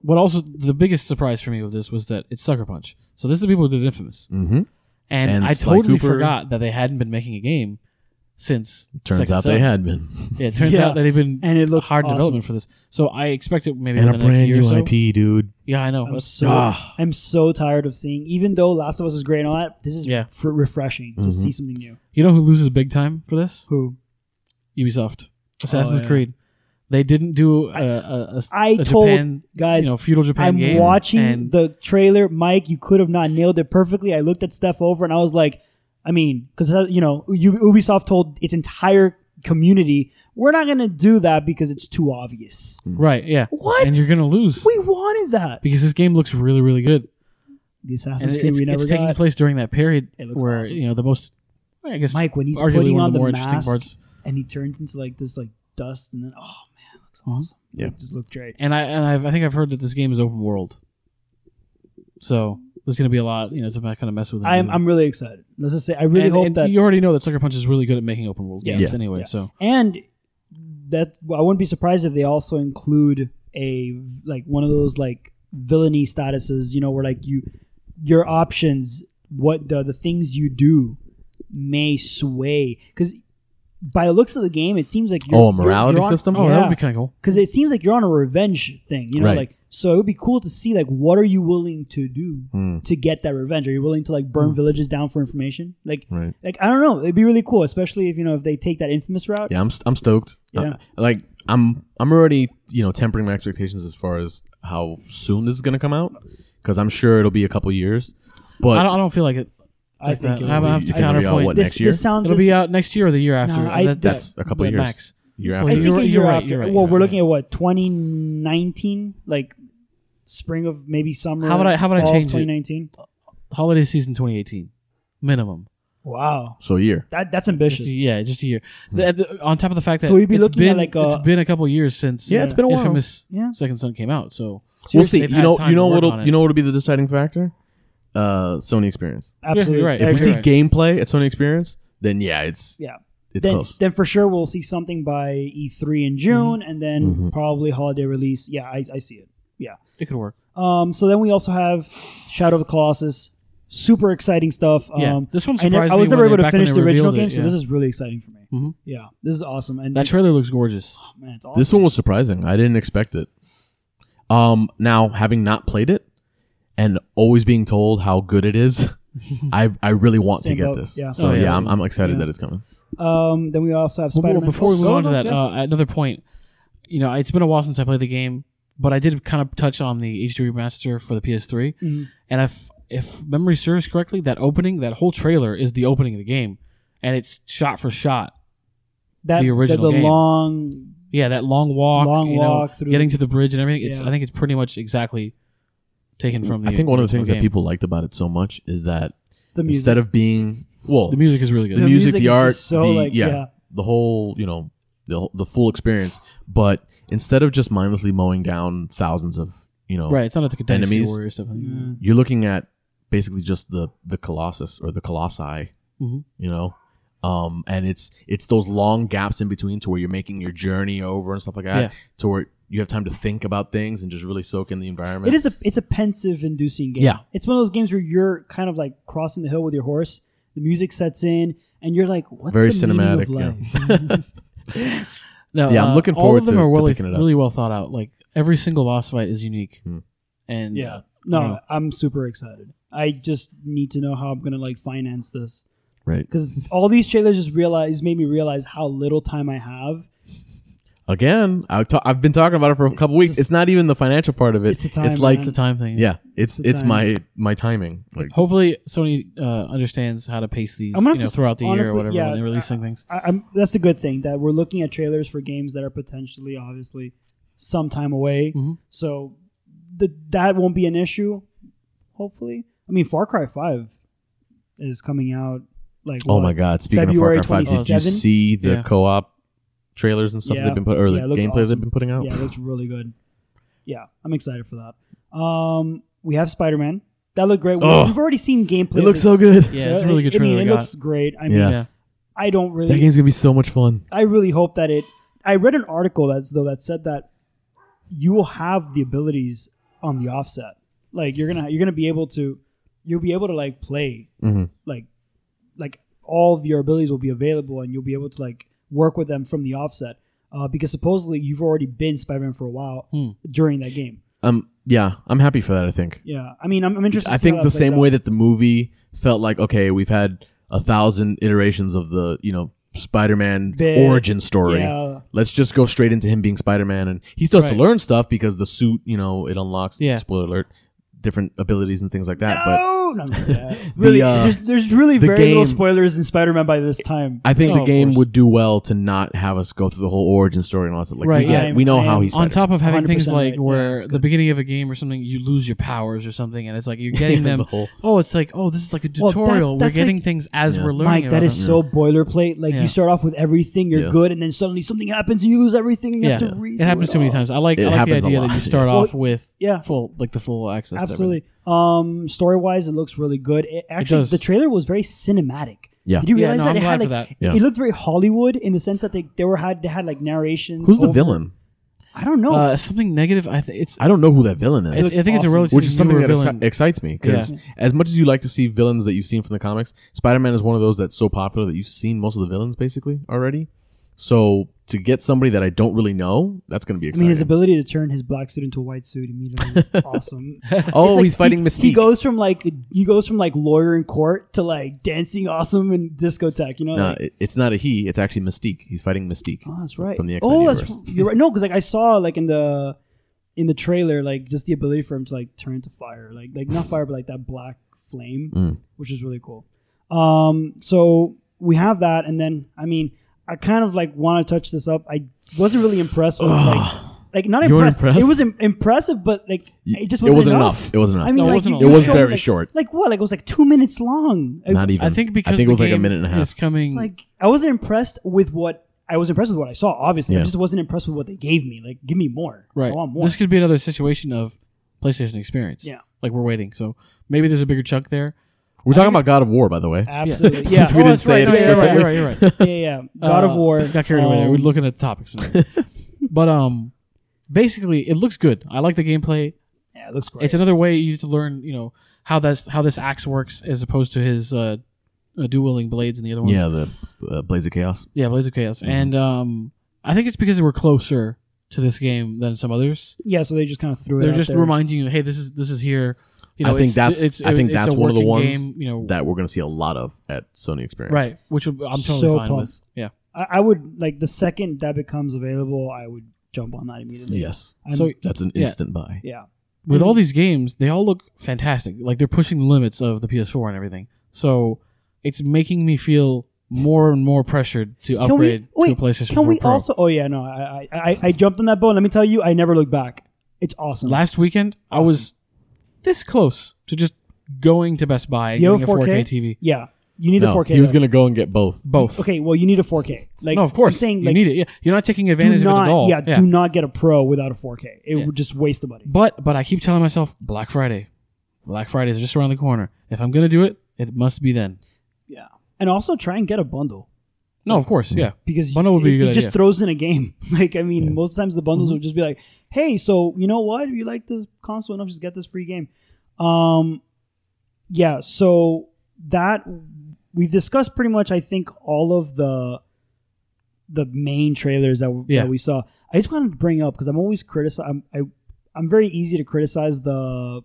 [SPEAKER 2] what also the biggest surprise for me with this was that it's Sucker Punch. So this is the people who did Infamous,
[SPEAKER 3] Mm-hmm.
[SPEAKER 2] and,
[SPEAKER 3] And
[SPEAKER 2] I
[SPEAKER 3] Sly
[SPEAKER 2] totally
[SPEAKER 3] Cooper.
[SPEAKER 2] forgot that they hadn't been making a game since.
[SPEAKER 3] Turns
[SPEAKER 2] Second
[SPEAKER 3] out
[SPEAKER 2] Son.
[SPEAKER 3] they had been,
[SPEAKER 2] Yeah, it turns
[SPEAKER 1] Yeah.
[SPEAKER 2] out that they've been
[SPEAKER 1] And it looks
[SPEAKER 2] hard
[SPEAKER 1] awesome.
[SPEAKER 2] development for this. So I expect it maybe
[SPEAKER 3] and a
[SPEAKER 2] within the next
[SPEAKER 3] brand
[SPEAKER 2] year or
[SPEAKER 3] new
[SPEAKER 2] so.
[SPEAKER 3] IP, dude.
[SPEAKER 2] Yeah, I know.
[SPEAKER 1] I'm
[SPEAKER 2] That's-
[SPEAKER 1] so
[SPEAKER 3] Ah.
[SPEAKER 1] I'm so tired of seeing. Even though Last of Us is great and all that, this is
[SPEAKER 2] Yeah.
[SPEAKER 1] fr- refreshing to see something new.
[SPEAKER 2] you know who loses big time for this?
[SPEAKER 1] Who?
[SPEAKER 2] Ubisoft, Assassin's
[SPEAKER 1] Oh, yeah.
[SPEAKER 2] Creed. They didn't do a, a, a,
[SPEAKER 1] I
[SPEAKER 2] a
[SPEAKER 1] told
[SPEAKER 2] Japan,
[SPEAKER 1] guys,
[SPEAKER 2] you know, feudal Japan
[SPEAKER 1] I'm
[SPEAKER 2] game.
[SPEAKER 1] watching
[SPEAKER 2] and
[SPEAKER 1] the trailer, Mike. You could have not nailed it perfectly. I looked at Steph over and I was like, I mean, because you know, U- Ubisoft told its entire community, we're not going to do that because it's too obvious.
[SPEAKER 2] right, yeah,
[SPEAKER 1] What?
[SPEAKER 2] and you're gonna lose
[SPEAKER 1] we wanted that.
[SPEAKER 2] because this game looks really, really good.
[SPEAKER 1] The
[SPEAKER 2] And
[SPEAKER 1] Assassin's
[SPEAKER 2] it-
[SPEAKER 1] Creed
[SPEAKER 2] it's,
[SPEAKER 1] we
[SPEAKER 2] it's
[SPEAKER 1] never
[SPEAKER 2] taking
[SPEAKER 1] got.
[SPEAKER 2] place during that period
[SPEAKER 1] It looks
[SPEAKER 2] where
[SPEAKER 1] awesome.
[SPEAKER 2] you know the most, I guess,
[SPEAKER 1] Mike when he's
[SPEAKER 2] arguably
[SPEAKER 1] putting
[SPEAKER 2] one
[SPEAKER 1] on
[SPEAKER 2] of the
[SPEAKER 1] the,
[SPEAKER 2] more interesting
[SPEAKER 1] mask
[SPEAKER 2] parts.
[SPEAKER 1] and he turns into like this like dust and then oh man, looks
[SPEAKER 2] Mhm.
[SPEAKER 1] awesome.
[SPEAKER 3] Yeah.
[SPEAKER 1] It just looked great.
[SPEAKER 2] And I and I've, I think I've heard that this game is open world, so there's gonna be a lot you know to kind of mess with. and
[SPEAKER 1] I'm
[SPEAKER 3] Mm-hmm.
[SPEAKER 2] do.
[SPEAKER 1] I'm really excited. Let's just say I really
[SPEAKER 2] And-
[SPEAKER 1] hope
[SPEAKER 2] and
[SPEAKER 1] that
[SPEAKER 2] you already know that Sucker Punch is really good at making open world
[SPEAKER 1] Yeah.
[SPEAKER 2] games
[SPEAKER 3] Yeah.
[SPEAKER 2] anyway.
[SPEAKER 1] Yeah.
[SPEAKER 2] So
[SPEAKER 1] and that well, I wouldn't be surprised if they also include a like one of those like villainy statuses, you know, where like you your options, what the the things you do may sway because by the looks of the game, it seems like you're,
[SPEAKER 3] Oh, a morality
[SPEAKER 1] you're, you're on,
[SPEAKER 3] system?
[SPEAKER 2] oh, that would
[SPEAKER 1] Yeah,
[SPEAKER 2] be kind of cool.
[SPEAKER 1] because it seems like you're on a revenge thing, you know,
[SPEAKER 3] Right.
[SPEAKER 1] like so it would be cool to see like what are you willing to do
[SPEAKER 3] Hmm,
[SPEAKER 1] to get that revenge? Are you willing to like burn villages down for information? Like,
[SPEAKER 3] right.
[SPEAKER 1] like I don't know, it'd be really cool, especially if you know if they take that infamous route.
[SPEAKER 3] Yeah, I'm st- I'm stoked.
[SPEAKER 1] Yeah.
[SPEAKER 3] I- like I'm I'm already you know tempering my expectations as far as how soon this is gonna come out because I'm sure it'll be a couple years. But
[SPEAKER 2] I don't, I don't feel like it.
[SPEAKER 1] I
[SPEAKER 2] Like
[SPEAKER 1] think
[SPEAKER 2] that.
[SPEAKER 1] it
[SPEAKER 2] I
[SPEAKER 1] would
[SPEAKER 2] would have
[SPEAKER 1] be-
[SPEAKER 2] to
[SPEAKER 1] I think
[SPEAKER 3] it'll be out,
[SPEAKER 2] counterpoint.
[SPEAKER 3] what,
[SPEAKER 1] this,
[SPEAKER 3] next year?
[SPEAKER 1] This sounds
[SPEAKER 2] It'll be out next year or the year after.
[SPEAKER 1] I-
[SPEAKER 2] That-
[SPEAKER 3] that's a couple
[SPEAKER 2] that
[SPEAKER 3] years.
[SPEAKER 2] Max.
[SPEAKER 3] Year
[SPEAKER 1] I
[SPEAKER 3] after.
[SPEAKER 1] think
[SPEAKER 2] you're
[SPEAKER 1] a
[SPEAKER 2] right,
[SPEAKER 1] year
[SPEAKER 2] you're right,
[SPEAKER 1] after.
[SPEAKER 2] you're right,
[SPEAKER 1] well,
[SPEAKER 2] you're
[SPEAKER 1] we're
[SPEAKER 2] right.
[SPEAKER 1] looking at what 2019, like spring of maybe summer.
[SPEAKER 2] How would I- how would I
[SPEAKER 1] fall of
[SPEAKER 2] change it?
[SPEAKER 1] 2019?
[SPEAKER 2] Holiday season 2018, minimum.
[SPEAKER 1] Wow,
[SPEAKER 3] so a year.
[SPEAKER 1] that that's
[SPEAKER 2] Just
[SPEAKER 1] ambitious.
[SPEAKER 2] a, yeah, just a year.
[SPEAKER 3] Hmm.
[SPEAKER 2] The- the- on top of the fact that
[SPEAKER 1] So we'd be
[SPEAKER 2] it's
[SPEAKER 1] looking at
[SPEAKER 2] been,
[SPEAKER 1] like a-
[SPEAKER 2] it's been a couple years since uh,
[SPEAKER 3] Yeah, it's been a while.
[SPEAKER 2] Infamous
[SPEAKER 1] Yeah.
[SPEAKER 2] Second Son came out. So
[SPEAKER 3] We'll see.
[SPEAKER 2] They've
[SPEAKER 3] You
[SPEAKER 2] had
[SPEAKER 3] know
[SPEAKER 2] time
[SPEAKER 3] you
[SPEAKER 2] to
[SPEAKER 3] know
[SPEAKER 2] work
[SPEAKER 3] what'll
[SPEAKER 2] on it.
[SPEAKER 3] you know what'll be the deciding factor? Uh, Sony experience.
[SPEAKER 1] Absolutely
[SPEAKER 2] you're right.
[SPEAKER 3] If we
[SPEAKER 2] You're
[SPEAKER 3] see
[SPEAKER 2] right.
[SPEAKER 3] gameplay at Sony experience, then yeah, it's
[SPEAKER 1] Yeah.
[SPEAKER 3] it's
[SPEAKER 1] then,
[SPEAKER 3] close.
[SPEAKER 1] then for sure we'll see something by E3
[SPEAKER 2] Mm-hmm.
[SPEAKER 1] in June, and then
[SPEAKER 3] Mhm.
[SPEAKER 1] probably holiday release. Yeah, I, I see it.
[SPEAKER 2] it could work.
[SPEAKER 1] Um, so then we also have Shadow of the Colossus, super exciting stuff. Um,
[SPEAKER 2] Yeah, this one
[SPEAKER 1] I,
[SPEAKER 2] surprised
[SPEAKER 1] ne- I
[SPEAKER 2] me
[SPEAKER 1] was
[SPEAKER 2] when
[SPEAKER 1] never
[SPEAKER 2] they-
[SPEAKER 1] able to
[SPEAKER 2] back when
[SPEAKER 1] finish
[SPEAKER 2] they
[SPEAKER 1] the original
[SPEAKER 2] revealed
[SPEAKER 1] game,
[SPEAKER 2] it,
[SPEAKER 1] so
[SPEAKER 2] yeah.
[SPEAKER 1] this is really exciting for me.
[SPEAKER 2] Mhm.
[SPEAKER 1] Yeah, this is awesome, and
[SPEAKER 2] That trailer looks gorgeous.
[SPEAKER 1] oh, man, it's awesome.
[SPEAKER 3] This one was surprising. I didn't expect it. Um, now having not played it and always being told how good it is, I I really want
[SPEAKER 1] Same
[SPEAKER 3] to get
[SPEAKER 1] boat,
[SPEAKER 3] this.
[SPEAKER 1] yeah.
[SPEAKER 3] So
[SPEAKER 2] Oh,
[SPEAKER 3] yeah,
[SPEAKER 2] yeah.
[SPEAKER 3] I'm, I'm excited
[SPEAKER 1] Yeah.
[SPEAKER 3] that it's coming.
[SPEAKER 1] Um, then we also have
[SPEAKER 2] Well,
[SPEAKER 1] Spider-Man.
[SPEAKER 2] Before we move
[SPEAKER 1] Oh,
[SPEAKER 2] on to
[SPEAKER 1] no,
[SPEAKER 2] that,
[SPEAKER 1] yeah.
[SPEAKER 2] uh, another point. You know, it's been a while since I played the game, but I did kind of touch on the HD remaster for the PS3.
[SPEAKER 1] Mhm.
[SPEAKER 2] And if if memory serves correctly, that opening, that whole trailer is the opening of the game, and it's shot for shot.
[SPEAKER 1] that
[SPEAKER 2] the original
[SPEAKER 1] the, the
[SPEAKER 2] game.
[SPEAKER 1] long
[SPEAKER 2] Yeah, that long walk,
[SPEAKER 1] Long
[SPEAKER 2] you know,
[SPEAKER 1] walk through-
[SPEAKER 2] getting to the bridge and everything. It's
[SPEAKER 1] Yeah.
[SPEAKER 2] I think it's pretty much exactly taken from the.
[SPEAKER 3] I think one of the
[SPEAKER 2] original
[SPEAKER 3] things that
[SPEAKER 2] game.
[SPEAKER 3] people liked about it so much is that
[SPEAKER 1] the music.
[SPEAKER 3] instead of being well,
[SPEAKER 2] the
[SPEAKER 3] the,
[SPEAKER 2] music is really good.
[SPEAKER 1] The
[SPEAKER 3] music,
[SPEAKER 1] music
[SPEAKER 3] the
[SPEAKER 1] is
[SPEAKER 3] art,
[SPEAKER 1] just so,
[SPEAKER 3] the,
[SPEAKER 1] like,
[SPEAKER 3] yeah,
[SPEAKER 1] yeah.
[SPEAKER 3] the whole you know the the full experience, but instead of just mindlessly mowing down thousands of you know
[SPEAKER 2] right, it's not like the Continency
[SPEAKER 3] Enemies.
[SPEAKER 2] Warrior or something.
[SPEAKER 1] Yeah.
[SPEAKER 3] you're looking at basically just the the colossus or the colossi
[SPEAKER 1] Mm-hmm.
[SPEAKER 2] Mhm.
[SPEAKER 3] you know um and it's it's those long gaps in between to where you're making your journey over and stuff like that
[SPEAKER 2] Yeah.
[SPEAKER 3] to where you have time to think about things and just really soak in the environment
[SPEAKER 1] it is a it's a pensive inducing game.
[SPEAKER 3] Yeah.
[SPEAKER 1] it's one of those games where you're kind of like crossing the hill with your horse. The music sets in, and you're like, "What's
[SPEAKER 3] very
[SPEAKER 1] the meaning
[SPEAKER 3] cinematic
[SPEAKER 1] of life?"
[SPEAKER 3] yeah.
[SPEAKER 2] No,
[SPEAKER 3] Yeah, I'm
[SPEAKER 2] uh,
[SPEAKER 3] looking
[SPEAKER 2] all
[SPEAKER 3] forward
[SPEAKER 2] of them
[SPEAKER 3] to-
[SPEAKER 2] are
[SPEAKER 3] to
[SPEAKER 2] really,
[SPEAKER 3] picking it up.
[SPEAKER 2] really well thought out. Like every single boss fight is unique,
[SPEAKER 3] Hmm.
[SPEAKER 2] and
[SPEAKER 1] Yeah.
[SPEAKER 2] uh,
[SPEAKER 1] No,
[SPEAKER 2] Yeah.
[SPEAKER 1] I'm super excited. I just need to know how I'm gonna like finance this
[SPEAKER 3] right
[SPEAKER 1] because all these trailers just realize made me realize how little time I have.
[SPEAKER 3] again i ta- i've been talking about it for a couple weeks
[SPEAKER 1] just-
[SPEAKER 3] it's not even the financial part of it
[SPEAKER 1] It's the time,
[SPEAKER 3] like
[SPEAKER 1] man.
[SPEAKER 2] it's a time thing.
[SPEAKER 3] yeah it's
[SPEAKER 1] It's the
[SPEAKER 3] it's
[SPEAKER 1] time.
[SPEAKER 3] my my timing Mm-hmm. like
[SPEAKER 2] Hopefully, Sony uh, understands how to pace these
[SPEAKER 1] I'm
[SPEAKER 2] you
[SPEAKER 1] gonna have
[SPEAKER 2] know,
[SPEAKER 1] to s-
[SPEAKER 2] throughout the year
[SPEAKER 1] honestly,
[SPEAKER 2] or whatever
[SPEAKER 1] yeah,
[SPEAKER 2] when they're releasing things.
[SPEAKER 1] I, I'm, that's the good thing that we're looking at trailers for games that are potentially, obviously, some time away.
[SPEAKER 2] Mhm.
[SPEAKER 1] So the, that won't be an issue, hopefully. I mean, Far Cry Five is coming out like
[SPEAKER 3] oh
[SPEAKER 1] what?
[SPEAKER 3] my god speaking
[SPEAKER 1] February
[SPEAKER 3] of far cry 5 did you
[SPEAKER 1] 27?
[SPEAKER 3] see the
[SPEAKER 2] Yeah.
[SPEAKER 3] co-op trailers and stuff
[SPEAKER 1] Yeah.
[SPEAKER 3] they've been put or the
[SPEAKER 1] Yeah, it looked
[SPEAKER 3] gameplays
[SPEAKER 1] awesome.
[SPEAKER 3] they've been putting out
[SPEAKER 1] Yeah, it looks really good. Yeah, I'm excited for that. Um, we have Spider Man. That looked great. We-
[SPEAKER 3] Oh.
[SPEAKER 1] We've already seen gameplay.
[SPEAKER 3] it
[SPEAKER 1] of
[SPEAKER 3] looks
[SPEAKER 1] this.
[SPEAKER 3] so good
[SPEAKER 2] Yeah, it's a really good
[SPEAKER 1] I mean,
[SPEAKER 2] trailer
[SPEAKER 1] it
[SPEAKER 2] we got.
[SPEAKER 1] looks great. I mean,
[SPEAKER 3] Yeah.
[SPEAKER 1] I don't really.
[SPEAKER 3] That game's gonna be so much fun.
[SPEAKER 1] I really hope that it. I read an article that's though that said that you will have the abilities on the offset. Like you're gonna you're gonna be able to you'll be able to like play
[SPEAKER 3] Mm-hmm.
[SPEAKER 1] like like all of your abilities will be available and you'll be able to like work with them from the offset uh, because supposedly you've already been Spider-Man for a while
[SPEAKER 2] Hmm.
[SPEAKER 1] during that game.
[SPEAKER 3] Um, yeah, I'm happy for that. I think.
[SPEAKER 1] Yeah, I mean I'm, I'm interested. to
[SPEAKER 3] I
[SPEAKER 1] see how
[SPEAKER 3] think
[SPEAKER 1] that
[SPEAKER 3] the
[SPEAKER 1] plays
[SPEAKER 3] same
[SPEAKER 1] out.
[SPEAKER 3] way that the movie felt like, okay, we've had a thousand iterations of the you know Spider-Man
[SPEAKER 1] Bit.
[SPEAKER 3] origin story.
[SPEAKER 1] Yeah.
[SPEAKER 3] Let's just go straight into him being Spider-Man, and he still has
[SPEAKER 2] Right.
[SPEAKER 3] to learn stuff because the suit, you know, it unlocks.
[SPEAKER 2] Yeah.
[SPEAKER 3] Spoiler alert: different abilities and things like that. But
[SPEAKER 1] No, no, no, no. really,
[SPEAKER 3] uh,
[SPEAKER 1] there's, there's really
[SPEAKER 3] the
[SPEAKER 1] very little
[SPEAKER 3] game-
[SPEAKER 1] spoilers in Spider-Man by this time.
[SPEAKER 3] I think
[SPEAKER 2] No,
[SPEAKER 3] the
[SPEAKER 2] of
[SPEAKER 3] game
[SPEAKER 2] course.
[SPEAKER 3] would do well to not have us go through the whole origin story and all that. Like,
[SPEAKER 2] Right,
[SPEAKER 3] we,
[SPEAKER 1] yeah.
[SPEAKER 3] get, we know
[SPEAKER 1] I am-
[SPEAKER 3] how he's
[SPEAKER 2] on top of having things
[SPEAKER 1] 100%
[SPEAKER 2] like
[SPEAKER 1] right. Yeah,
[SPEAKER 2] where
[SPEAKER 1] it's
[SPEAKER 2] the beginning of a game or something, you lose your powers or something, and it's like you're getting
[SPEAKER 3] Yeah,
[SPEAKER 2] them.
[SPEAKER 3] the whole-
[SPEAKER 2] oh, it's like oh, this is like a
[SPEAKER 1] Well, that-
[SPEAKER 2] tutorial.
[SPEAKER 1] that's
[SPEAKER 2] we're getting
[SPEAKER 1] like-
[SPEAKER 2] things as
[SPEAKER 3] Yeah.
[SPEAKER 2] we're learning.
[SPEAKER 1] Mike, that
[SPEAKER 2] about
[SPEAKER 1] is so
[SPEAKER 2] them.
[SPEAKER 1] boilerplate. Like
[SPEAKER 2] Yeah.
[SPEAKER 1] you start off with everything, you're
[SPEAKER 3] Yeah.
[SPEAKER 1] good, and then suddenly something happens and you lose everything, and you have
[SPEAKER 2] Yeah.
[SPEAKER 1] to read.
[SPEAKER 2] It happens too many times. I like I
[SPEAKER 3] It
[SPEAKER 2] like the
[SPEAKER 3] happens a
[SPEAKER 2] idea that
[SPEAKER 3] lot,
[SPEAKER 2] you start
[SPEAKER 3] yeah.
[SPEAKER 2] off with
[SPEAKER 1] Yeah.
[SPEAKER 2] full like the full access.
[SPEAKER 1] Absolutely. Um, story wise, it looks really good. It, actually,
[SPEAKER 2] does.
[SPEAKER 1] the trailer was very cinematic.
[SPEAKER 3] Yeah.
[SPEAKER 1] Did you
[SPEAKER 2] Yeah,
[SPEAKER 1] realize
[SPEAKER 2] no,
[SPEAKER 1] that
[SPEAKER 2] I'm
[SPEAKER 1] it had like
[SPEAKER 2] glad for
[SPEAKER 3] that.
[SPEAKER 1] it
[SPEAKER 3] Yeah.
[SPEAKER 1] looked very Hollywood in the sense that they, they were had they had like narration.
[SPEAKER 3] Who's the villain?
[SPEAKER 1] I don't
[SPEAKER 2] To
[SPEAKER 1] know.
[SPEAKER 2] everything. Uh, something negative. I think it's.
[SPEAKER 3] I don't know who that villain
[SPEAKER 2] I, I
[SPEAKER 3] is.
[SPEAKER 1] looks
[SPEAKER 2] think it's a
[SPEAKER 1] awesome.
[SPEAKER 2] relatively
[SPEAKER 3] which is something
[SPEAKER 2] newer
[SPEAKER 3] that
[SPEAKER 2] villain.
[SPEAKER 3] exci- excites me because
[SPEAKER 2] Yeah.
[SPEAKER 3] as much as you like to see villains that you've seen from the comics, Spider-Man is one of those that's so popular that you've seen most of the villains basically already. So to get somebody that I don't really know, that's going to be
[SPEAKER 1] I
[SPEAKER 3] exciting.
[SPEAKER 1] mean, his ability to turn his black suit into a white suit immediately is awesome.
[SPEAKER 3] oh,
[SPEAKER 1] It's like
[SPEAKER 3] he's fighting
[SPEAKER 1] he,
[SPEAKER 3] Mystique.
[SPEAKER 1] He goes from like he goes from like lawyer in court to like dancing awesome in discotheque. You know,
[SPEAKER 3] no,
[SPEAKER 1] like-
[SPEAKER 3] it- it's not a he. It's actually Mystique. He's fighting Mystique.
[SPEAKER 1] oh, that's right.
[SPEAKER 3] From the X-Men
[SPEAKER 1] oh, that's
[SPEAKER 3] universe.
[SPEAKER 1] you're right. No, because like I saw like in the in the trailer like just the ability for him to like turn into fire, like like not fire but like that black flame,
[SPEAKER 3] Mm.
[SPEAKER 1] which is really cool. Um, so we have that, and then I mean, I kind of like want to touch this up. I wasn't really impressed with like. Like not
[SPEAKER 3] You weren't
[SPEAKER 1] impressed. It
[SPEAKER 3] impressed?
[SPEAKER 1] was Im- impressive, but like
[SPEAKER 3] Y-
[SPEAKER 1] it just
[SPEAKER 3] it
[SPEAKER 1] wasn't,
[SPEAKER 3] wasn't
[SPEAKER 1] enough.
[SPEAKER 3] enough. It wasn't enough.
[SPEAKER 1] I mean,
[SPEAKER 2] No, it
[SPEAKER 1] like,
[SPEAKER 2] wasn't
[SPEAKER 1] you-
[SPEAKER 2] enough.
[SPEAKER 1] you
[SPEAKER 3] It was
[SPEAKER 1] showed me,
[SPEAKER 3] very
[SPEAKER 1] like-
[SPEAKER 3] short.
[SPEAKER 1] Like what? Like it was like two minutes long. I-
[SPEAKER 3] Not even.
[SPEAKER 2] I think because
[SPEAKER 3] I think
[SPEAKER 2] the
[SPEAKER 3] it was like a
[SPEAKER 2] game
[SPEAKER 3] minute and a
[SPEAKER 2] is
[SPEAKER 3] half.
[SPEAKER 2] coming.
[SPEAKER 1] like I wasn't impressed with what I was impressed with what I saw. Obviously, I
[SPEAKER 3] Yeah.
[SPEAKER 1] just wasn't impressed with what they gave me. Like, give me more.
[SPEAKER 2] Right.
[SPEAKER 1] I want more.
[SPEAKER 2] This could be another situation of PlayStation experience.
[SPEAKER 1] Yeah.
[SPEAKER 2] Like we're waiting. So maybe there's a bigger chunk there.
[SPEAKER 3] We're talking about God of War, by the way.
[SPEAKER 1] Absolutely. Yeah.
[SPEAKER 3] Since we
[SPEAKER 2] Oh,
[SPEAKER 3] didn't
[SPEAKER 2] that's right.
[SPEAKER 3] say it
[SPEAKER 2] No, you're right,
[SPEAKER 3] explicitly.
[SPEAKER 2] You're right. You're right.
[SPEAKER 1] yeah, yeah, yeah. God
[SPEAKER 2] Uh,
[SPEAKER 1] of War.
[SPEAKER 2] Got carried away there.
[SPEAKER 1] Um,
[SPEAKER 2] We're looking at the topics. now. but um, basically, it looks good. I like the gameplay.
[SPEAKER 1] Yeah, it looks great.
[SPEAKER 2] It's another way you to learn, you know, how that's how this axe works as opposed to his uh, uh dueling blades and the other ones.
[SPEAKER 3] Yeah, the uh, Blaze of Chaos.
[SPEAKER 2] yeah, blades of chaos. And um, I think it's because we're closer to this game than some others.
[SPEAKER 1] yeah, so they just kind of threw it.
[SPEAKER 2] They're
[SPEAKER 1] out
[SPEAKER 2] just
[SPEAKER 1] there.
[SPEAKER 2] reminding you, hey, this is this is here. You know,
[SPEAKER 3] I think
[SPEAKER 2] it's-
[SPEAKER 3] that's.
[SPEAKER 2] it's,
[SPEAKER 3] I think
[SPEAKER 2] it's
[SPEAKER 3] that's
[SPEAKER 2] a
[SPEAKER 3] one of the
[SPEAKER 2] working
[SPEAKER 3] ones
[SPEAKER 2] game, you know,
[SPEAKER 3] that we're going to see a lot of at Sony Experience.
[SPEAKER 2] right, which I'm totally
[SPEAKER 1] So
[SPEAKER 2] fine
[SPEAKER 1] pumped.
[SPEAKER 2] with. Yeah.
[SPEAKER 1] I, I would like the second that becomes available, I would jump on that immediately.
[SPEAKER 3] Yes,
[SPEAKER 1] I'm-
[SPEAKER 2] so
[SPEAKER 3] that's an
[SPEAKER 2] Yeah.
[SPEAKER 3] instant buy.
[SPEAKER 1] yeah,
[SPEAKER 2] with all these games, they all look fantastic. Like they're pushing the limits of the PS4 and everything. So it's making me feel more and more pressured to
[SPEAKER 1] Can we-
[SPEAKER 2] upgrade
[SPEAKER 1] wait,
[SPEAKER 2] to a PlayStation
[SPEAKER 1] Can
[SPEAKER 2] 4
[SPEAKER 1] we
[SPEAKER 2] Pro.
[SPEAKER 1] also? Oh yeah, no, I, I I I jumped on that boat. Let me tell you, I never looked back. It's awesome.
[SPEAKER 2] Last weekend, I was this close to just going to Best Buy and
[SPEAKER 1] You
[SPEAKER 2] getting
[SPEAKER 1] have
[SPEAKER 2] a 4K?
[SPEAKER 1] 4K?
[SPEAKER 2] TV.
[SPEAKER 1] yeah, you need
[SPEAKER 3] No,
[SPEAKER 1] a 4K.
[SPEAKER 3] He was
[SPEAKER 1] though.
[SPEAKER 3] going to go and get both.
[SPEAKER 2] Both.
[SPEAKER 1] Okay, well, you need a 4K. Like,
[SPEAKER 2] no, of course.
[SPEAKER 1] I'm saying
[SPEAKER 2] you
[SPEAKER 1] like,
[SPEAKER 2] need it. Yeah, you're not taking
[SPEAKER 1] do
[SPEAKER 2] advantage of it
[SPEAKER 1] not,
[SPEAKER 2] at all.
[SPEAKER 1] yeah, do not get a Pro without a 4K. It
[SPEAKER 2] Yeah.
[SPEAKER 1] would just waste the money.
[SPEAKER 2] But but I keep telling myself Black Friday, Black Friday is just around the corner. If I'm gonna do it, it must be then.
[SPEAKER 1] Yeah, and also try and get a bundle
[SPEAKER 2] No, of course, yeah.
[SPEAKER 1] because
[SPEAKER 2] Bundle would be a
[SPEAKER 1] it,
[SPEAKER 2] good
[SPEAKER 1] it just
[SPEAKER 2] idea.
[SPEAKER 1] throws in a game. Like, I mean, most times the bundles will just be like, "Hey, so you know what? If you like this console enough, just get this free game." Um, yeah. So that we've discussed pretty much, I think, all of the the main trailers that,
[SPEAKER 2] Yeah.
[SPEAKER 1] that we saw. I just wanted to bring up because I'm always critici I'm, I I'm very easy to criticize the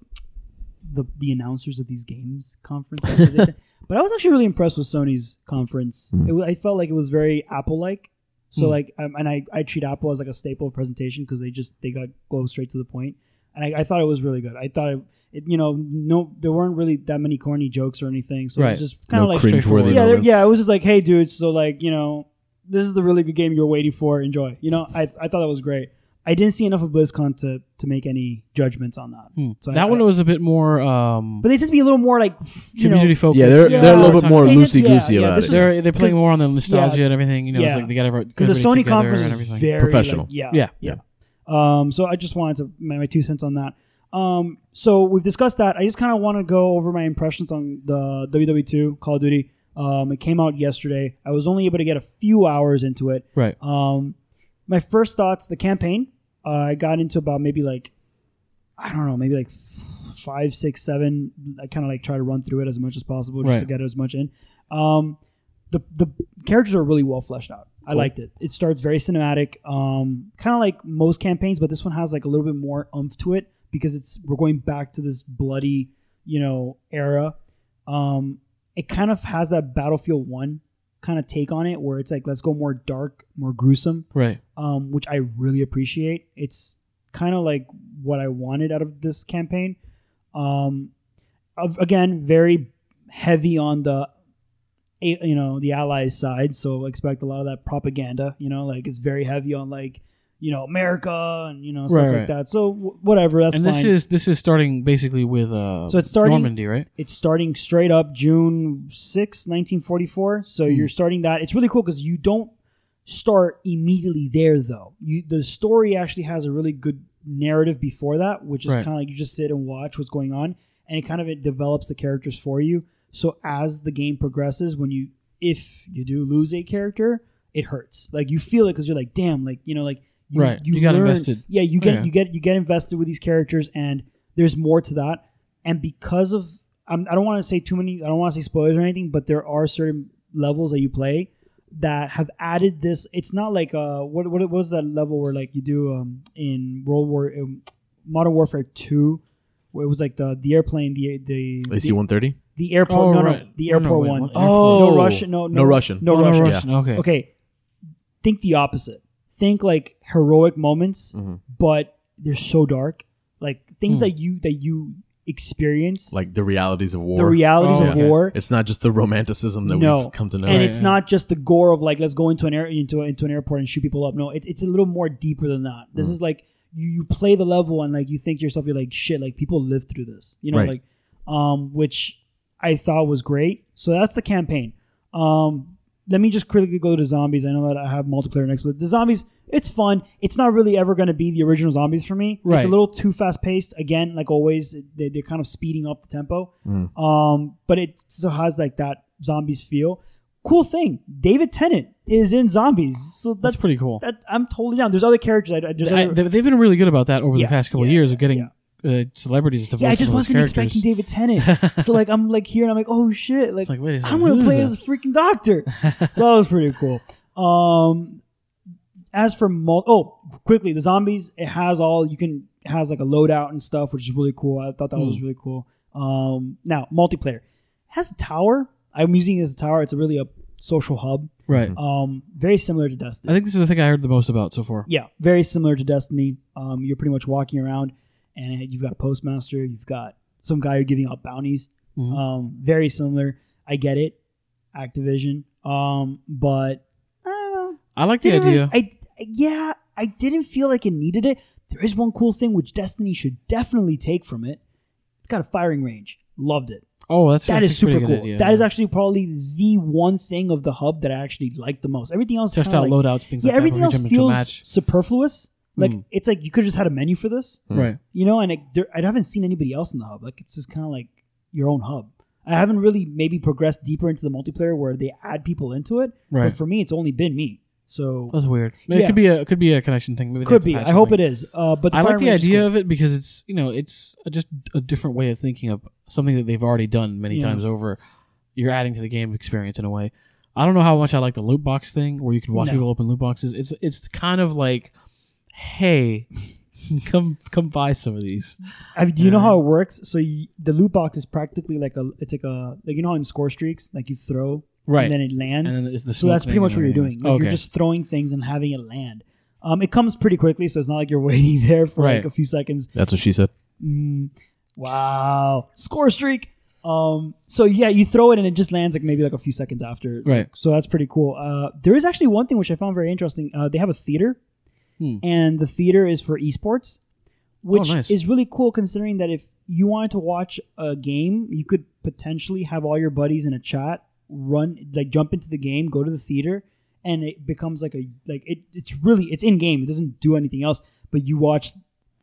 [SPEAKER 1] the the announcers of these games conference. organization. but I was actually really impressed with Sony's conference. It wa- I felt like it was very Apple like. So
[SPEAKER 2] Mm.
[SPEAKER 1] like, um, and I, I treat Apple as like a staple of presentation because they just they got go straight to the point, and I, I thought it was really good. I thought it, it you know no there weren't really that many corny jokes or anything, so
[SPEAKER 2] Right.
[SPEAKER 1] it was just kind of like
[SPEAKER 2] straightforward.
[SPEAKER 3] cringeworthy
[SPEAKER 2] Really
[SPEAKER 1] yeah, there-
[SPEAKER 3] moments.
[SPEAKER 1] yeah. It was just like, hey, dude. So like, you know, this is the really good game you're waiting for. Enjoy. You know, I, I thought that was great. I didn't see enough of BlizzCon to to make any judgments on that.
[SPEAKER 2] Hmm.
[SPEAKER 1] So I-
[SPEAKER 2] that one was a bit more um,
[SPEAKER 1] But they tend to be a little more like f- you know,
[SPEAKER 2] community focused.
[SPEAKER 3] Yeah, they're
[SPEAKER 1] Yeah.
[SPEAKER 3] they're a
[SPEAKER 2] We're
[SPEAKER 3] little bit
[SPEAKER 2] talking
[SPEAKER 3] more
[SPEAKER 1] about-
[SPEAKER 3] loosey goosey
[SPEAKER 1] Yeah, yeah,
[SPEAKER 3] about
[SPEAKER 1] this
[SPEAKER 3] it.
[SPEAKER 1] is-
[SPEAKER 2] They're they're playing more on the nostalgia and everything. You know,
[SPEAKER 1] yeah.
[SPEAKER 2] it's like they got everyone
[SPEAKER 1] because the Sony
[SPEAKER 2] together
[SPEAKER 1] conference
[SPEAKER 2] and
[SPEAKER 1] is
[SPEAKER 2] everything.
[SPEAKER 1] very
[SPEAKER 3] Professional.
[SPEAKER 1] Like, yeah,
[SPEAKER 2] Yeah.
[SPEAKER 1] yeah, Um, so I just wanted to my, my two cents on that. Um, so we've discussed that. I just kind of want to go over my impressions on the WW2 Call of Duty. Um, it came out yesterday. I was only able to get a few hours into it.
[SPEAKER 2] right.
[SPEAKER 1] Um, my first thoughts: the campaign. Uh, I got into about maybe like, I don't know, maybe like f- five, six, seven. I kind of like try to run through it as much as possible just
[SPEAKER 2] Right.
[SPEAKER 1] to get as much in. Um, the the characters are really well fleshed out. I
[SPEAKER 2] Cool.
[SPEAKER 1] liked it. It starts very cinematic, um, kind of like most campaigns, but this one has like a little bit more umph to it because it's we're going back to this bloody, you know, era. Um, it kind of has that Battlefield One kind of take on it where it's like let's go more dark, more gruesome,
[SPEAKER 2] Right.
[SPEAKER 1] um, which I really appreciate. It's kind of like what I wanted out of this campaign. Um, of- again, very heavy on the eh, you know the allies side, so expect a lot of that propaganda. You know, like it's very heavy on like you know America and you know stuff
[SPEAKER 2] Right,
[SPEAKER 1] like
[SPEAKER 2] right.
[SPEAKER 1] that. So w- whatever, that's
[SPEAKER 2] and
[SPEAKER 1] fine.
[SPEAKER 2] this is this is starting basically with uh
[SPEAKER 1] So it's starting-
[SPEAKER 2] Normandy, right?
[SPEAKER 1] it's starting straight up June 6, 1944. So
[SPEAKER 2] Hmm.
[SPEAKER 1] you're starting that. It's really cool because you don't start immediately there, though. You The story actually has a really good narrative before that, which is
[SPEAKER 2] Right.
[SPEAKER 1] kind of like you just sit and watch what's going on, and it kind of it develops the characters for you. So as the game progresses, when you if you do lose a character, it hurts. Like you feel it because you're like, damn, like you know, like you,
[SPEAKER 2] Right. You got
[SPEAKER 1] learn-
[SPEAKER 2] invested.
[SPEAKER 1] Yeah, you get
[SPEAKER 2] Yeah.
[SPEAKER 1] you get you get invested with these characters, and there's more to that. And because of I'm, I don't want to say too many. I don't want to say spoilers or anything, but there are certain levels that you play that have added this. It's not like uh, what what was that level where like you do um in World War um, Modern Warfare Two, where it was like the the airplane the the
[SPEAKER 3] AC
[SPEAKER 1] the,
[SPEAKER 3] one thirty.
[SPEAKER 1] the airport
[SPEAKER 2] Oh,
[SPEAKER 1] no, no
[SPEAKER 2] right.
[SPEAKER 1] the
[SPEAKER 2] No, no,
[SPEAKER 1] airport
[SPEAKER 2] wait,
[SPEAKER 1] one.
[SPEAKER 2] what?
[SPEAKER 3] Oh.
[SPEAKER 1] no Russian no no,
[SPEAKER 3] No Russian.
[SPEAKER 1] no
[SPEAKER 2] Oh,
[SPEAKER 1] Russian
[SPEAKER 2] Okay.
[SPEAKER 1] okay think the opposite think like heroic moments
[SPEAKER 3] Mhm.
[SPEAKER 1] but they're so dark like things
[SPEAKER 2] Hmm.
[SPEAKER 1] that you that you experience
[SPEAKER 3] Like the realities of war.
[SPEAKER 1] the realities
[SPEAKER 2] Oh,
[SPEAKER 1] of
[SPEAKER 2] okay.
[SPEAKER 1] war
[SPEAKER 3] it's not just the romanticism that
[SPEAKER 1] No.
[SPEAKER 3] we've come to know.
[SPEAKER 1] and
[SPEAKER 2] Right,
[SPEAKER 1] it's
[SPEAKER 2] yeah.
[SPEAKER 1] not just the gore of like let's go into an air into, a- into an airport and shoot people up no it, it's a little more deeper than that this
[SPEAKER 3] Mhm.
[SPEAKER 2] Mm-hmm.
[SPEAKER 1] is like you you play the level and like you think to yourself you're like shit like people live through this you know
[SPEAKER 3] Right.
[SPEAKER 1] like um which i thought was great so that's the campaign um let me just quickly go to zombies i know that i have multiplayer next but the zombies it's fun it's not really ever going to be the original zombies for me it's
[SPEAKER 2] Right.
[SPEAKER 1] a little too fast paced again like always they, they're kind of speeding up the tempo
[SPEAKER 3] Mm.
[SPEAKER 1] um, but it still has like that zombies feel. Cool thing, David Tennant is in Zombies, so that's,
[SPEAKER 2] That's pretty cool.
[SPEAKER 1] That, I'm totally down. There's other characters. I, I just,
[SPEAKER 2] I, they, they've been really good about that over
[SPEAKER 1] Yeah,
[SPEAKER 2] the past couple
[SPEAKER 1] yeah,
[SPEAKER 2] of years of
[SPEAKER 1] yeah.
[SPEAKER 2] getting uh, celebrities to voice
[SPEAKER 1] yeah, I just
[SPEAKER 2] some of those
[SPEAKER 1] wasn't expecting
[SPEAKER 2] characters.
[SPEAKER 1] David Tennant. so like, I'm like here and I'm like, oh shit, like,
[SPEAKER 2] It's like, wait a second,
[SPEAKER 1] I'm gonna
[SPEAKER 2] who is
[SPEAKER 1] play
[SPEAKER 2] that?
[SPEAKER 1] as a freaking doctor. so that was pretty cool. Um, as for mul- oh, quickly the zombies, it has all you can it has like a loadout and stuff, which is really cool. I thought that was
[SPEAKER 2] Mm.
[SPEAKER 1] really cool. Um, now multiplayer it has a tower. I'm using it as a tower. It's a really a social hub.
[SPEAKER 2] Right.
[SPEAKER 1] Um, very similar to Destiny.
[SPEAKER 2] I think this is the thing I heard the most about so far.
[SPEAKER 1] Yeah, very similar to Destiny. Um, you're pretty much walking around, and you've got a postmaster. You've got some guy who's giving out bounties.
[SPEAKER 2] Mhm.
[SPEAKER 1] Um, very similar. I get it, Activision. Um, but I don't know.
[SPEAKER 2] I like the
[SPEAKER 1] Didn't really-
[SPEAKER 2] idea.
[SPEAKER 1] I yeah, I didn't feel like it needed it. There is one cool thing which Destiny should definitely take from it. It's got a firing range. Loved it.
[SPEAKER 2] oh, that's
[SPEAKER 1] That
[SPEAKER 2] that's
[SPEAKER 1] is
[SPEAKER 2] a pretty
[SPEAKER 1] super
[SPEAKER 2] good
[SPEAKER 1] cool.
[SPEAKER 2] idea,
[SPEAKER 1] That is
[SPEAKER 2] yeah.
[SPEAKER 1] actually probably the one thing of the hub that I actually liked the most. Everything else
[SPEAKER 2] test
[SPEAKER 1] kinda
[SPEAKER 2] out
[SPEAKER 1] like-
[SPEAKER 2] loadouts, things
[SPEAKER 1] yeah,
[SPEAKER 2] like
[SPEAKER 1] everything
[SPEAKER 2] that.
[SPEAKER 1] else
[SPEAKER 2] for each individual
[SPEAKER 1] feels
[SPEAKER 2] match.
[SPEAKER 1] superfluous. Like
[SPEAKER 2] Mm.
[SPEAKER 1] it's like you could just had a menu for this,
[SPEAKER 3] Hmm.
[SPEAKER 2] right.
[SPEAKER 1] you know. And it, there, I haven't seen anybody else in the hub. Like it's just kind of like your own hub. I haven't really maybe progressed deeper into the multiplayer where they add people into it.
[SPEAKER 2] Right.
[SPEAKER 1] But for me, it's only been me. So
[SPEAKER 2] That's weird. Maybe
[SPEAKER 1] Yeah.
[SPEAKER 2] It could be a it could be a connection thing. Maybe they have
[SPEAKER 1] could
[SPEAKER 2] to
[SPEAKER 1] be.
[SPEAKER 2] patch
[SPEAKER 1] I hope
[SPEAKER 2] something.
[SPEAKER 1] it is. Uh, but the
[SPEAKER 2] I like
[SPEAKER 1] firing
[SPEAKER 2] the
[SPEAKER 1] range is
[SPEAKER 2] idea
[SPEAKER 1] cool.
[SPEAKER 2] of it because it's you know it's a- just a different way of thinking of something that they've already done many
[SPEAKER 1] Yeah.
[SPEAKER 2] times over. You're adding to the game experience in a way. I don't know how much I like the loot box thing where you can watch
[SPEAKER 1] No.
[SPEAKER 2] people open loot boxes. It's it's kind of like, hey, come come buy some of these.
[SPEAKER 1] I mean, do you know how it works? So you, the loot box is practically like a. It's like a like you know how in score streaks like you throw
[SPEAKER 2] Right.
[SPEAKER 1] and then it lands.
[SPEAKER 2] it's the
[SPEAKER 1] So that's
[SPEAKER 2] smoke
[SPEAKER 1] pretty
[SPEAKER 2] thing
[SPEAKER 1] much
[SPEAKER 2] and
[SPEAKER 1] what you're doing.
[SPEAKER 2] everything
[SPEAKER 1] Like
[SPEAKER 2] else.
[SPEAKER 1] You're just throwing things and having it land. Um, it comes pretty quickly, so it's not like you're waiting there for like
[SPEAKER 2] Right.
[SPEAKER 1] a few seconds.
[SPEAKER 3] That's what she said.
[SPEAKER 1] Mm, wow, score streak. Um, so yeah, you throw it and it just lands like maybe like a few seconds after.
[SPEAKER 2] Right.
[SPEAKER 1] So that's pretty cool. Uh, there is actually one thing which I found very interesting. Uh, they have a theater,
[SPEAKER 2] Hmm. Oh,
[SPEAKER 1] and the theater is for esports, which
[SPEAKER 2] nice.
[SPEAKER 1] is really cool considering that if you wanted to watch a game, you could potentially have all your buddies in a chat, run like jump into the game, go to the theater, and it becomes like a like it, it's really it's in game. It doesn't do anything else, but you watch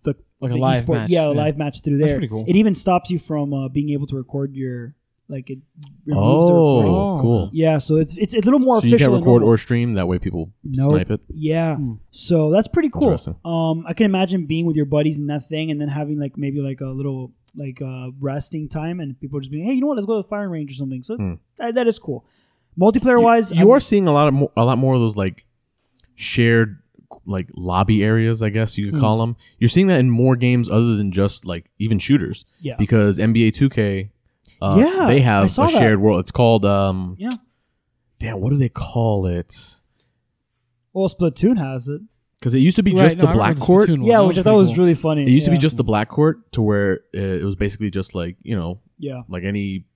[SPEAKER 1] the
[SPEAKER 2] Like a
[SPEAKER 1] the
[SPEAKER 2] live
[SPEAKER 1] esport-
[SPEAKER 2] match,
[SPEAKER 1] yeah, a
[SPEAKER 2] yeah.
[SPEAKER 1] live match through there.
[SPEAKER 2] That's pretty cool.
[SPEAKER 1] It even stops you from uh, being able to record your like it. removes the recording.
[SPEAKER 3] Oh,
[SPEAKER 2] Oh.
[SPEAKER 3] cool.
[SPEAKER 1] Yeah, so it's it's a little more
[SPEAKER 3] So you
[SPEAKER 1] official.
[SPEAKER 3] can't
[SPEAKER 1] than
[SPEAKER 3] record
[SPEAKER 1] normal.
[SPEAKER 3] or stream. That way, people
[SPEAKER 1] No.
[SPEAKER 3] snipe it.
[SPEAKER 1] yeah.
[SPEAKER 2] Hmm.
[SPEAKER 1] So that's pretty cool.
[SPEAKER 3] Interesting.
[SPEAKER 1] Um, I can imagine being with your buddies in that thing, and then having like maybe like a little like uh, resting time, and people just being, hey, you know what? Let's go to the firing range or something. So
[SPEAKER 3] Hmm.
[SPEAKER 1] that, that is cool. Multiplayer wise,
[SPEAKER 3] you, you are seeing a lot of mo- a lot more of those like shared like lobby areas. I guess you could
[SPEAKER 1] Hmm.
[SPEAKER 3] call them. You're seeing that in more games other than just like even shooters.
[SPEAKER 1] yeah.
[SPEAKER 3] because NBA 2K, uh,
[SPEAKER 1] Yeah,
[SPEAKER 3] they
[SPEAKER 1] I
[SPEAKER 3] have
[SPEAKER 1] saw
[SPEAKER 3] a
[SPEAKER 1] that.
[SPEAKER 3] shared world. It's called um,
[SPEAKER 1] Yeah.
[SPEAKER 3] damn, what do they call it?
[SPEAKER 1] Well, Splatoon has it.
[SPEAKER 3] Because it used to be
[SPEAKER 2] Right,
[SPEAKER 3] just
[SPEAKER 2] no, I
[SPEAKER 3] the
[SPEAKER 2] remember
[SPEAKER 3] black
[SPEAKER 2] the
[SPEAKER 3] court.
[SPEAKER 2] Splatoon one.
[SPEAKER 1] yeah,
[SPEAKER 2] That
[SPEAKER 1] which I
[SPEAKER 2] pretty
[SPEAKER 1] thought was
[SPEAKER 2] cool.
[SPEAKER 1] really funny.
[SPEAKER 3] It used to be
[SPEAKER 1] Yeah.
[SPEAKER 3] just the black court to where uh, it was basically just like, you know,
[SPEAKER 1] yeah.
[SPEAKER 3] like any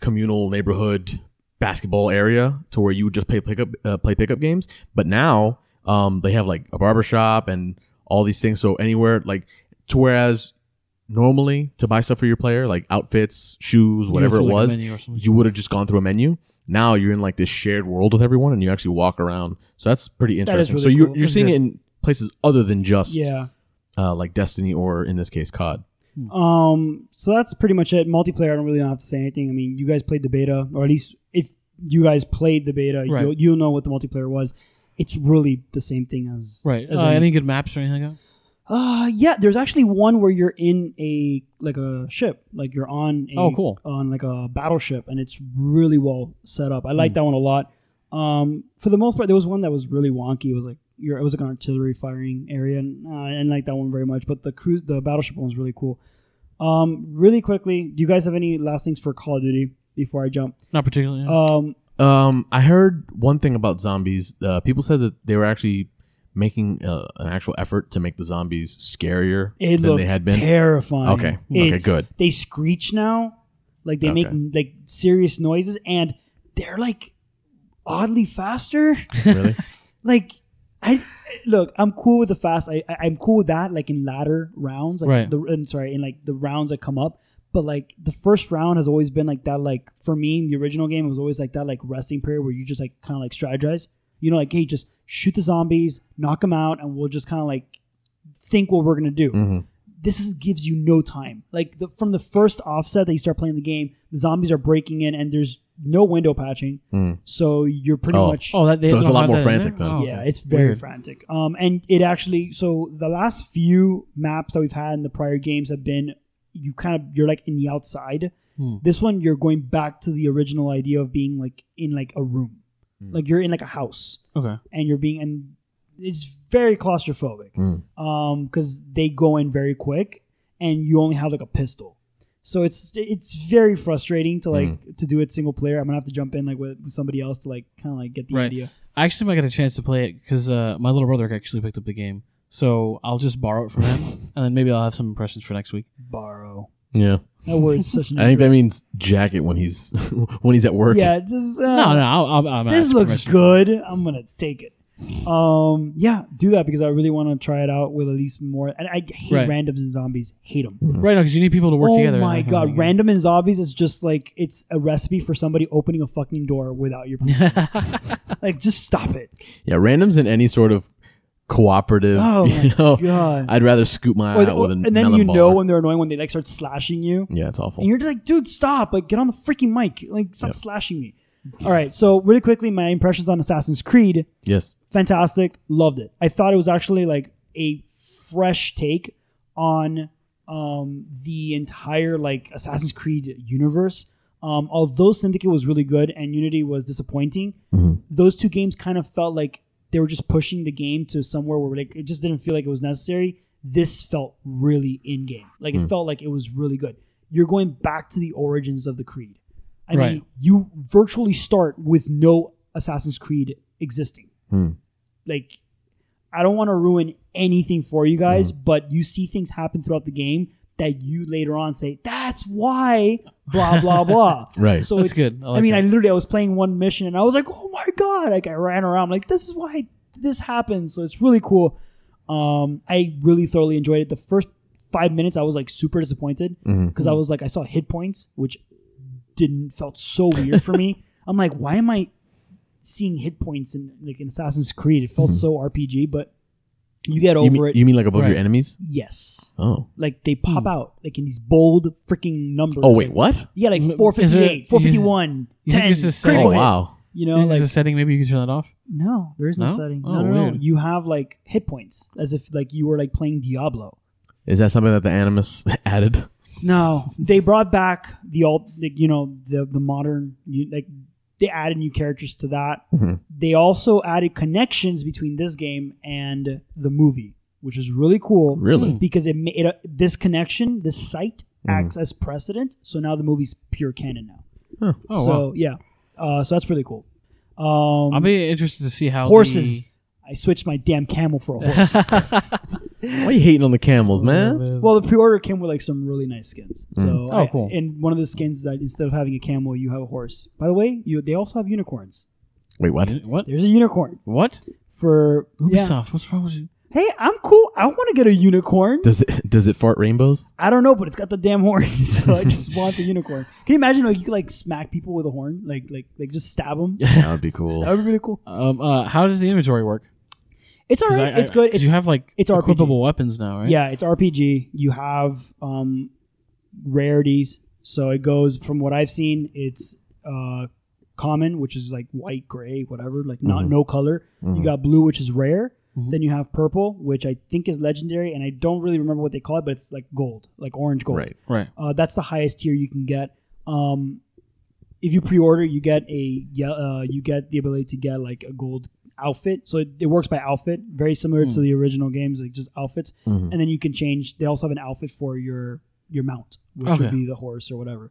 [SPEAKER 3] communal neighborhood basketball area to where you would just play pickup uh, play pickup games. But now um, they have like a barber shop and all these things. So anywhere like to whereas normally to buy stuff for your player like outfits, shoes,
[SPEAKER 2] You
[SPEAKER 3] whatever
[SPEAKER 2] go
[SPEAKER 3] it
[SPEAKER 2] through, like, a
[SPEAKER 3] was,
[SPEAKER 2] menu or something.
[SPEAKER 3] you would have just gone through a menu. Now you're in like this shared world with everyone, and you actually walk around. So that's pretty
[SPEAKER 1] That is
[SPEAKER 3] interesting.
[SPEAKER 1] really
[SPEAKER 3] so you're
[SPEAKER 1] cool.
[SPEAKER 3] you're
[SPEAKER 1] That's
[SPEAKER 3] seeing
[SPEAKER 1] good.
[SPEAKER 3] it in places other than just
[SPEAKER 1] Yeah.
[SPEAKER 3] uh, like Destiny or in this case COD.
[SPEAKER 2] Hmm.
[SPEAKER 1] Um, so that's pretty much it. Multiplayer, I don't really have to say anything. I mean, you guys played the beta, or at least if you guys played the beta,
[SPEAKER 2] Right.
[SPEAKER 1] you'll, you'll know what the multiplayer was. It's really the same thing as
[SPEAKER 2] Right.
[SPEAKER 1] As
[SPEAKER 2] Uh,
[SPEAKER 1] any-
[SPEAKER 2] any good maps or anything? Like that?
[SPEAKER 1] Uh, yeah. There's actually one where you're in a like a ship, like you're on. A,
[SPEAKER 2] Oh, cool.
[SPEAKER 1] On like a battleship, and it's really well set up. I like that one a lot. Um, for the most part, there was one that was really wonky. It was like you're, it was like an artillery firing area, and uh, I didn't like that one very much. But the cruise, the battleship one was really cool. Um, really quickly, do you guys have any last things for Call of Duty before I jump?
[SPEAKER 2] Not particularly. yeah.
[SPEAKER 1] Um,
[SPEAKER 3] Um, I heard one thing about zombies. Uh, people said that they were actually making uh, an actual effort to make the zombies scarier
[SPEAKER 1] It
[SPEAKER 3] than
[SPEAKER 1] looks
[SPEAKER 3] they had been.
[SPEAKER 1] terrifying.
[SPEAKER 3] Okay. Okay,
[SPEAKER 1] It's-
[SPEAKER 3] good.
[SPEAKER 1] They screech now, like they
[SPEAKER 3] Okay.
[SPEAKER 1] make like serious noises, and they're like oddly faster.
[SPEAKER 3] really?
[SPEAKER 1] like I look, I'm cool with the fast. I, I I'm cool with that. Like in latter rounds, like
[SPEAKER 2] Right.
[SPEAKER 1] The I'm sorry, in like the rounds that come up. But like the first round has always been like that. Like for me, the original game it was always like that. Like resting period where you just like kind of like strategize. You know, like hey, just shoot the zombies, knock them out, and we'll just kind of like think what we're gonna do
[SPEAKER 3] Mhm.
[SPEAKER 1] this is, gives you no time. Like the, from the first offset that you start playing the game, the zombies are breaking in, and there's no window patching,
[SPEAKER 3] Hmm.
[SPEAKER 1] so you're pretty
[SPEAKER 3] Oh.
[SPEAKER 1] much
[SPEAKER 2] oh, that they
[SPEAKER 3] So it's a
[SPEAKER 2] don't
[SPEAKER 3] lot
[SPEAKER 2] have
[SPEAKER 3] more
[SPEAKER 2] that in
[SPEAKER 3] frantic
[SPEAKER 2] there?
[SPEAKER 3] then.
[SPEAKER 2] Oh,
[SPEAKER 1] yeah,
[SPEAKER 2] okay.
[SPEAKER 1] it's very
[SPEAKER 2] Weird.
[SPEAKER 1] frantic. Um, and it actually so the last few maps that we've had in the prior games have been you kind of you're like in the outside.
[SPEAKER 2] Hmm.
[SPEAKER 1] This one you're going back to the original idea of being like in like a room, like you're in like a house
[SPEAKER 2] Okay.
[SPEAKER 1] and you're being and it's very claustrophobic
[SPEAKER 3] Mm.
[SPEAKER 1] um because they go in very quick and you only have like a pistol so it's it's very frustrating to like
[SPEAKER 2] Mm-hmm.
[SPEAKER 1] to do it single player i'm gonna have to jump in like with, with somebody else to like kind of like get the
[SPEAKER 2] Right.
[SPEAKER 1] idea
[SPEAKER 2] I actually might get a chance to play it because uh, my little brother actually picked up the game, so I'll just borrow it from him, and then maybe I'll have some impressions for next week.
[SPEAKER 1] borrow
[SPEAKER 3] Yeah,
[SPEAKER 1] that word's such an
[SPEAKER 3] I think that means jacket when he's when he's at work.
[SPEAKER 1] yeah just uh,
[SPEAKER 2] No, no, I'll, I'll, I'm
[SPEAKER 1] this looks good i'm gonna take it um yeah do that because i really want to try it out with at least more and i hate
[SPEAKER 2] Right.
[SPEAKER 1] randoms and zombies hate them
[SPEAKER 2] Right now, because you need people to work
[SPEAKER 1] oh
[SPEAKER 2] together. and
[SPEAKER 1] my
[SPEAKER 2] everything
[SPEAKER 1] god,
[SPEAKER 2] like that.
[SPEAKER 1] random and zombies is just like it's a recipe for somebody opening a fucking door without your permission. like just stop it.
[SPEAKER 3] yeah. Randoms in any sort of cooperative.
[SPEAKER 1] Oh
[SPEAKER 3] you
[SPEAKER 1] my
[SPEAKER 3] know,
[SPEAKER 1] god.
[SPEAKER 3] I'd rather scoop my eye
[SPEAKER 1] Or-
[SPEAKER 3] out Ah, with
[SPEAKER 1] or-
[SPEAKER 3] a
[SPEAKER 1] and then
[SPEAKER 3] melon
[SPEAKER 1] you
[SPEAKER 3] bar.
[SPEAKER 1] know when they're annoying when they like start slashing you.
[SPEAKER 3] yeah, it's awful.
[SPEAKER 1] And you're just like, dude, stop. Like get on the freaking mic. Like stop slashing me. All right, so really quickly my impressions on Assassin's Creed.
[SPEAKER 3] Yes,
[SPEAKER 1] fantastic loved it i thought it was actually like a fresh take on um, the entire like assassin's creed universe um, although syndicate was really good and unity was disappointing those two games kind of felt like they were just pushing the game to somewhere where like it just didn't feel like it was necessary this felt really in game like it felt like it was really good you're going back to the origins of the creed i mean
[SPEAKER 2] Right.
[SPEAKER 1] you virtually start with no assassin's creed existing like I don't want to ruin anything for you guys, but you see things happen throughout the game that you later on say, "That's why," blah blah blah.
[SPEAKER 3] Right.
[SPEAKER 1] So
[SPEAKER 2] That's
[SPEAKER 1] it's
[SPEAKER 2] good. I
[SPEAKER 1] I,
[SPEAKER 2] like
[SPEAKER 1] mean,
[SPEAKER 2] that.
[SPEAKER 1] I literally I was playing one mission and I was like, "Oh my god!" Like I ran around like, "This is why this happens." So it's really cool. Um, I really thoroughly enjoyed it. The first five minutes, I was like super disappointed because I was like, I saw hit points, which didn't felt so weird for me. I'm like, why am I seeing hit points in like in Assassin's Creed? It felt so RPG, but you get over
[SPEAKER 3] you mean,
[SPEAKER 1] it.
[SPEAKER 3] you mean like above
[SPEAKER 2] Right.
[SPEAKER 3] your enemies?
[SPEAKER 1] yes,
[SPEAKER 3] Oh,
[SPEAKER 1] like they pop out like in these bold freaking numbers.
[SPEAKER 3] oh wait,
[SPEAKER 1] Like,
[SPEAKER 3] what?
[SPEAKER 1] yeah, like
[SPEAKER 2] Mm, is there-
[SPEAKER 1] 458, 451,
[SPEAKER 2] you think
[SPEAKER 1] 10.
[SPEAKER 2] it's just
[SPEAKER 1] critical
[SPEAKER 3] Oh
[SPEAKER 2] saying-
[SPEAKER 1] hit.
[SPEAKER 3] wow.
[SPEAKER 1] You
[SPEAKER 2] You
[SPEAKER 1] know,
[SPEAKER 2] think
[SPEAKER 1] like
[SPEAKER 2] there's a setting. Maybe you can turn that off.
[SPEAKER 1] no, there is no,
[SPEAKER 2] No?
[SPEAKER 1] setting.
[SPEAKER 2] Oh,
[SPEAKER 1] no, no, no.
[SPEAKER 2] weird.
[SPEAKER 1] You have like hit points as if like you were like playing Diablo.
[SPEAKER 3] Is that something that the Animus added?
[SPEAKER 1] No, they brought back the old, like, you know, the the modern, you, like they added new characters to that.
[SPEAKER 2] Mm-hmm.
[SPEAKER 3] Mhm.
[SPEAKER 1] They also added connections between this game and the movie, which is really cool.
[SPEAKER 3] Really?
[SPEAKER 1] because it, ma- it uh, this connection, this site
[SPEAKER 2] Mm-hmm.
[SPEAKER 1] acts as precedent. So now the movie's pure canon now.
[SPEAKER 3] Huh.
[SPEAKER 2] Oh
[SPEAKER 1] so
[SPEAKER 2] wow.
[SPEAKER 1] yeah, uh, so that's really cool. Um,
[SPEAKER 2] I'll be interested to see how
[SPEAKER 1] horses. I switched my damn camel for a horse.
[SPEAKER 2] The...
[SPEAKER 3] Why you hating on the camels, man?
[SPEAKER 1] well, the pre-order came with like some really nice skins. So
[SPEAKER 3] Mm.
[SPEAKER 2] Oh,
[SPEAKER 1] I-
[SPEAKER 2] cool.
[SPEAKER 1] And one of the skins is that instead of having a camel, you have a horse. By the way, you they also have unicorns.
[SPEAKER 3] Wait, what?
[SPEAKER 2] what?
[SPEAKER 1] There's a unicorn
[SPEAKER 2] What?
[SPEAKER 1] for
[SPEAKER 2] Ubisoft.
[SPEAKER 1] yeah.
[SPEAKER 2] What's wrong with you?
[SPEAKER 1] Hey, I'm cool. I want to get a unicorn.
[SPEAKER 3] Does it does it fart rainbows?
[SPEAKER 1] I don't know, but it's got the damn horn, so I just want the unicorn. Can you imagine? Like you could like smack people with a horn, like like like just stab them.
[SPEAKER 3] That would be cool.
[SPEAKER 1] That would be really cool.
[SPEAKER 2] Um, uh, how does the inventory work?
[SPEAKER 1] It's all
[SPEAKER 2] 'Cause
[SPEAKER 1] right.
[SPEAKER 2] I- I-
[SPEAKER 1] it's good.
[SPEAKER 2] 'cause
[SPEAKER 1] It's,
[SPEAKER 2] you have like
[SPEAKER 1] it's RPG.
[SPEAKER 2] equipable weapons now, right?
[SPEAKER 1] Yeah, it's RPG. You have um, rarities, so it goes from what I've seen. It's uh, common, which is like white, gray, whatever, like not
[SPEAKER 3] Mhm.
[SPEAKER 1] no color. You
[SPEAKER 3] Mhm.
[SPEAKER 1] got blue, which is rare.
[SPEAKER 2] Mhm.
[SPEAKER 1] Then you have purple, which I think is legendary, and I don't really remember what they call it, but it's like gold, like orange gold.
[SPEAKER 3] Right.
[SPEAKER 2] Right.
[SPEAKER 1] Uh, that's the highest tier you can get. Um, if you pre-order, you get a ye- uh, you get the ability to get like a gold outfit. So it, it works by outfit, very similar to
[SPEAKER 2] Hmm.
[SPEAKER 1] the original games, like just outfits.
[SPEAKER 3] Mhm.
[SPEAKER 1] And then you can change. They also have an outfit for your your mount, which would
[SPEAKER 2] Okay.
[SPEAKER 1] be the horse or whatever.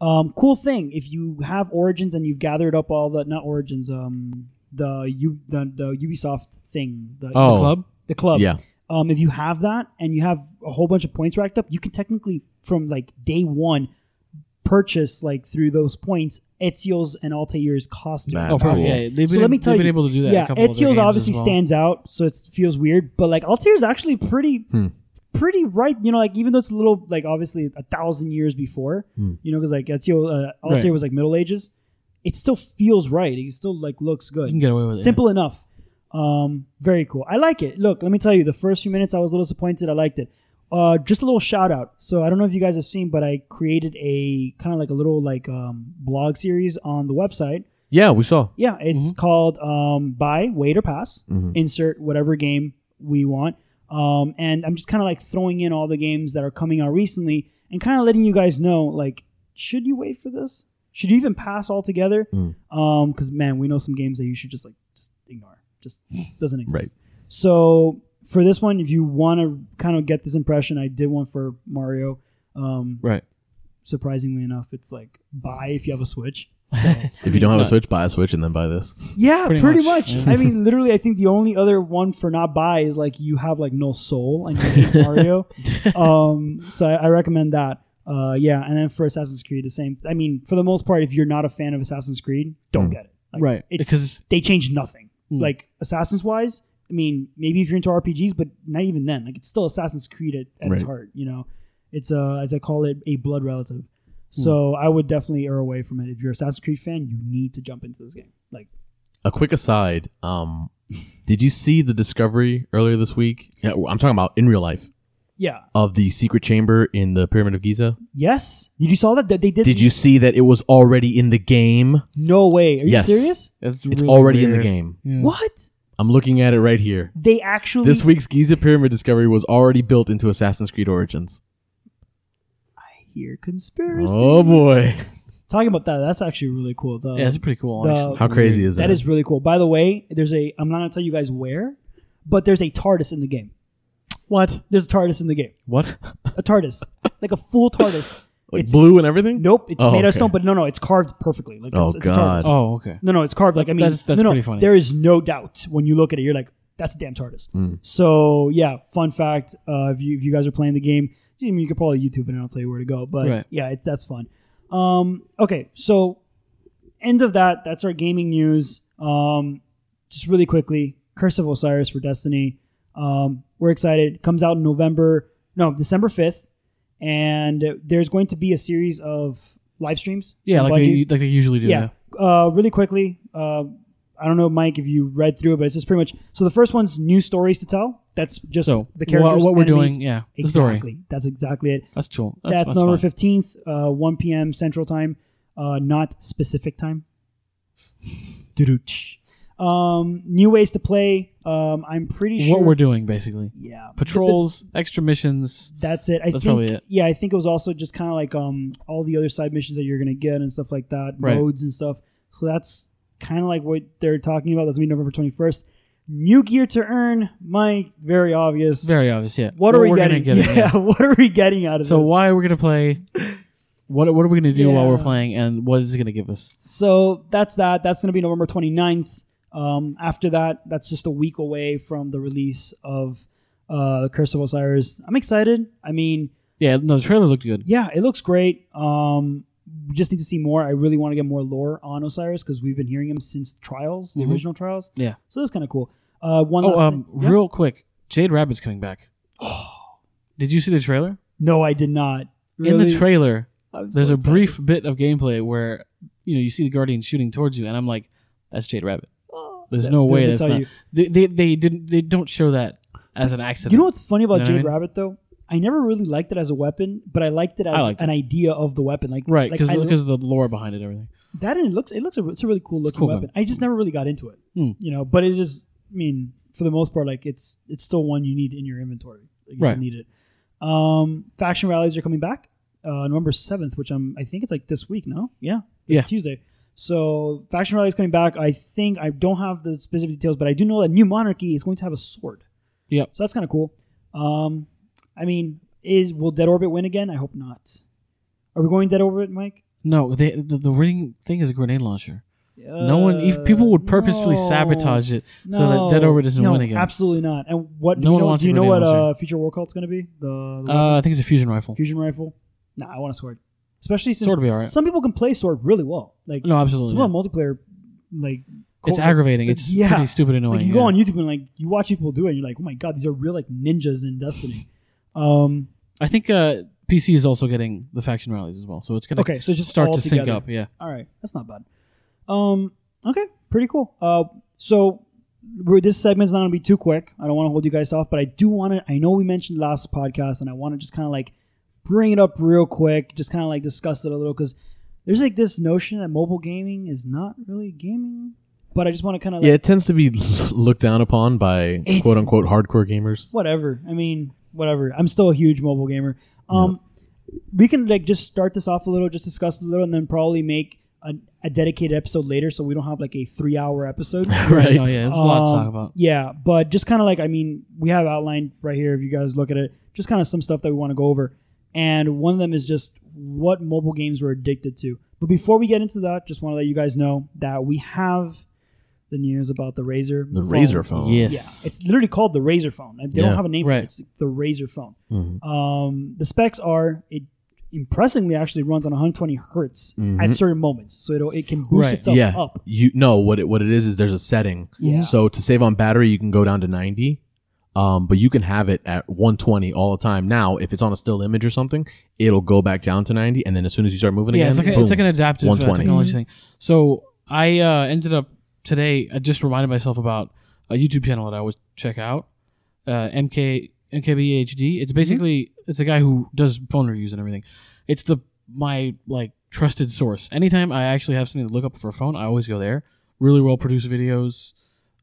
[SPEAKER 1] Um, cool thing if you have Origins and you've gathered up all the not Origins, um, the U the, the Ubisoft thing, the,
[SPEAKER 3] Oh.
[SPEAKER 2] The club.
[SPEAKER 1] the club,
[SPEAKER 3] Yeah.
[SPEAKER 1] um, if you have that and you have a whole bunch of points racked up, you can technically from like day one purchase like through those points Ezio's and Altair's costume.
[SPEAKER 3] That's
[SPEAKER 2] oh, perfect.
[SPEAKER 3] cool.
[SPEAKER 2] Yeah, yeah. They've
[SPEAKER 1] So
[SPEAKER 2] been,
[SPEAKER 1] let me tell
[SPEAKER 2] they've been
[SPEAKER 1] you-
[SPEAKER 2] able to do that. in a
[SPEAKER 1] yeah,
[SPEAKER 2] couple of their games
[SPEAKER 1] Ezio's obviously
[SPEAKER 2] as well.
[SPEAKER 1] stands out, so it feels weird. But like Altair's actually pretty,
[SPEAKER 3] Hmm.
[SPEAKER 1] pretty right. You know, like even though it's a little like obviously a thousand years before,
[SPEAKER 3] Hmm.
[SPEAKER 1] you know, because like Ezio uh, Altair
[SPEAKER 2] Right.
[SPEAKER 1] was like Middle Ages. It still feels right. It still like looks good
[SPEAKER 2] You can get away with it.
[SPEAKER 1] simple enough um very cool i like it look let me tell you the first few minutes i was a little disappointed i liked it uh just a little shout out so i don't know if you guys have seen but i created a kind of like a little like um blog series on the website
[SPEAKER 3] Yeah, we saw.
[SPEAKER 1] yeah it's called um buy wait or pass
[SPEAKER 3] Mhm.
[SPEAKER 1] insert whatever game we want um and i'm just kind of like throwing in all the games that are coming out recently and kind of letting you guys know like should you wait for this should you even pass altogether
[SPEAKER 3] Mm.
[SPEAKER 1] um because man we know some games that you should just like just ignore just doesn't exist so for this one if you want to kind of get this impression i did one for mario um
[SPEAKER 2] Right.
[SPEAKER 1] surprisingly enough it's like buy if you have a switch
[SPEAKER 3] If you don't have a Switch, buy a Switch and then buy this.
[SPEAKER 1] yeah,
[SPEAKER 2] Pretty
[SPEAKER 1] pretty,
[SPEAKER 2] much,
[SPEAKER 1] much.
[SPEAKER 2] yeah.
[SPEAKER 1] I mean, literally, I think the only other one for not buy is like you have like no soul and you hate Mario. Um, so I, I recommend that. Uh, yeah, and then for Assassin's Creed, the same. I mean, for the most part, if you're not a fan of Assassin's Creed, don't
[SPEAKER 3] Mm.
[SPEAKER 1] get it. Like,
[SPEAKER 2] right.
[SPEAKER 1] It's,
[SPEAKER 2] Because
[SPEAKER 1] they change nothing.
[SPEAKER 2] Mm.
[SPEAKER 1] Like Assassin's wise, I mean, maybe if you're into RPGs, but not even then. Like it's still Assassin's Creed at, at its
[SPEAKER 3] Right.
[SPEAKER 1] heart. You know, it's uh as I call it, a blood relative. So I would definitely err away from it. If you're a Assassin's Creed fan, you need to jump into this game. Like.
[SPEAKER 3] A quick aside. Um, did you see the discovery earlier this week? Yeah, I'm talking about in real life
[SPEAKER 1] Yeah.
[SPEAKER 3] of the secret chamber in the Pyramid of Giza.
[SPEAKER 1] Yes. Did you saw that? That they did.
[SPEAKER 3] Did you see that it was already in the game?
[SPEAKER 1] No way. Are you
[SPEAKER 3] Yes.
[SPEAKER 1] serious?
[SPEAKER 2] it's,
[SPEAKER 3] It's
[SPEAKER 2] really
[SPEAKER 3] already in the
[SPEAKER 2] weird.
[SPEAKER 3] game.
[SPEAKER 2] Yeah.
[SPEAKER 1] What?
[SPEAKER 3] I'm looking at it right here.
[SPEAKER 1] They actually.
[SPEAKER 3] This week's Giza Pyramid discovery was already built into Assassin's Creed Origins.
[SPEAKER 1] I hear conspiracy.
[SPEAKER 3] Oh boy.
[SPEAKER 1] Talking about that, that's actually really cool. The,
[SPEAKER 2] Yeah, it's pretty cool.
[SPEAKER 1] the-
[SPEAKER 2] actually.
[SPEAKER 3] How crazy is that?
[SPEAKER 1] that is really cool. By the way, there's a. I'm not gonna tell you guys where, but there's a TARDIS in the game.
[SPEAKER 3] what?
[SPEAKER 1] There's a TARDIS in the game.
[SPEAKER 2] What?
[SPEAKER 1] A TARDIS, like a full TARDIS.
[SPEAKER 3] Like
[SPEAKER 1] It's-
[SPEAKER 3] blue and everything?
[SPEAKER 1] Nope, it's
[SPEAKER 3] Oh,
[SPEAKER 1] made out of
[SPEAKER 3] okay.
[SPEAKER 1] stone, but no, no, it's carved perfectly. Like
[SPEAKER 3] Oh,
[SPEAKER 1] it's, it's a
[SPEAKER 3] God.
[SPEAKER 1] TARDIS.
[SPEAKER 2] Oh, okay.
[SPEAKER 1] No, no, it's carved. Like I mean,
[SPEAKER 2] That's- that's
[SPEAKER 1] no, no,
[SPEAKER 2] pretty funny.
[SPEAKER 1] There is no doubt when you look at it, you're like, that's a damn TARDIS.
[SPEAKER 2] Hmm.
[SPEAKER 3] Mm.
[SPEAKER 1] So yeah, fun fact. Uh, if you if you guys are playing the game, I mean, you could probably YouTube it and I'll tell you where to go. But
[SPEAKER 2] Right.
[SPEAKER 1] yeah, it, that's fun. Um, okay, so end of that. That's our gaming news. Um, just really quickly, Curse of Osiris for Destiny. Um, we're excited. Comes out in November, no, December fifth, and there's going to be a series of live streams.
[SPEAKER 2] Yeah,
[SPEAKER 1] from
[SPEAKER 2] like they,
[SPEAKER 1] Bungie
[SPEAKER 2] like they usually do.
[SPEAKER 1] yeah. Uh, really quickly, uh, I don't know, Mike, if you read through it, but it's just pretty much. So the first one's new stories to tell. That's just
[SPEAKER 2] So
[SPEAKER 1] the characters.
[SPEAKER 2] what, what we're
[SPEAKER 1] enemies.
[SPEAKER 2] doing? Yeah, the
[SPEAKER 1] Exactly.
[SPEAKER 2] story.
[SPEAKER 1] That's exactly it.
[SPEAKER 2] That's cool. That's,
[SPEAKER 1] That's, November
[SPEAKER 2] fine.
[SPEAKER 1] fifteenth, uh, one p.m. Central Time, uh, not specific time. Doo-doo-tsh. um, new ways to play. Um, I'm pretty sure.
[SPEAKER 2] What we're doing basically:
[SPEAKER 1] yeah The- the-
[SPEAKER 2] patrols, extra missions.
[SPEAKER 1] that's it. I think,
[SPEAKER 2] That's probably it.
[SPEAKER 1] Yeah, I think it was also just kind of like um all the other side missions that you're gonna get and stuff like that,
[SPEAKER 2] Right.
[SPEAKER 1] modes and stuff. So that's kind of like what they're talking about. That's gonna be November 21st. New gear to earn, Mike. Very obvious.
[SPEAKER 2] Very obvious. Yeah.
[SPEAKER 1] what are we
[SPEAKER 2] we're
[SPEAKER 1] getting?
[SPEAKER 2] Gonna get
[SPEAKER 1] yeah,
[SPEAKER 2] it, yeah.
[SPEAKER 1] what are we getting out of
[SPEAKER 2] So
[SPEAKER 1] this?
[SPEAKER 2] why we're gonna play What what are we gonna do while we're
[SPEAKER 1] Yeah.
[SPEAKER 2] playing, and what is it gonna give us?
[SPEAKER 1] So that's that. That's going to be November 29th. Um, after that, that's just a week away from the release of uh, Curse of Osiris. I'm excited. I mean,
[SPEAKER 2] Yeah, no, the trailer looked good.
[SPEAKER 1] yeah, it looks great. Um, we just need to see more. I really want to get more lore on Osiris because we've been hearing him since Trials, the
[SPEAKER 2] Mhm.
[SPEAKER 1] original Trials.
[SPEAKER 2] Yeah.
[SPEAKER 1] So that's kind of cool. Uh, one
[SPEAKER 2] Oh,
[SPEAKER 1] last
[SPEAKER 2] um,
[SPEAKER 1] thing. Yeah?
[SPEAKER 2] real quick, Jade Rabbit's coming back. Did you see the trailer?
[SPEAKER 1] No, I did not. Really?
[SPEAKER 2] In the trailer,
[SPEAKER 1] I'm so
[SPEAKER 2] there's a
[SPEAKER 1] excited.
[SPEAKER 2] brief bit of gameplay where you know you see the Guardian shooting towards you, and I'm like, that's Jade Rabbit.
[SPEAKER 1] Oh,
[SPEAKER 2] There's
[SPEAKER 1] that-
[SPEAKER 2] no
[SPEAKER 1] didn't
[SPEAKER 2] way
[SPEAKER 1] they
[SPEAKER 2] that's
[SPEAKER 1] tell
[SPEAKER 2] not.
[SPEAKER 1] you.
[SPEAKER 2] They, they they didn't they don't show that as an accident.
[SPEAKER 1] You know what's funny about
[SPEAKER 2] You know what I
[SPEAKER 1] Jade
[SPEAKER 2] mean?
[SPEAKER 1] Rabbit though? I never really liked it as a weapon, but I liked it
[SPEAKER 2] I
[SPEAKER 1] as
[SPEAKER 2] liked
[SPEAKER 1] an idea of the weapon. Like
[SPEAKER 2] right?
[SPEAKER 1] like
[SPEAKER 2] Because
[SPEAKER 1] I
[SPEAKER 2] because of the lore behind it, and everything.
[SPEAKER 1] that and it looks it looks a, it's a really cool looking
[SPEAKER 2] cool, man.
[SPEAKER 1] weapon. I just never really got into it,
[SPEAKER 2] Hmm.
[SPEAKER 1] you know. But it is, I mean, for the most part, like it's it's still one you need in your inventory. Like, you
[SPEAKER 2] Right.
[SPEAKER 1] just need it. Um, faction rallies are coming back uh, November seventh, which I'm I think it's like this week. No, yeah, it's
[SPEAKER 2] Yeah.
[SPEAKER 1] Tuesday. So faction rallies coming back. I think I don't have the specific details, but I do know that New Monarchy is going to have a sword.
[SPEAKER 2] Yep.
[SPEAKER 1] So that's kind of cool. Um, I mean, is will Dead Orbit win again? I hope not. Are we going Dead Orbit, Mike?
[SPEAKER 2] No, they, the the winning thing is a grenade launcher. No one, if people would purposefully
[SPEAKER 1] Uh, no.
[SPEAKER 2] sabotage it so that Dead Orbit doesn't
[SPEAKER 1] No,
[SPEAKER 2] win again.
[SPEAKER 1] Absolutely not. And what do
[SPEAKER 2] No
[SPEAKER 1] you
[SPEAKER 2] one
[SPEAKER 1] know,
[SPEAKER 2] wants
[SPEAKER 1] do
[SPEAKER 2] a
[SPEAKER 1] you know what
[SPEAKER 2] grenade
[SPEAKER 1] uh,
[SPEAKER 2] launcher.
[SPEAKER 1] Future War Cult's going to be? The, the
[SPEAKER 2] Uh, I think it's a fusion rifle.
[SPEAKER 1] fusion rifle? Nah, I want a sword. Especially since
[SPEAKER 2] Sword will be alright.
[SPEAKER 1] some people can play sword really well. Like
[SPEAKER 2] No, absolutely,
[SPEAKER 1] Some of the multiplayer, like
[SPEAKER 2] It's
[SPEAKER 1] co-
[SPEAKER 2] aggravating.
[SPEAKER 1] like,
[SPEAKER 2] It's
[SPEAKER 1] yeah.
[SPEAKER 2] pretty stupid and annoying.
[SPEAKER 1] Like you go
[SPEAKER 2] yeah.
[SPEAKER 1] on YouTube and like you watch people do it, and you're like, oh my god, these are real like ninjas in Destiny. Um,
[SPEAKER 2] I think uh, PC is also getting the faction rallies as well, so it's gonna
[SPEAKER 1] okay, so just
[SPEAKER 2] start
[SPEAKER 1] all
[SPEAKER 2] to sync
[SPEAKER 1] together.
[SPEAKER 2] up. Yeah,
[SPEAKER 1] All right, that's not bad. Um, okay, pretty cool. Uh, so we're, this segment's not gonna be too quick. I don't want to hold you guys off, but I do want to. I know we mentioned last podcast, and I want to just kind of like bring it up real quick, just kind of like discuss it a little because there's like this notion that mobile gaming is not really gaming, but I just want to kind of like
[SPEAKER 3] Yeah, it tends to be looked down upon by
[SPEAKER 1] It's-
[SPEAKER 3] quote unquote hardcore gamers.
[SPEAKER 1] whatever. I mean, whatever. I'm still a huge mobile gamer. Um, we can like just start this off a little, just discuss a little, and then probably make a, a dedicated episode later, so we don't have like a three hour episode.
[SPEAKER 3] right.
[SPEAKER 2] Oh yeah, it's a lot to
[SPEAKER 1] Um,
[SPEAKER 2] talk about.
[SPEAKER 1] Yeah, but just kind of like I mean, we have outlined right here. If you guys look at it, just kind of some stuff that we want to go over, and one of them is just what mobile games we're addicted to. But before we get into that, just want to let you guys know that we have the news about the Razer.
[SPEAKER 3] The Razer phone.
[SPEAKER 2] Yes.
[SPEAKER 1] Yeah, it's literally called the Razer phone. They don't
[SPEAKER 3] Yeah.
[SPEAKER 1] have a name for
[SPEAKER 2] Right. Mm-hmm.
[SPEAKER 1] it. It's the Razer phone.
[SPEAKER 3] Mhm.
[SPEAKER 1] Um, the specs are it impressively actually runs on 120 hertz at certain moments, so it'll, it can boost
[SPEAKER 2] Mm-hmm. Right.
[SPEAKER 1] itself
[SPEAKER 3] yeah.
[SPEAKER 1] up.
[SPEAKER 3] You no, what it what it is is there's a setting.
[SPEAKER 1] Yeah.
[SPEAKER 3] So to save on battery, you can go down to 90. Um, but you can have it at 120 all the time. Now, if it's on a still image or something, it'll go back down to 90, and then as soon as you start moving
[SPEAKER 2] Yeah,
[SPEAKER 3] again,
[SPEAKER 2] it's like, a,
[SPEAKER 3] boom.
[SPEAKER 2] it's like an adaptive uh,
[SPEAKER 3] 120.
[SPEAKER 2] technology thing. So I uh, ended up today. I just reminded myself about a YouTube channel that I always check out, uh, MK MKBHD. It's basically it's a guy who does phone reviews and everything. It's the my like trusted source. Anytime I actually have something to look up for a phone, I always go there. Really well produced videos,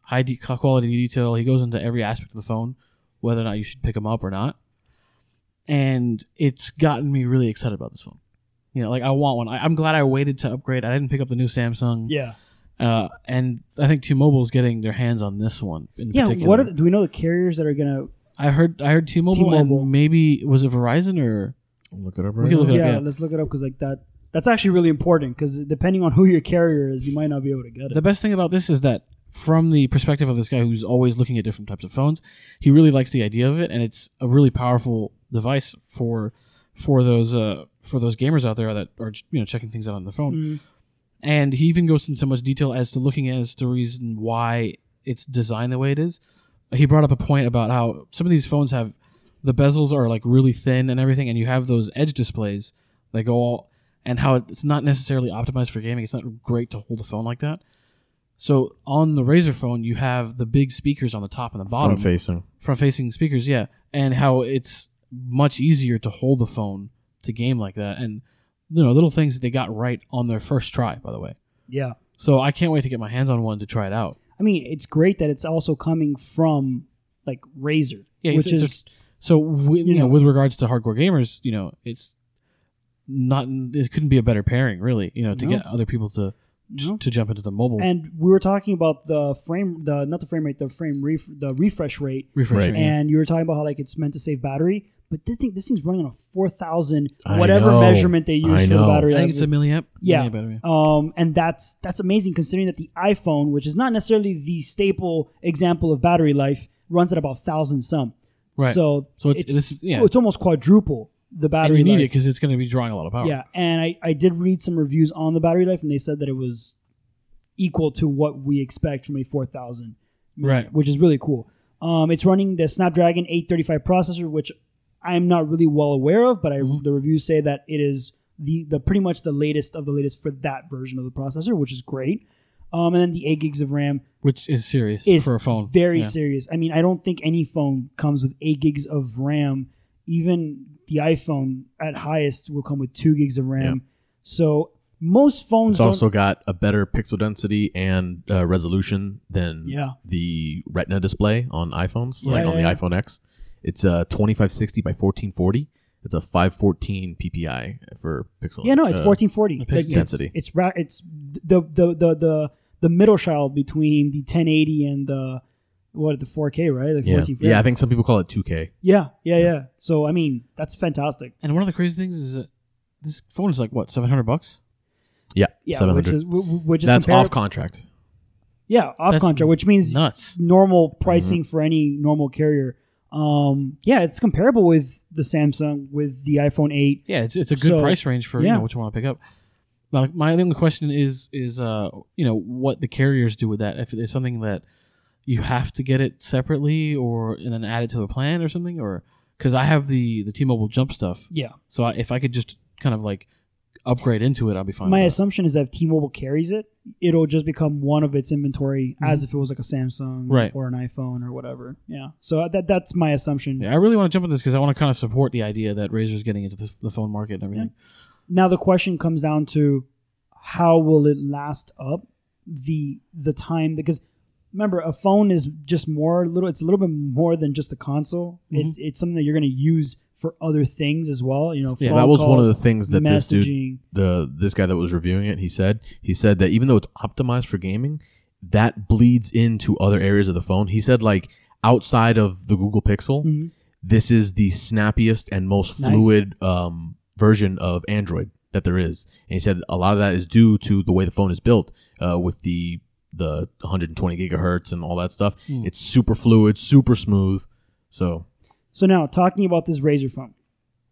[SPEAKER 2] high de- quality detail. He goes into every aspect of the phone, whether or not you should pick him up or not. And it's gotten me really excited about this phone. You know, like I want one. I, I'm glad I waited to upgrade. I didn't pick up the new Samsung.
[SPEAKER 1] Yeah.
[SPEAKER 2] Uh, and I think T-Mobile's getting their hands on this one in
[SPEAKER 1] Yeah.
[SPEAKER 2] particular.
[SPEAKER 1] What are the, do we know the carriers that are gonna?
[SPEAKER 2] I heard I heard T-Mobile,
[SPEAKER 1] T-Mobile.
[SPEAKER 2] and maybe was it Verizon or
[SPEAKER 3] look it up.
[SPEAKER 2] We can look it up,
[SPEAKER 1] yeah,
[SPEAKER 2] yeah.
[SPEAKER 1] let's look it up because like that. That's actually really important because depending on who your carrier is, you might not be able to get it.
[SPEAKER 2] the best thing about this is that from the perspective of this guy who's always looking at different types of phones, he really likes the idea of it, and it's a really powerful device for for those uh, for those gamers out there that are you know checking things out on the phone.
[SPEAKER 1] Mm.
[SPEAKER 2] and he even goes into so much detail as to looking as to reason why it's designed the way it is. He brought up a point about how some of these phones have the bezels are like really thin and everything, and you have those edge displays that go all and how it's not necessarily optimized for gaming. It's not great to hold a phone like that. So on the Razer phone, you have the big speakers on the top and the bottom,
[SPEAKER 3] Front facing.
[SPEAKER 2] front facing speakers, yeah, and how it's much easier to hold the phone to game like that, and you know little things that they got right on their first try. By the way,
[SPEAKER 1] Yeah.
[SPEAKER 2] so I can't wait to get my hands on one to try it out.
[SPEAKER 1] I mean, it's great that it's also coming from like Razer,
[SPEAKER 2] Yeah,
[SPEAKER 1] which is
[SPEAKER 2] it's- it's So wi- you,
[SPEAKER 1] You know.
[SPEAKER 2] know, with regards to hardcore gamers, you know, it's not it couldn't be a better pairing, really. You know, to
[SPEAKER 1] No.
[SPEAKER 2] get other people to
[SPEAKER 1] No.
[SPEAKER 2] to jump into the mobile
[SPEAKER 1] and we were talking about the frame, the not the frame rate, the frame ref, the refresh rate,
[SPEAKER 2] refresh.
[SPEAKER 3] Right.
[SPEAKER 2] rate.
[SPEAKER 1] and you were talking about how like it's meant to save battery. But this thing, this thing's running on a four thousand
[SPEAKER 3] I
[SPEAKER 1] whatever
[SPEAKER 3] know.
[SPEAKER 1] measurement they
[SPEAKER 3] I
[SPEAKER 1] use for the
[SPEAKER 3] know.
[SPEAKER 1] battery.
[SPEAKER 2] I think it's a milliamp.
[SPEAKER 1] Yeah.
[SPEAKER 2] milliamp battery.
[SPEAKER 1] um, and that's that's amazing considering that the iPhone, which is not necessarily the staple example of battery life, runs at about thousand some.
[SPEAKER 2] Right.
[SPEAKER 1] So
[SPEAKER 2] So it's- this is- yeah.
[SPEAKER 1] it's almost quadruple the
[SPEAKER 2] And
[SPEAKER 1] battery
[SPEAKER 2] you need it
[SPEAKER 1] life.
[SPEAKER 2] because it's going to be drawing a lot of power.
[SPEAKER 1] Yeah, and I, I did read some reviews on the battery life, and they said that it was equal to what we expect from a 4000,
[SPEAKER 2] Right.
[SPEAKER 1] which is really cool. Um, it's running the Snapdragon 835 processor, which I'm not really well aware of, but I,
[SPEAKER 2] Mm-hmm.
[SPEAKER 1] the reviews say that it is the, the pretty much the latest of the latest for that version of the processor, which is great. Um, and then the 8 gigs of RAM
[SPEAKER 2] Which is serious
[SPEAKER 1] is
[SPEAKER 2] for a phone.
[SPEAKER 1] very
[SPEAKER 2] Yeah.
[SPEAKER 1] serious. I mean, I don't think any phone comes with eight gigs of RAM. Even the iPhone at highest will come with two gigs of RAM. So most phones
[SPEAKER 3] It's
[SPEAKER 1] don't.
[SPEAKER 3] also got a better pixel density and uh, resolution than
[SPEAKER 1] Yeah.
[SPEAKER 3] the Retina display on iPhones,
[SPEAKER 1] Yeah,
[SPEAKER 3] like on
[SPEAKER 1] yeah, yeah.
[SPEAKER 3] the iPhone X. It's uh, 2560 by 1440. It's a 514 ppi for pixel.
[SPEAKER 1] yeah, no, it's
[SPEAKER 3] uh,
[SPEAKER 1] 1440 Like,
[SPEAKER 2] pixel
[SPEAKER 1] it's-
[SPEAKER 3] density.
[SPEAKER 1] It's, ra- it's the the the the the middle child between the 1080 and the what the 4K, right? Like
[SPEAKER 3] Yeah.
[SPEAKER 1] 14,
[SPEAKER 3] yeah, I think some people call it 2K.
[SPEAKER 1] yeah, yeah, yeah. So I mean, that's fantastic.
[SPEAKER 2] And one of the crazy things is that this phone is like, what, 700 bucks?
[SPEAKER 3] Yeah,
[SPEAKER 1] Yeah,
[SPEAKER 3] 700.
[SPEAKER 1] which is w- w- which is
[SPEAKER 3] That's
[SPEAKER 1] compar-
[SPEAKER 3] off contract.
[SPEAKER 1] yeah off
[SPEAKER 2] That's
[SPEAKER 1] contract, which means
[SPEAKER 2] Nuts.
[SPEAKER 1] normal pricing for any normal carrier. Um, yeah, it's comparable with the Samsung, with the iPhone 8.
[SPEAKER 2] Yeah, it's, it's a good
[SPEAKER 1] So,
[SPEAKER 2] price range for you
[SPEAKER 1] yeah.
[SPEAKER 2] know what you want to pick up. Now, like, my only question is is uh you know what the carriers do with that if it's something that you have to get it separately or and then add it to the plan or something or because I have the the T-Mobile Jump stuff
[SPEAKER 1] Yeah.
[SPEAKER 2] so I, if I could just kind of like upgrade into it I'll be fine.
[SPEAKER 1] My
[SPEAKER 2] with that.
[SPEAKER 1] assumption is that if T-Mobile carries it, it'll just become one of its inventory as if it was like a Samsung
[SPEAKER 2] Right.
[SPEAKER 1] or an iPhone or whatever. Yeah. So uh, that that's my assumption.
[SPEAKER 2] yeah, I really want to jump on this because I want to kind of support the idea that Razor's getting into the, the phone market and everything.
[SPEAKER 1] Now the question comes down to how will it last up the the time because remember a phone is just more little it's a little bit more than just a console.
[SPEAKER 3] Mm-hmm.
[SPEAKER 1] It's it's something that you're going to use for other things as well, you know,
[SPEAKER 2] Yeah,
[SPEAKER 1] phone
[SPEAKER 3] that was one of
[SPEAKER 1] calls,
[SPEAKER 3] the things that this dude
[SPEAKER 1] messaging.
[SPEAKER 3] the this guy that was reviewing it, he said he said that even though it's optimized for gaming, that bleeds into other areas of the phone. He said like outside of the Google Pixel,
[SPEAKER 1] Mhm.
[SPEAKER 3] this is the snappiest and most
[SPEAKER 1] Nice.
[SPEAKER 3] fluid um, version of Android that there is. And he said a lot of that is due to the way the phone is built uh, with the the 120 gigahertz and all that stuff.
[SPEAKER 2] Hmm.
[SPEAKER 3] It's super fluid, super smooth. So
[SPEAKER 1] So now talking about this Razer phone,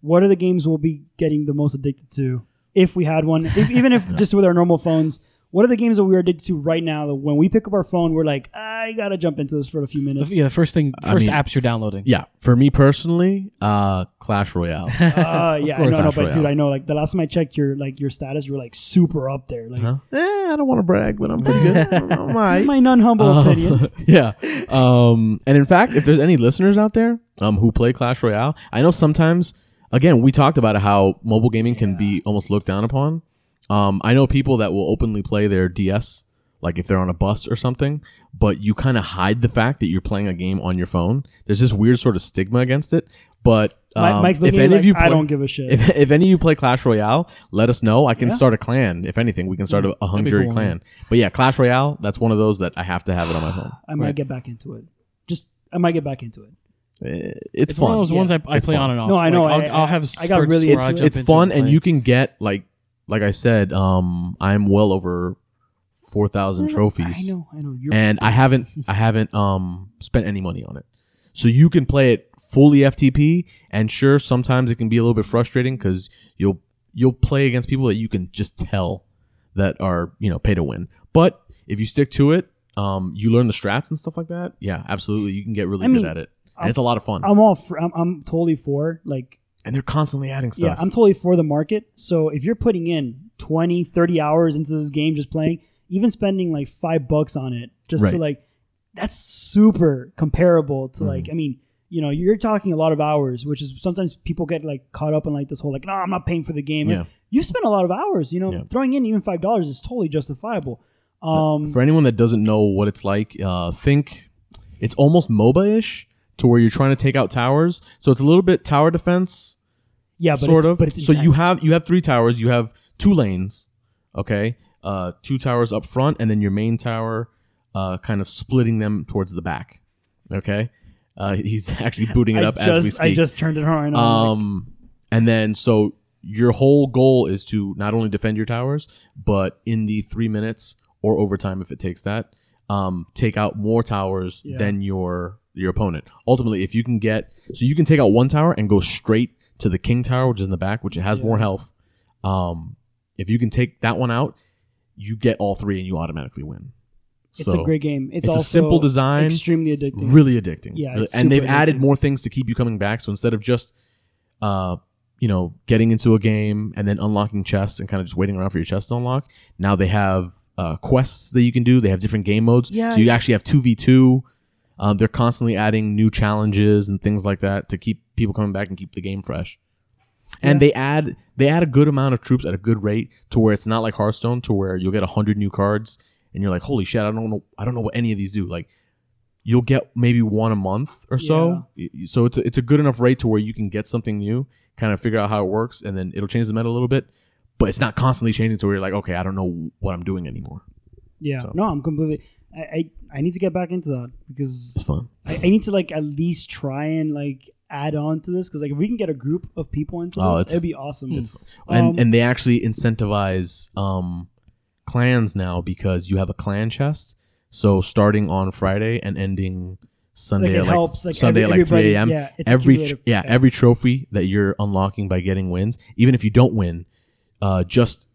[SPEAKER 1] what are the games we'll be getting the most addicted to if we had one? If, even if just with our normal phones, what are the games that we're addicted to right now that when we pick up our phone, we're like, "Ah, I gotta jump into this for a few
[SPEAKER 2] The,
[SPEAKER 1] minutes.
[SPEAKER 2] yeah, the first thing,
[SPEAKER 3] I
[SPEAKER 2] first
[SPEAKER 3] mean-
[SPEAKER 2] apps you're downloading.
[SPEAKER 3] yeah, for me personally, uh, Clash Royale. Eh,
[SPEAKER 1] Uh, yeah,
[SPEAKER 2] course.
[SPEAKER 1] no, no, but
[SPEAKER 3] Naturally,
[SPEAKER 1] dude,
[SPEAKER 3] yeah.
[SPEAKER 1] I know. Like the last time I checked your like your status, you were like super up there. Like
[SPEAKER 3] Huh? Eh, I don't want to brag, but I'm pretty good. I'm alright.
[SPEAKER 1] my non-humble
[SPEAKER 3] Um,
[SPEAKER 1] opinion.
[SPEAKER 3] yeah. Um, and in fact, if there's any listeners out there um, who play Clash Royale, I know sometimes, again, we talked about how mobile gaming can be almost looked down upon. Um, I know people that will openly play their DS, like if they're on a bus or something, but you kind of hide the fact that you're playing a game on your phone. There's this weird sort of stigma against it. But
[SPEAKER 1] Mi-
[SPEAKER 3] um,
[SPEAKER 1] Mike's
[SPEAKER 3] if
[SPEAKER 1] looking
[SPEAKER 3] any
[SPEAKER 1] at me
[SPEAKER 3] of
[SPEAKER 1] like,
[SPEAKER 3] you
[SPEAKER 1] I
[SPEAKER 3] play-
[SPEAKER 1] don't give a shit.
[SPEAKER 3] if, if any of you play Clash Royale, let us know. I can
[SPEAKER 1] Yeah.
[SPEAKER 3] start a clan. If anything, we can start a,
[SPEAKER 2] be
[SPEAKER 3] a hungry
[SPEAKER 2] cool.
[SPEAKER 3] clan. But yeah, Clash Royale, that's one of those that I have to have it on my phone.
[SPEAKER 1] I might
[SPEAKER 2] Right.
[SPEAKER 1] get back into it. Just I might get back into it.
[SPEAKER 3] Eh, It's,
[SPEAKER 2] It's
[SPEAKER 3] fun.
[SPEAKER 2] one of those ones I, I
[SPEAKER 3] It's
[SPEAKER 2] play
[SPEAKER 3] fun.
[SPEAKER 2] on and off.
[SPEAKER 1] No, I know,
[SPEAKER 2] Like,
[SPEAKER 1] I-
[SPEAKER 2] I'll, I'll have
[SPEAKER 1] I got
[SPEAKER 2] spurts
[SPEAKER 1] really
[SPEAKER 2] where
[SPEAKER 1] into
[SPEAKER 2] I
[SPEAKER 1] it.
[SPEAKER 2] jump
[SPEAKER 3] it's
[SPEAKER 2] into
[SPEAKER 3] fun,
[SPEAKER 2] play.
[SPEAKER 3] and you can get like like I said, um, I'm well over four thousand trophies,
[SPEAKER 1] I know, I know. You're,
[SPEAKER 3] and I haven't I haven't um spent any money on it. So you can play it fully FTP, and sure, sometimes it can be a little bit frustrating because you'll you'll play against people that you can just tell that are you know pay to win. But if you stick to it, um, you learn the strats and stuff like that. Yeah, absolutely, you can get really
[SPEAKER 1] I
[SPEAKER 3] good
[SPEAKER 1] mean,
[SPEAKER 3] at it, and it's a lot of fun.
[SPEAKER 1] I'm all. For, I'm, I'm totally for like
[SPEAKER 3] and they're constantly adding
[SPEAKER 1] Yeah,
[SPEAKER 3] stuff.
[SPEAKER 1] I'm totally for the market. So if you're putting in 20, 30 hours into this game just playing, even spending like five bucks on it just to
[SPEAKER 3] Right.
[SPEAKER 1] like, that's super comparable to
[SPEAKER 3] Mm.
[SPEAKER 1] like, I mean, you know, you're talking a lot of hours, which is sometimes people get like caught up in like this whole like, no, I'm not paying for the game.
[SPEAKER 3] Yeah.
[SPEAKER 1] You spent a lot of hours, you know,
[SPEAKER 3] Yeah.
[SPEAKER 1] throwing in even five dollars is totally justifiable. Um,
[SPEAKER 3] for anyone that doesn't know what it's like, uh, think it's almost MOBA-ish to where you're trying to take out towers. So it's a little bit tower defense,
[SPEAKER 1] yeah, but
[SPEAKER 3] sort
[SPEAKER 1] it's,
[SPEAKER 3] of.
[SPEAKER 1] But it's
[SPEAKER 3] so you
[SPEAKER 1] intense.
[SPEAKER 3] have you have three towers. You have two lanes, okay, uh, two towers up front, and then your main tower, uh, kind of splitting them towards the back, okay. Uh, he's actually booting it
[SPEAKER 1] I
[SPEAKER 3] up
[SPEAKER 1] just,
[SPEAKER 3] as we speak.
[SPEAKER 1] I just turned it on. And I'm like,
[SPEAKER 3] Um, and then so your whole goal is to not only defend your towers, but in the three minutes or overtime if it takes that, um, take out more towers
[SPEAKER 1] Yeah.
[SPEAKER 3] than your your opponent. Ultimately, if you can get so you can take out one tower and go straight to the king tower, which is in the back, which it has more
[SPEAKER 1] Yeah.
[SPEAKER 3] health. Um, if you can take that one out, you get all three and you automatically win.
[SPEAKER 1] it's
[SPEAKER 3] So,
[SPEAKER 1] a great game. It's,
[SPEAKER 3] it's a
[SPEAKER 1] also
[SPEAKER 3] simple design.
[SPEAKER 1] extremely addicting.
[SPEAKER 3] really addicting.
[SPEAKER 1] Yeah,
[SPEAKER 3] Really-
[SPEAKER 1] it's
[SPEAKER 3] and they've
[SPEAKER 1] super
[SPEAKER 3] added
[SPEAKER 1] addicting.
[SPEAKER 3] more things to keep you coming back. So instead of just, uh, you know, getting into a game and then unlocking chests and kind of just waiting around for your chest to unlock, now they have uh, quests that you can do. They have different game modes.
[SPEAKER 1] Yeah,
[SPEAKER 3] so you actually have two v two. Um, they're constantly adding new challenges and things like that to keep people coming back and keep the game fresh. And
[SPEAKER 1] Yeah.
[SPEAKER 3] they add they add a good amount of troops at a good rate to where it's not like Hearthstone to where you'll get hundred new cards and you're like, holy shit, I don't know, I don't know what any of these do. Like, you'll get maybe one a month or so. Y- y- So it's a, it's a good enough rate to where you can get something new, kind of figure out how it works, and then it'll change the meta a little bit. But it's not constantly changing to where you're like, okay, I don't know what I'm doing anymore.
[SPEAKER 1] Yeah.
[SPEAKER 3] So-
[SPEAKER 1] No, I'm completely. I, I I need to get back into that because
[SPEAKER 3] It's fun.
[SPEAKER 1] I, I need to like at least try and like add on to this because like if we can get a group of people into
[SPEAKER 3] Oh,
[SPEAKER 1] this,
[SPEAKER 3] it's-
[SPEAKER 1] it'd be awesome.
[SPEAKER 3] It's fun.
[SPEAKER 1] Um,
[SPEAKER 3] and and they actually incentivize um, clans now because you have a clan chest. So starting on Friday and ending Sunday,
[SPEAKER 1] like it
[SPEAKER 3] at
[SPEAKER 1] helps.
[SPEAKER 3] like
[SPEAKER 1] Like
[SPEAKER 3] Sunday
[SPEAKER 1] every-
[SPEAKER 3] at like three
[SPEAKER 1] everybody-
[SPEAKER 3] a.m.
[SPEAKER 1] Yeah, it's
[SPEAKER 3] every tr-
[SPEAKER 1] accumulative.
[SPEAKER 3] yeah every trophy that you're unlocking by getting wins, even if you don't win, uh, just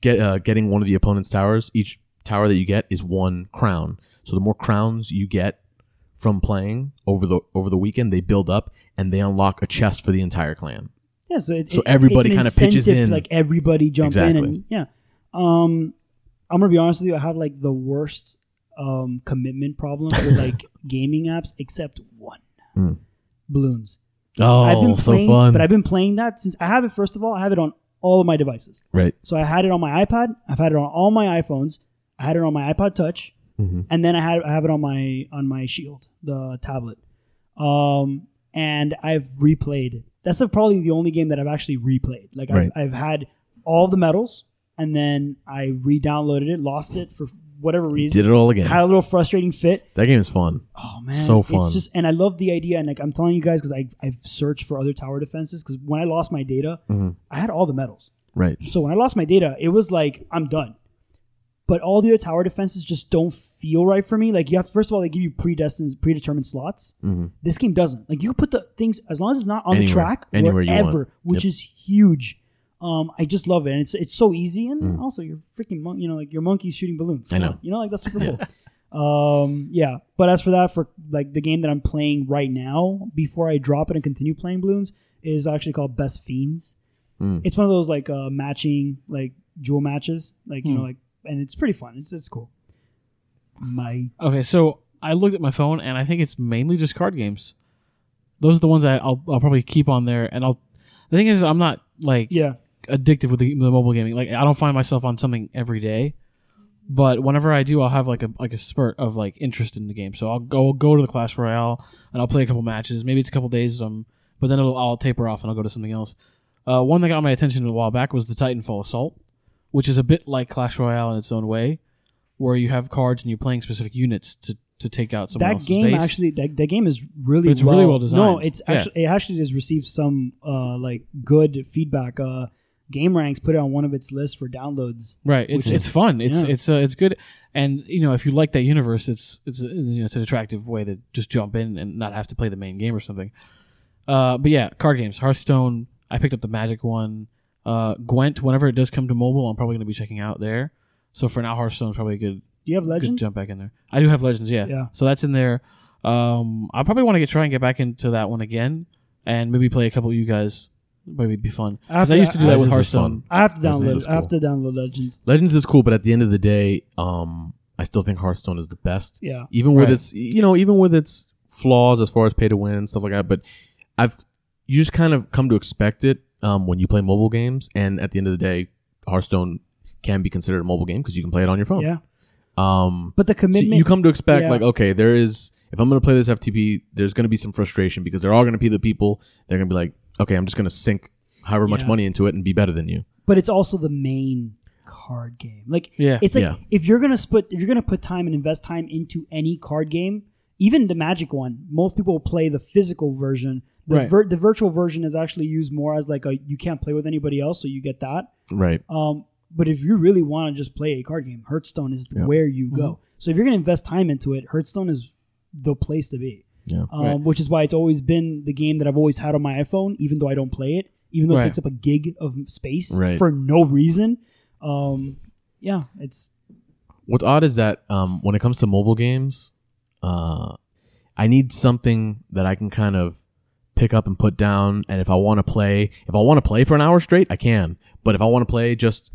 [SPEAKER 3] get uh, getting one of the opponent's towers. Each tower that you get is one crown. So the more crowns you get from playing over the over the weekend, they build up and they unlock a chest for the entire clan.
[SPEAKER 1] Yeah, so, it,
[SPEAKER 3] So
[SPEAKER 1] it-
[SPEAKER 3] everybody
[SPEAKER 1] it's an
[SPEAKER 3] kinda pitches
[SPEAKER 1] incentive to,
[SPEAKER 3] in.
[SPEAKER 1] like everybody jump in,
[SPEAKER 3] Exactly.
[SPEAKER 1] and yeah. Um, I'm gonna be honest with you. I have like the worst um commitment problem with like gaming apps, except one.
[SPEAKER 3] Hmm.
[SPEAKER 1] Balloons.
[SPEAKER 3] Oh,
[SPEAKER 1] I've been
[SPEAKER 3] so
[SPEAKER 1] playing,
[SPEAKER 3] fun!
[SPEAKER 1] but I've been playing that since I have it. First of all, I have it on all of my devices.
[SPEAKER 3] right.
[SPEAKER 1] So I had it on my iPad. I've had it on all my iPhones. I had it on my iPod Touch,
[SPEAKER 3] Mhm.
[SPEAKER 1] and then I had I have it on my on my Shield, the tablet. Um, and I've replayed. it. That's uh, probably the only game that I've actually replayed. Like
[SPEAKER 3] Right.
[SPEAKER 1] I've, I've had all the medals, and then I re-downloaded it, lost it for whatever reason.
[SPEAKER 3] did it all again.
[SPEAKER 1] Had a little frustrating fit.
[SPEAKER 3] that game is fun.
[SPEAKER 1] Oh man,
[SPEAKER 3] So fun.
[SPEAKER 1] It's just, and I love the idea. And like I'm telling you guys, because I I've searched for other tower defenses. Because when I lost my data,
[SPEAKER 3] Mhm.
[SPEAKER 1] I had all the medals.
[SPEAKER 3] Right.
[SPEAKER 1] So when I lost my data, it was like I'm done. But all the other tower defenses just don't feel right for me. Like you have first of all, they give you predestined, predetermined slots.
[SPEAKER 3] Mm-hmm.
[SPEAKER 1] This game doesn't. Like you can put the things as long as it's not on the
[SPEAKER 3] Anywhere.
[SPEAKER 1] track,
[SPEAKER 3] Anywhere you
[SPEAKER 1] wherever,
[SPEAKER 3] want.
[SPEAKER 1] which is huge. Um, I just love it, and it's it's so easy, and
[SPEAKER 3] Mm.
[SPEAKER 1] also you're freaking mon- you know like your monkeys shooting balloons.
[SPEAKER 3] I know.
[SPEAKER 1] you know like that's super
[SPEAKER 3] Yeah.
[SPEAKER 1] cool. Um, yeah. But as for that, for like the game that I'm playing right now, before I drop it and continue playing balloons, is actually called Best Fiends
[SPEAKER 3] Mm.
[SPEAKER 1] it's one of those like uh, matching like jewel matches like you know
[SPEAKER 2] Hmm.
[SPEAKER 1] like and it's pretty fun it's, it's cool my
[SPEAKER 2] Okay, so I looked at my phone and I think it's mainly just card games. Those are the ones I, I'll, I'll probably keep on there. And I'll. The thing is, I'm not like
[SPEAKER 1] yeah
[SPEAKER 2] addictive with the, the mobile gaming. Like I don't find myself on something every day, but whenever I do, I'll have like a like a spurt of like interest in the game. So I'll go go to the Clash Royale and I'll play a couple matches. Maybe it's a couple days, um, but then it'll, I'll taper off and I'll go to something else. Uh, one that got my attention a while back was the Titanfall Assault, which is a bit like Clash Royale in its own way, where you have cards and you're playing specific units to to take out someone
[SPEAKER 1] that
[SPEAKER 2] else's
[SPEAKER 1] game
[SPEAKER 2] base.
[SPEAKER 1] actually that, that game is really
[SPEAKER 2] But it's
[SPEAKER 1] well,
[SPEAKER 2] really well designed.
[SPEAKER 1] no it's
[SPEAKER 2] Yeah.
[SPEAKER 1] actually it actually has received some uh like good feedback uh game ranks put it on one of its lists for downloads
[SPEAKER 2] Right, it's
[SPEAKER 1] which
[SPEAKER 2] it's
[SPEAKER 1] is-
[SPEAKER 2] fun. It's
[SPEAKER 1] yeah.
[SPEAKER 2] it's uh, it's good, and you know if you like that universe, it's it's uh, you know it's an attractive way to just jump in and not have to play the main game or something. Uh, but yeah, card games, Hearthstone. I picked up the Magic one. Uh, Gwent. Whenever it does come to mobile, I'm probably going to be checking out there. So for now, Hearthstone's probably a good
[SPEAKER 1] do you have
[SPEAKER 2] good
[SPEAKER 1] legends
[SPEAKER 2] jump back in there. I do have Legends, yeah.
[SPEAKER 1] Yeah.
[SPEAKER 2] So that's in there. Um, I probably want to get try and get back into that one again, and maybe play a couple of you guys. Maybe it'd be fun because I
[SPEAKER 1] After-
[SPEAKER 2] used to do that with
[SPEAKER 3] Legends is fun.
[SPEAKER 2] Hearthstone.
[SPEAKER 1] i have to
[SPEAKER 3] Legends
[SPEAKER 1] download
[SPEAKER 3] is
[SPEAKER 1] i have to download legends
[SPEAKER 3] Legends is cool, but at the end of the day, um, I still think Hearthstone is the best.
[SPEAKER 1] yeah
[SPEAKER 3] Even with
[SPEAKER 2] Right.
[SPEAKER 3] its, you know, even with its flaws as far as pay to win and stuff like that. But I've you just kind of come to expect it um, when you play mobile games, and at the end of the day, Hearthstone can be considered a mobile game because you can play it on your
[SPEAKER 2] Oh.
[SPEAKER 3] phone.
[SPEAKER 1] yeah
[SPEAKER 3] Um,
[SPEAKER 1] but the
[SPEAKER 3] So
[SPEAKER 1] commitment
[SPEAKER 3] you come to expect
[SPEAKER 1] yeah.
[SPEAKER 3] like okay there is if i'm going to play this ftp there's going to be some frustration because there are going to be the people they're going to be like okay i'm just going to sink however much
[SPEAKER 1] Yeah.
[SPEAKER 3] money into it and be better than you
[SPEAKER 1] but it's also the main card game. Like
[SPEAKER 2] Yeah.
[SPEAKER 1] it's like
[SPEAKER 3] Yeah.
[SPEAKER 1] if you're gonna put if you're gonna put time and invest time into any card game, even the Magic one, most people play the physical version. The,
[SPEAKER 2] Right.
[SPEAKER 1] vir- the virtual version is actually used more as like a you can't play with anybody else, so you get that.
[SPEAKER 3] Right.
[SPEAKER 1] Um, but if you really want to just play a card game, Hearthstone is
[SPEAKER 3] Yeah.
[SPEAKER 1] where you
[SPEAKER 2] Mm-hmm.
[SPEAKER 1] go. So if you're going to invest time into it, Hearthstone is the place to be.
[SPEAKER 3] Yeah.
[SPEAKER 1] Um,
[SPEAKER 2] Right.
[SPEAKER 1] Which is why it's always been the game that I've always had on my iPhone, even though I don't play it, even though
[SPEAKER 2] Right.
[SPEAKER 1] it takes up a gig of space
[SPEAKER 3] Right.
[SPEAKER 1] for no reason. Um, yeah, it's
[SPEAKER 3] What's odd is that um, when it comes to mobile games, uh, I need something that I can kind of pick up and put down. And if I want to play, if I want to play for an hour straight, I can. But if I want to play just,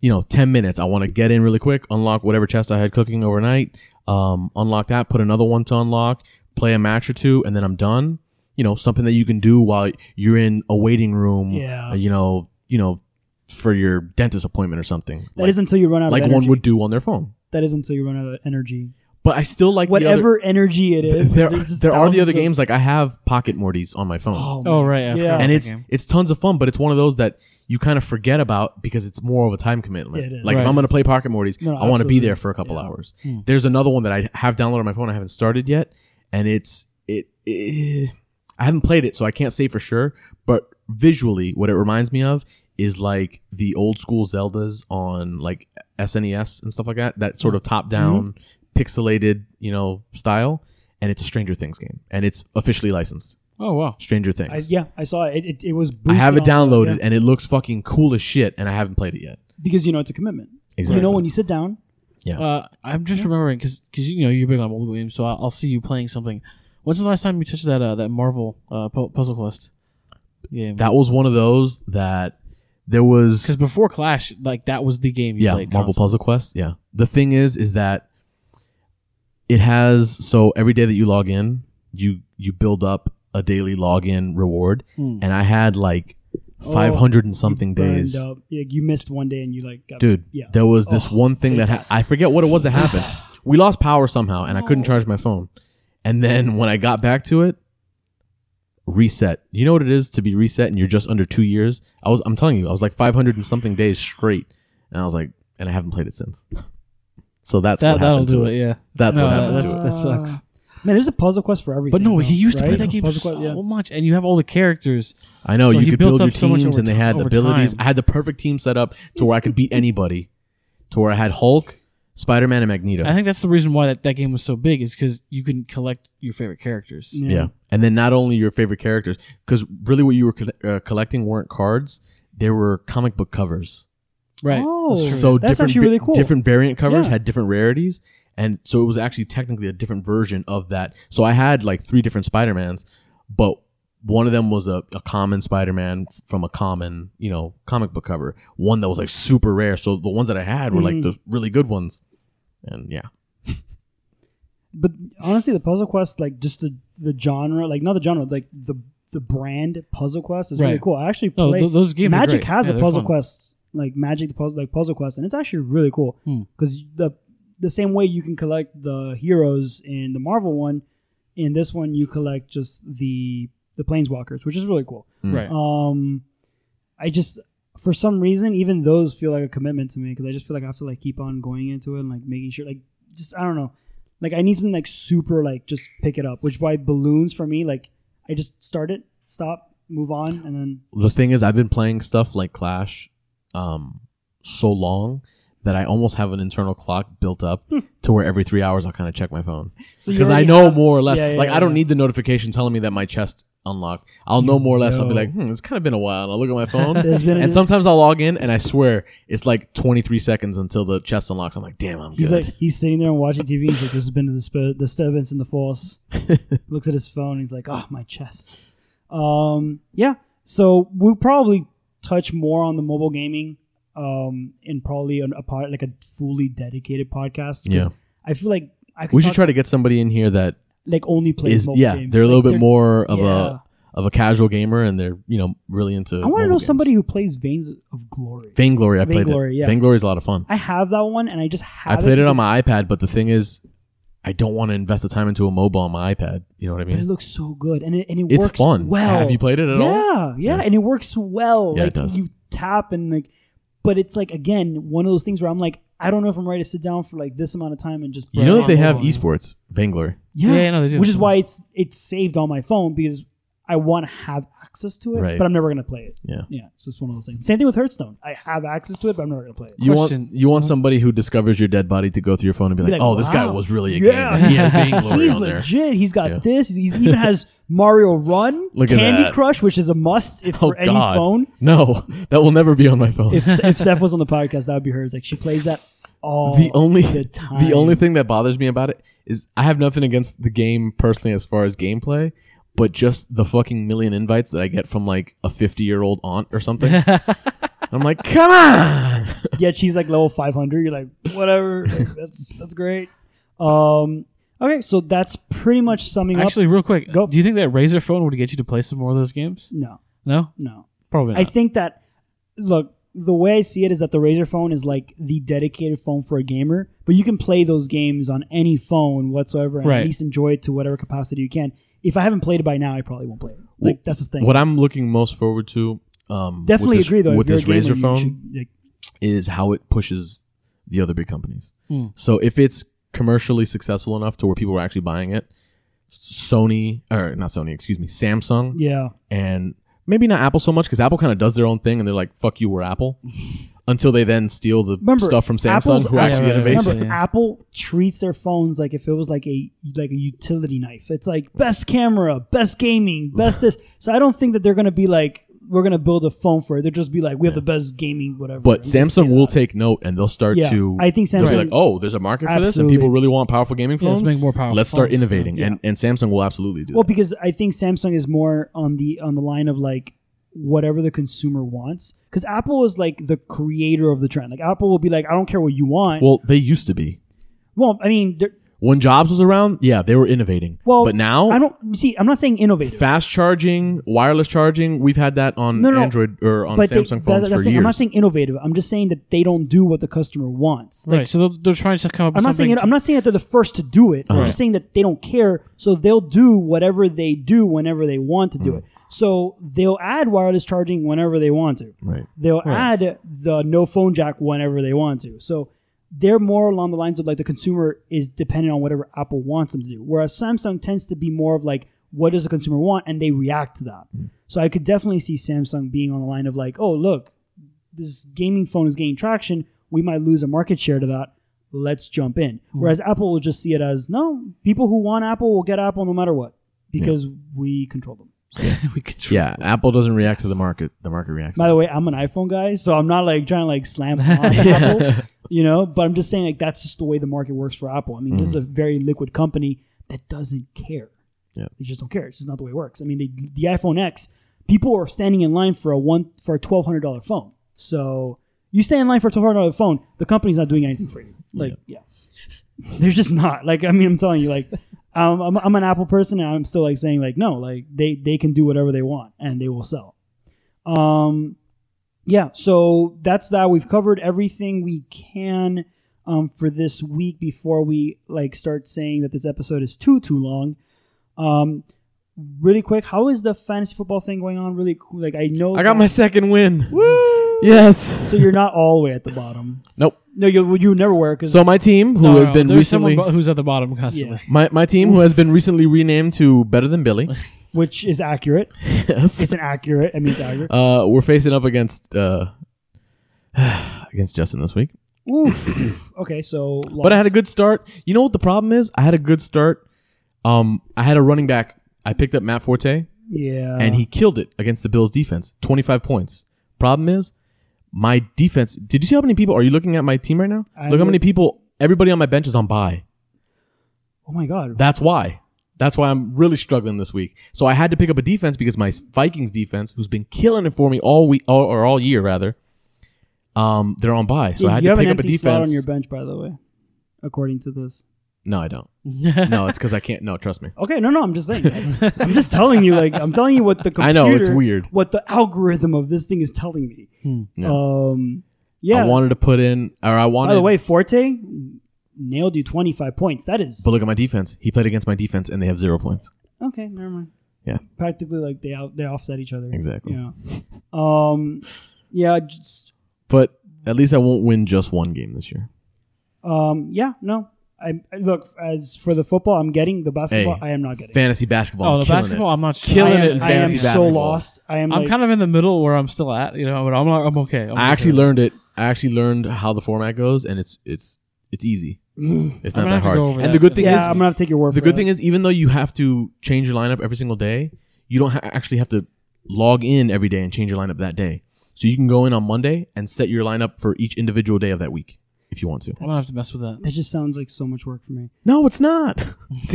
[SPEAKER 3] you know, 10 minutes, I want to get in really quick, unlock whatever chest I had cooking overnight, um, unlock that, put another one to unlock, play a match or two, and then I'm done. You know, something that you can do while you're in a waiting room,
[SPEAKER 1] Yeah.
[SPEAKER 3] uh, you know, you know, for your dentist appointment or something.
[SPEAKER 1] that
[SPEAKER 3] like
[SPEAKER 1] is until you run out
[SPEAKER 3] like
[SPEAKER 1] of energy.
[SPEAKER 3] one would do on their phone
[SPEAKER 1] that is until you run out of energy.
[SPEAKER 3] but I still like
[SPEAKER 1] Whatever energy it
[SPEAKER 3] The other,
[SPEAKER 1] is,
[SPEAKER 3] there,
[SPEAKER 1] there's just
[SPEAKER 3] there are the
[SPEAKER 1] thousands
[SPEAKER 3] other
[SPEAKER 1] of-
[SPEAKER 3] games like I have Pocket Mortys on my phone,
[SPEAKER 1] Oh,
[SPEAKER 2] Oh
[SPEAKER 1] man.
[SPEAKER 2] right, I
[SPEAKER 1] Yeah.
[SPEAKER 2] forgot
[SPEAKER 1] I
[SPEAKER 3] and
[SPEAKER 2] that
[SPEAKER 3] it's
[SPEAKER 2] game.
[SPEAKER 3] it's tons of fun, but it's one of those that you kind of forget about because it's more of a time commitment.
[SPEAKER 1] Yeah, it is.
[SPEAKER 3] Like
[SPEAKER 2] Right.
[SPEAKER 3] if I'm going to play Pocket Mortys,
[SPEAKER 1] No, no,
[SPEAKER 3] I want to be
[SPEAKER 1] absolutely.
[SPEAKER 3] there for a couple hours.
[SPEAKER 2] Hmm.
[SPEAKER 3] There's another one that I have downloaded on my phone I haven't started yet, and it's it, eh, I haven't played it, so I can't say for sure. But visually, what it reminds me of is like the old school Zeldas on like SNES and stuff like that. That sort of
[SPEAKER 1] Mm-hmm.
[SPEAKER 3] top down, pixelated, you know, style. And it's a Stranger Things game, and it's officially licensed.
[SPEAKER 2] Oh wow.
[SPEAKER 3] Stranger Things.
[SPEAKER 1] I, yeah, I saw it. It, it, it was.
[SPEAKER 3] I have it
[SPEAKER 1] boosted on-
[SPEAKER 3] downloaded
[SPEAKER 1] yeah.
[SPEAKER 3] and it looks fucking cool as shit, and I haven't played it yet.
[SPEAKER 1] because you know it's a commitment.
[SPEAKER 3] Exactly.
[SPEAKER 1] You know when you sit down,
[SPEAKER 2] Uh, I'm just remembering because you know you're big on mobile games, so I'll, I'll see you playing something. When's the last time you touched that uh, that Marvel uh, pu- Puzzle Quest game?
[SPEAKER 3] That was one of those that there was
[SPEAKER 2] because before Clash, like that was the game you
[SPEAKER 3] yeah
[SPEAKER 2] played.
[SPEAKER 3] Marvel
[SPEAKER 2] constantly.
[SPEAKER 3] Puzzle Quest. Yeah, the thing is, is that it has so every day that you log in, you you build up a daily login reward,
[SPEAKER 2] Hmm.
[SPEAKER 3] and I had like
[SPEAKER 1] Oh,
[SPEAKER 3] five hundred and something
[SPEAKER 1] you burned
[SPEAKER 3] days.
[SPEAKER 1] up. Yeah, you missed one day and you like got
[SPEAKER 3] Dude,
[SPEAKER 1] Yeah.
[SPEAKER 3] there was this one thing that ha- I forget what it was that happened. We lost power somehow, and I couldn't charge my phone. And then when I got back to it, reset. You know what it is to be reset, and you're just under two years. I was, I'm telling you, I was like 500 and something days straight, and I was like, and I haven't played it since. So that's
[SPEAKER 2] That
[SPEAKER 3] what
[SPEAKER 2] that'll
[SPEAKER 3] happened to
[SPEAKER 2] do it. Yeah.
[SPEAKER 3] That's
[SPEAKER 2] No,
[SPEAKER 3] what happened
[SPEAKER 2] that's-
[SPEAKER 3] to it.
[SPEAKER 2] that sucks.
[SPEAKER 1] Man, there's a puzzle quest for everything.
[SPEAKER 2] But no, he
[SPEAKER 1] though,
[SPEAKER 2] used to play
[SPEAKER 1] right?
[SPEAKER 2] that game
[SPEAKER 1] Puzzle
[SPEAKER 2] so
[SPEAKER 1] Quest, yeah.
[SPEAKER 2] much, and you have all the characters.
[SPEAKER 3] I know
[SPEAKER 2] So
[SPEAKER 3] you
[SPEAKER 2] he
[SPEAKER 3] could
[SPEAKER 2] built
[SPEAKER 3] build your
[SPEAKER 2] up so much
[SPEAKER 3] teams,
[SPEAKER 2] over
[SPEAKER 3] and they
[SPEAKER 2] ti-
[SPEAKER 3] had
[SPEAKER 2] over
[SPEAKER 3] abilities.
[SPEAKER 2] time.
[SPEAKER 3] I had the perfect team set up to where I could beat anybody, to where I had Hulk, Spider Man, and Magneto.
[SPEAKER 2] I think that's the reason why that, that game was so big is because you can collect your favorite characters.
[SPEAKER 1] Mm.
[SPEAKER 3] Yeah. And then not only your favorite characters, because really what you were coll- uh, collecting weren't cards, they were comic book covers.
[SPEAKER 2] Right.
[SPEAKER 1] Oh,
[SPEAKER 2] That's true.
[SPEAKER 3] So
[SPEAKER 1] That's
[SPEAKER 3] different,
[SPEAKER 1] actually
[SPEAKER 3] vi-
[SPEAKER 1] really cool.
[SPEAKER 3] different variant covers
[SPEAKER 1] Yeah.
[SPEAKER 3] had different rarities. And so it was actually technically a different version of that. So I had like three different Spider-Mans, but one of them was a, a common Spider-Man f- from a common, you know, comic book cover. One that was like super rare. So the ones that I had were like
[SPEAKER 1] Mhm.
[SPEAKER 3] the really good ones. And yeah.
[SPEAKER 1] But honestly, the puzzle quest, like just the the genre, like not the genre, like the the brand puzzle quest is really
[SPEAKER 2] Right.
[SPEAKER 1] cool. I actually
[SPEAKER 2] No,
[SPEAKER 1] played
[SPEAKER 2] th- those games. are
[SPEAKER 1] Magic
[SPEAKER 2] great.
[SPEAKER 1] has
[SPEAKER 2] Yeah,
[SPEAKER 1] a
[SPEAKER 2] they're
[SPEAKER 1] puzzle
[SPEAKER 2] fun.
[SPEAKER 1] quest, like Magic the puzzle like puzzle quest, and it's actually really cool
[SPEAKER 2] Hmm.
[SPEAKER 1] because the the same way you can collect the heroes in the Marvel one, in this one you collect just the the planeswalkers, which is really cool.
[SPEAKER 3] Mm.
[SPEAKER 2] Right.
[SPEAKER 1] Um, I just for some reason even those feel like a commitment to me because I just feel like I have to like keep on going into it and like making sure like just I don't know like I need something like super like just pick it up, which why balloons for me like I just start it, stop, move on, and then
[SPEAKER 3] the thing is i've been playing stuff like clash um so long that i almost have an internal clock built up to where every three hours i'll kind of check my phone
[SPEAKER 1] Hmm. so you
[SPEAKER 3] because i
[SPEAKER 1] already
[SPEAKER 3] know
[SPEAKER 1] have-
[SPEAKER 3] more or less
[SPEAKER 1] Yeah, yeah,
[SPEAKER 3] like i don't
[SPEAKER 1] yeah.
[SPEAKER 3] need the notification telling me that my chest unlocked i'll know more or less i'll be like hmm it's kind of been a while and i'll look at my phone
[SPEAKER 1] There's been
[SPEAKER 3] and sometimes i'll log in and i swear it's like 23 seconds until the chest unlocks i'm like damn i'm
[SPEAKER 1] He's
[SPEAKER 3] good
[SPEAKER 1] like he's sitting there and watching TV. He's like, "There's been a disp- disturbance in the force." Looks at his phone. He's like, "Oh, my chest." Um, yeah. So we'll probably touch more on the mobile gaming, um, in probably an, a pod, like a fully dedicated podcast. 'Cause
[SPEAKER 3] Yeah.
[SPEAKER 1] I feel like I could
[SPEAKER 3] we should
[SPEAKER 1] talk-
[SPEAKER 3] try to get somebody in here that
[SPEAKER 1] like only plays
[SPEAKER 3] is
[SPEAKER 1] mobile
[SPEAKER 3] yeah
[SPEAKER 1] games.
[SPEAKER 3] they're a
[SPEAKER 1] Like,
[SPEAKER 3] little bit more of
[SPEAKER 1] yeah.
[SPEAKER 3] a of a casual gamer and they're you know really into
[SPEAKER 1] I want to
[SPEAKER 3] mobile
[SPEAKER 1] know
[SPEAKER 3] games.
[SPEAKER 1] somebody who plays Veins of Glory.
[SPEAKER 3] Vainglory, I played
[SPEAKER 1] Vainglory,
[SPEAKER 3] it.
[SPEAKER 1] yeah.
[SPEAKER 3] Vainglory is a lot of fun.
[SPEAKER 1] I have that one, and I just have
[SPEAKER 3] I played it on
[SPEAKER 1] because-
[SPEAKER 3] my iPad, but the thing is, I don't want to invest the time into a mobile on my iPad. You know what I
[SPEAKER 1] But it
[SPEAKER 3] mean?
[SPEAKER 1] looks so good, and it and it
[SPEAKER 3] It's
[SPEAKER 1] works
[SPEAKER 3] fun.
[SPEAKER 1] well.
[SPEAKER 3] Have you played it at
[SPEAKER 1] yeah,
[SPEAKER 3] all?
[SPEAKER 1] Yeah, and it works well.
[SPEAKER 3] Yeah, it
[SPEAKER 1] like
[SPEAKER 3] does.
[SPEAKER 1] you tap and like But it's like again one of those things where I'm like, I don't know if I'm ready to sit down for like this amount of time and just.
[SPEAKER 3] You know
[SPEAKER 1] browse.
[SPEAKER 3] that they have
[SPEAKER 2] Yeah.
[SPEAKER 3] esports Vainglory.
[SPEAKER 1] yeah,
[SPEAKER 2] Yeah, no, they do.
[SPEAKER 1] which is why it's it's saved on my phone because I want to have access to it,
[SPEAKER 3] Right.
[SPEAKER 1] but I'm never gonna play it.
[SPEAKER 3] Yeah.
[SPEAKER 1] Yeah, it's just one of those things. Same thing with Hearthstone. I have access to it, but I'm never gonna play it.
[SPEAKER 3] You
[SPEAKER 2] Question.
[SPEAKER 3] want you want somebody who discovers your dead body to go through your phone and be like,
[SPEAKER 1] Be like,
[SPEAKER 3] "Oh, this guy
[SPEAKER 1] wow.
[SPEAKER 3] was really a
[SPEAKER 1] Yeah.
[SPEAKER 3] gamer. He has Vainglory
[SPEAKER 1] He's
[SPEAKER 3] on there."
[SPEAKER 1] legit. He's got
[SPEAKER 3] Yeah.
[SPEAKER 1] this. He's even has Mario Run,
[SPEAKER 3] Look at
[SPEAKER 1] Candy
[SPEAKER 3] that.
[SPEAKER 1] Crush, which is a must if
[SPEAKER 3] Oh
[SPEAKER 1] for any
[SPEAKER 3] God,
[SPEAKER 1] phone.
[SPEAKER 3] no, that will never be on my phone.
[SPEAKER 1] If if Steph was on the podcast, that would be hers. Like she plays that all
[SPEAKER 3] the only
[SPEAKER 1] the time.
[SPEAKER 3] the only thing that bothers me about it is I have nothing against the game personally as far as gameplay, but just the fucking million invites that I get from like a fifty year old aunt or something. I'm like, come on.
[SPEAKER 1] Yet she's like level 500. You're like whatever. Like, that's that's great. Um. Okay, so that's pretty much summing up.
[SPEAKER 2] Actually, real quick,
[SPEAKER 1] Go.
[SPEAKER 2] do you think that Razor phone would get you to play some more of those games?
[SPEAKER 1] No,
[SPEAKER 2] No,
[SPEAKER 1] no.
[SPEAKER 2] probably not.
[SPEAKER 1] I think that look, the way I see it is that the Razer phone is like the dedicated phone for a gamer, but you can play those games on any phone whatsoever and
[SPEAKER 2] Right.
[SPEAKER 1] at least enjoy it to whatever capacity you can. If I haven't played it by now, I probably won't play it. Like that's the thing.
[SPEAKER 3] What I'm looking most forward to, um,
[SPEAKER 1] Definitely
[SPEAKER 3] with this,
[SPEAKER 1] agree though.
[SPEAKER 3] with
[SPEAKER 1] if
[SPEAKER 3] this
[SPEAKER 1] you're a gamer,
[SPEAKER 3] Razer
[SPEAKER 1] you
[SPEAKER 3] phone
[SPEAKER 1] should, like,
[SPEAKER 3] is how it pushes the other big companies.
[SPEAKER 2] Hmm.
[SPEAKER 3] So if it's commercially successful enough to where people are actually buying it, Sony or not Sony, excuse me, Samsung
[SPEAKER 1] yeah,
[SPEAKER 3] and maybe not Apple so much because Apple kind of does their own thing and they're like, "Fuck you, we're Apple," until they then steal the
[SPEAKER 1] remember
[SPEAKER 3] stuff from Samsung
[SPEAKER 1] Apple's-
[SPEAKER 3] who
[SPEAKER 1] Yeah,
[SPEAKER 3] actually
[SPEAKER 2] right, right,
[SPEAKER 3] innovates.
[SPEAKER 1] Remember,
[SPEAKER 2] Yeah.
[SPEAKER 1] Apple treats their phones like if it was like a like a utility knife. It's like best camera, best gaming, best this. So I don't think that they're gonna be like we're gonna build a phone for it. They'll just be like we have the best gaming, whatever.
[SPEAKER 3] But
[SPEAKER 1] and just say
[SPEAKER 3] Samsung will
[SPEAKER 1] that.
[SPEAKER 3] take note and they'll start
[SPEAKER 1] Yeah,
[SPEAKER 3] to.
[SPEAKER 1] I think
[SPEAKER 3] they'll be
[SPEAKER 1] Samsung-
[SPEAKER 3] like, "Oh, there's a market for this, and
[SPEAKER 1] Absolutely.
[SPEAKER 3] people really want powerful gaming
[SPEAKER 2] Yeah, let's
[SPEAKER 3] phones.
[SPEAKER 2] make more powerful
[SPEAKER 3] Let's start
[SPEAKER 2] phones."
[SPEAKER 3] innovating."
[SPEAKER 1] Yeah.
[SPEAKER 3] And and Samsung will absolutely do
[SPEAKER 1] Well,
[SPEAKER 3] that.
[SPEAKER 1] because I think Samsung is more on the on the line of like whatever the consumer wants. Because Apple is like the creator of the trend. Like Apple will be like, I don't care what you want. Well,
[SPEAKER 3] Well, they used to be
[SPEAKER 1] I mean, they're-
[SPEAKER 3] when Jobs was around. Yeah, they were innovating.
[SPEAKER 1] well,
[SPEAKER 3] but now
[SPEAKER 1] I don't see. I'm not saying innovative.
[SPEAKER 3] fast charging, wireless charging. We've had that on
[SPEAKER 1] No, no, no.
[SPEAKER 3] Android or on
[SPEAKER 1] but they-
[SPEAKER 3] Samsung
[SPEAKER 1] that-
[SPEAKER 3] phones
[SPEAKER 1] that's
[SPEAKER 3] for
[SPEAKER 1] the thing.
[SPEAKER 3] years.
[SPEAKER 1] I'm not saying innovative. I'm just saying that they don't do what the customer wants. Like,
[SPEAKER 2] right, so they're, they're trying to come up
[SPEAKER 1] I'm
[SPEAKER 2] with
[SPEAKER 1] not
[SPEAKER 2] something.
[SPEAKER 1] saying it, I'm not saying that they're the first to do it. I'm
[SPEAKER 2] Uh-huh.
[SPEAKER 1] just saying that they don't care, so they'll do whatever they do whenever they want to
[SPEAKER 3] Mm-hmm.
[SPEAKER 1] do it. So they'll add wireless charging whenever they want to.
[SPEAKER 3] right.
[SPEAKER 1] They'll add the no phone jack whenever they want to. So they're more along the lines of like the consumer is dependent on whatever Apple wants them to do. Whereas Samsung tends to be more of like, what does the consumer want? And they react to that. So I could definitely see Samsung being on the line of like, oh, look, this gaming phone is gaining traction. We might lose a market share to that. Let's jump in. Whereas Apple will just see it as no, people who want Apple will get Apple no matter what because we control them.
[SPEAKER 2] we control.
[SPEAKER 3] Yeah, Apple doesn't react to the market. The market reacts.
[SPEAKER 1] By the way, I'm an iPhone guy, so I'm not like trying to like slam on Apple, you know. But I'm just saying like that's just the way the market works for Apple. I mean, this is a very liquid company that doesn't care.
[SPEAKER 3] Yeah.
[SPEAKER 1] they just don't care. It's just not the way it works. I mean, the, the iPhone X, people are standing in line for a one for a twelve hundred dollar phone. So you stay in line for a twelve hundred dollar phone, the company's not doing anything for you. Like, yeah, they're just not. Like, I mean, I'm telling you, like. Um, I'm, I'm an Apple person, and I'm still like saying like no, like they they can do whatever they want, and they will sell. Um, yeah, so that's that. We've covered everything we can um, for this week before we like start saying that this episode is too too long. Um, really quick, how is the fantasy football thing going on? Really, cool. like I know
[SPEAKER 3] I got
[SPEAKER 1] that-
[SPEAKER 3] my second win.
[SPEAKER 1] Woo!
[SPEAKER 3] Yes.
[SPEAKER 1] So you're not all the way at the bottom.
[SPEAKER 3] Nope.
[SPEAKER 1] No, you you never were because
[SPEAKER 3] So my team, who
[SPEAKER 2] No,
[SPEAKER 3] has
[SPEAKER 2] no,
[SPEAKER 3] been
[SPEAKER 2] there's
[SPEAKER 3] recently
[SPEAKER 2] someone bo- who's at the bottom constantly.
[SPEAKER 3] my, my team, who has been recently renamed to Better Than Billy.
[SPEAKER 1] which is accurate.
[SPEAKER 3] yes.
[SPEAKER 1] It's an accurate. I mean, it's accurate.
[SPEAKER 3] Uh, we're facing up against uh, against Justin this week,
[SPEAKER 1] Oof. okay, so
[SPEAKER 3] but I had a good start. You know what the problem is? I had a good start. Um, I had a running back. I picked up Matt Forte,
[SPEAKER 1] yeah,
[SPEAKER 2] Uh-huh.
[SPEAKER 3] and he killed it against the Bills defense. Twenty five points. Problem is, my defense. Did you see how many people? Are you looking at my team right now?
[SPEAKER 1] I
[SPEAKER 3] Look how many
[SPEAKER 1] look-
[SPEAKER 3] people. Everybody on my bench is on bye.
[SPEAKER 1] oh my god,
[SPEAKER 3] That's why. That's why I'm really struggling this week. So I had to pick up a defense because my Vikings defense, who's been killing it for me all week all, or all year rather, um, they're on bye. So I had
[SPEAKER 1] you
[SPEAKER 3] to
[SPEAKER 1] have
[SPEAKER 3] pick
[SPEAKER 1] an
[SPEAKER 3] up a
[SPEAKER 1] empty slot
[SPEAKER 3] defense.
[SPEAKER 1] on your bench, by the way, according to this.
[SPEAKER 3] no, I don't.
[SPEAKER 2] Yeah.
[SPEAKER 3] No, it's because I can't. No, trust me.
[SPEAKER 1] Okay, no, no, I'm just saying. I'm just telling you, like, I'm telling you what the computer,
[SPEAKER 3] I know, it's weird.
[SPEAKER 1] what the algorithm of this thing is telling me.
[SPEAKER 3] Yeah.
[SPEAKER 1] Um, yeah.
[SPEAKER 3] I wanted to put in, or I wanted.
[SPEAKER 1] By the way, Forte nailed you 25 points. That is
[SPEAKER 3] but look at my defense. He played against my defense, and they have zero points.
[SPEAKER 1] okay. Never mind.
[SPEAKER 3] Yeah.
[SPEAKER 1] practically like they out they offset each other.
[SPEAKER 3] Exactly.
[SPEAKER 1] Yeah. Um. Yeah. Just
[SPEAKER 3] But At least I won't win just one game this year.
[SPEAKER 1] Um, yeah, no. I I- look as for the football, I'm getting the basketball.
[SPEAKER 3] Hey,
[SPEAKER 1] I am not getting.
[SPEAKER 3] Fantasy basketball.
[SPEAKER 2] oh, the
[SPEAKER 3] killing it.
[SPEAKER 2] basketball. I'm not sure.
[SPEAKER 3] Killing
[SPEAKER 1] I am,
[SPEAKER 3] it in
[SPEAKER 1] I am
[SPEAKER 3] fantasy
[SPEAKER 1] so
[SPEAKER 3] basketball.
[SPEAKER 1] lost. I am.
[SPEAKER 2] I'm
[SPEAKER 1] like,
[SPEAKER 2] kind of in the middle where I'm still at, you know, but I'm I'm okay. I'm
[SPEAKER 3] I actually
[SPEAKER 2] okay.
[SPEAKER 3] learned it. I actually learned how the format goes, and it's it's it's easy.
[SPEAKER 1] Mm.
[SPEAKER 3] It's
[SPEAKER 2] I'm gonna
[SPEAKER 3] not that
[SPEAKER 2] have to
[SPEAKER 3] hard.
[SPEAKER 2] go over
[SPEAKER 3] And
[SPEAKER 2] that
[SPEAKER 3] the good
[SPEAKER 2] in
[SPEAKER 3] thing
[SPEAKER 2] a
[SPEAKER 1] yeah,
[SPEAKER 3] is,
[SPEAKER 1] I'm gonna have to take your word.
[SPEAKER 3] the
[SPEAKER 1] for
[SPEAKER 3] good
[SPEAKER 1] it.
[SPEAKER 3] thing is, even though you have to change your lineup every single day, you don't ha- actually have to log in every day and change your lineup that day. So you can go in on Monday and set your lineup for each individual day of that week if you want to.
[SPEAKER 2] I'm gonna have to mess with that.
[SPEAKER 1] that just sounds like so much work for me.
[SPEAKER 3] No, it's not. It's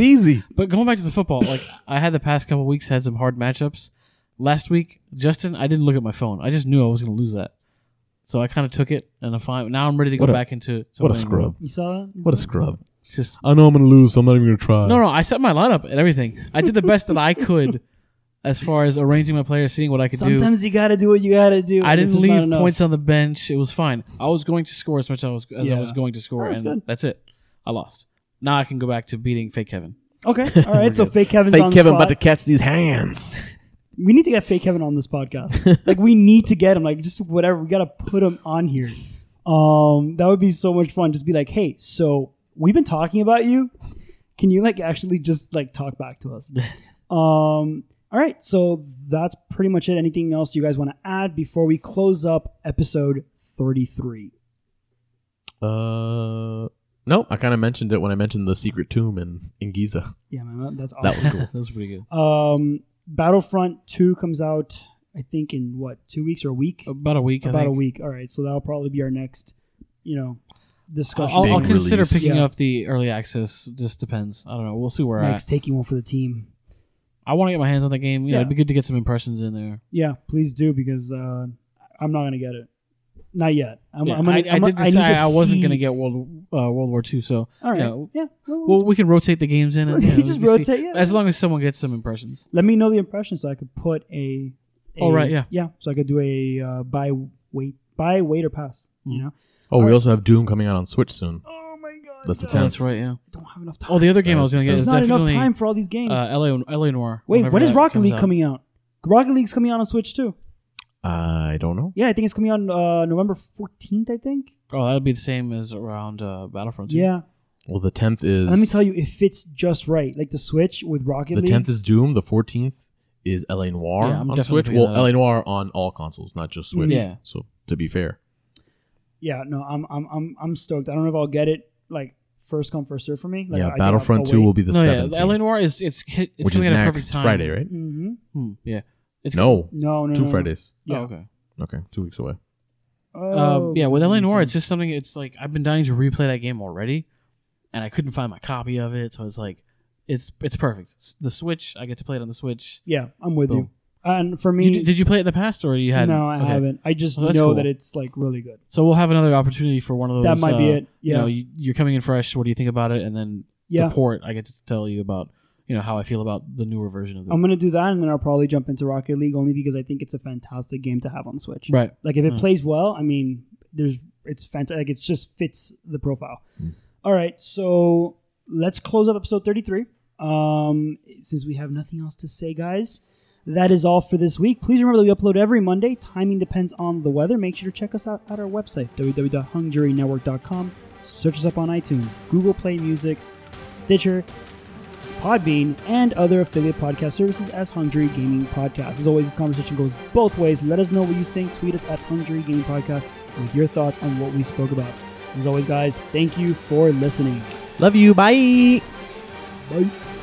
[SPEAKER 3] easy.
[SPEAKER 2] But going back to the football, like I had the past couple weeks had some hard matchups. Last week, Justin, I didn't look at my phone. I just knew I was going to lose that, so I kind of took it, and I'm fine. Now I'm ready to go
[SPEAKER 3] What a-
[SPEAKER 2] back into
[SPEAKER 3] What a
[SPEAKER 2] something.
[SPEAKER 3] scrub.
[SPEAKER 1] You saw that?
[SPEAKER 3] What a scrub.
[SPEAKER 2] It's just
[SPEAKER 3] I know I'm gonna lose, so I'm not even gonna try.
[SPEAKER 2] no, no. I set my lineup and everything. I did the best that I could as far as arranging my players, seeing what I could do.
[SPEAKER 1] Sometimes you gotta do what you gotta do.
[SPEAKER 2] I
[SPEAKER 1] This
[SPEAKER 2] didn't
[SPEAKER 1] is not
[SPEAKER 2] leave
[SPEAKER 1] enough.
[SPEAKER 2] points on the bench. It was fine. I was going to score as much as I was, as I
[SPEAKER 1] Yeah.
[SPEAKER 2] was going to score,
[SPEAKER 1] That's
[SPEAKER 2] and
[SPEAKER 1] good.
[SPEAKER 2] that's it. I lost. Now I can go back to beating fake Kevin.
[SPEAKER 1] Okay, all right. so fake Kevin's on
[SPEAKER 3] Fake
[SPEAKER 1] the
[SPEAKER 3] Kevin
[SPEAKER 1] spot.
[SPEAKER 3] about to catch these hands.
[SPEAKER 1] We need to get fake Kevin on this podcast. like we need to get him. Like just whatever. We gotta put him on here. Um, that would be so much fun. Just be like, hey, so we've been talking about you. Can you like actually just like talk back to us? Um, all right. So that's pretty much it. Anything else you guys want to add before we close up episode thirty-three?
[SPEAKER 3] Uh, no, I kind of mentioned it when I mentioned the secret tomb in in Giza.
[SPEAKER 1] Yeah, man, that's awesome.
[SPEAKER 3] That was cool.
[SPEAKER 2] that was pretty good.
[SPEAKER 1] Um, Battlefront Two comes out, I think, in what two weeks or a week?
[SPEAKER 2] About a week. I
[SPEAKER 1] About a
[SPEAKER 2] think.
[SPEAKER 1] week. All right, so that'll probably be our next, you know, discussion.
[SPEAKER 2] I'll,
[SPEAKER 3] Big
[SPEAKER 2] I'll consider
[SPEAKER 3] release.
[SPEAKER 2] picking
[SPEAKER 1] Yeah.
[SPEAKER 2] up the early access. Just depends. I don't know. We'll see where
[SPEAKER 1] Mike's taking one for the team.
[SPEAKER 2] I. I want to get my hands on the game. You know,
[SPEAKER 1] Yeah.
[SPEAKER 2] it'd be good to get some impressions in there.
[SPEAKER 1] Yeah, please do because uh, I'm not gonna get it. Not yet. I'm,
[SPEAKER 2] Yeah,
[SPEAKER 1] I'm gonna,
[SPEAKER 2] I, I
[SPEAKER 1] I'm-
[SPEAKER 2] did
[SPEAKER 1] I need
[SPEAKER 2] decide I, wasn't
[SPEAKER 1] see-
[SPEAKER 2] gonna get World uh, World War II. So
[SPEAKER 1] All right.
[SPEAKER 2] no.
[SPEAKER 1] Yeah.
[SPEAKER 2] well, we can rotate the games in. And,
[SPEAKER 1] You
[SPEAKER 2] you know,
[SPEAKER 1] just
[SPEAKER 2] we see-
[SPEAKER 1] rotate, yeah.
[SPEAKER 2] As long as someone gets some impressions.
[SPEAKER 1] let me know the impression so I could put a. a-
[SPEAKER 2] Oh, right, yeah.
[SPEAKER 1] Yeah. So I could do a uh, buy wait buy wait or pass. You
[SPEAKER 2] Mm.
[SPEAKER 1] know.
[SPEAKER 3] Oh, we also have Doom coming out on Switch soon.
[SPEAKER 1] Oh my god.
[SPEAKER 3] That's the
[SPEAKER 1] no,
[SPEAKER 2] Oh,
[SPEAKER 3] Sounds-
[SPEAKER 2] that's right. Yeah.
[SPEAKER 1] I don't have enough time.
[SPEAKER 2] Oh, the other game I was gonna get
[SPEAKER 1] There's
[SPEAKER 2] is
[SPEAKER 1] not enough
[SPEAKER 2] definitely
[SPEAKER 1] time for all these games.
[SPEAKER 2] uh, LA, LA Noir.
[SPEAKER 1] Wait,
[SPEAKER 2] whenever
[SPEAKER 1] when is
[SPEAKER 2] that
[SPEAKER 1] Rocket
[SPEAKER 2] comes
[SPEAKER 1] League
[SPEAKER 2] out.
[SPEAKER 1] coming out? Rocket League's coming out on Switch too.
[SPEAKER 3] I don't know.
[SPEAKER 1] Yeah, I think it's coming out on uh, November 14th, I think.
[SPEAKER 2] Oh, that'll be the same as around uh, Battlefront. 2.
[SPEAKER 1] Yeah.
[SPEAKER 3] Well, the tenth is.
[SPEAKER 1] Let me tell you, it fits just right. Like the Switch with Rocket
[SPEAKER 3] The
[SPEAKER 1] League.
[SPEAKER 3] tenth is Doom. The fourteenth is LA Noir
[SPEAKER 2] Yeah, I'm
[SPEAKER 3] on
[SPEAKER 2] definitely
[SPEAKER 3] Switch.
[SPEAKER 2] picking
[SPEAKER 3] Well,
[SPEAKER 2] that up.
[SPEAKER 3] LA Noir on all consoles, not just Switch.
[SPEAKER 2] Yeah.
[SPEAKER 3] So to be fair,
[SPEAKER 1] yeah, no, I'm, I'm, I'm, I'm stoked. I don't know if I'll get it like first come, first serve for me. Like,
[SPEAKER 3] yeah, Battlefront Two will be the
[SPEAKER 2] no,
[SPEAKER 3] seventeenth,
[SPEAKER 2] yeah. LA Noir is it's hit, it's
[SPEAKER 3] which is
[SPEAKER 2] coming at a perfect
[SPEAKER 3] next
[SPEAKER 2] time.
[SPEAKER 3] Friday, right?
[SPEAKER 1] Mm-hmm.
[SPEAKER 2] Hmm, yeah. It's
[SPEAKER 3] No,
[SPEAKER 1] No, no,
[SPEAKER 3] two
[SPEAKER 1] no.
[SPEAKER 3] Fridays.
[SPEAKER 2] Yeah.
[SPEAKER 1] Yeah.
[SPEAKER 2] Oh, okay.
[SPEAKER 3] Okay, two weeks away.
[SPEAKER 1] Oh,
[SPEAKER 2] Um, yeah, with
[SPEAKER 1] this
[SPEAKER 2] LA
[SPEAKER 1] makes
[SPEAKER 2] Noir, it's
[SPEAKER 1] sense.
[SPEAKER 2] just something. It's like I've been dying to replay that game already, and I couldn't find my copy of it. So it's like, it's it's perfect. S- The Switch, I get to play it on the Switch.
[SPEAKER 1] yeah, I'm with you.
[SPEAKER 2] Boom.
[SPEAKER 1] And for
[SPEAKER 2] You
[SPEAKER 1] me,
[SPEAKER 2] d- did you play it in the past, or you had?
[SPEAKER 1] no, I haven't. I just
[SPEAKER 2] Well, that's
[SPEAKER 1] know
[SPEAKER 2] cool.
[SPEAKER 1] that it's like really good.
[SPEAKER 2] So we'll have another opportunity for one of those.
[SPEAKER 1] that might be
[SPEAKER 2] uh,
[SPEAKER 1] it. Yeah,
[SPEAKER 2] You know, you, you're coming in fresh. What do you think about it? And then
[SPEAKER 1] yeah.
[SPEAKER 2] the port, I get to tell you about, you know, how I feel about the newer version of it.
[SPEAKER 1] I'm gonna do that, and then I'll probably jump into Rocket League only because I think it's a fantastic game to have on Switch.
[SPEAKER 2] right.
[SPEAKER 1] Like if it
[SPEAKER 2] Mm.
[SPEAKER 1] plays well, I mean, there's it's fantastic. Like it just fits the profile. All right, so let's close up episode 33. Um, since we have nothing else to say, guys, that is all for this week. Please remember that we upload every Monday. Timing depends on the weather. Make sure to check us out at our website www.hungjurynetwork.com. Search us up on iTunes, Google Play Music, Stitcher, Podbean, and other affiliate podcast services as Hungry Gaming Podcast. As always, this conversation goes both ways. Let us know what you think. Tweet us at Hungry Gaming Podcast with your thoughts on what we spoke about. As always, guys, thank you for listening.
[SPEAKER 3] Love you. Bye.
[SPEAKER 1] Bye.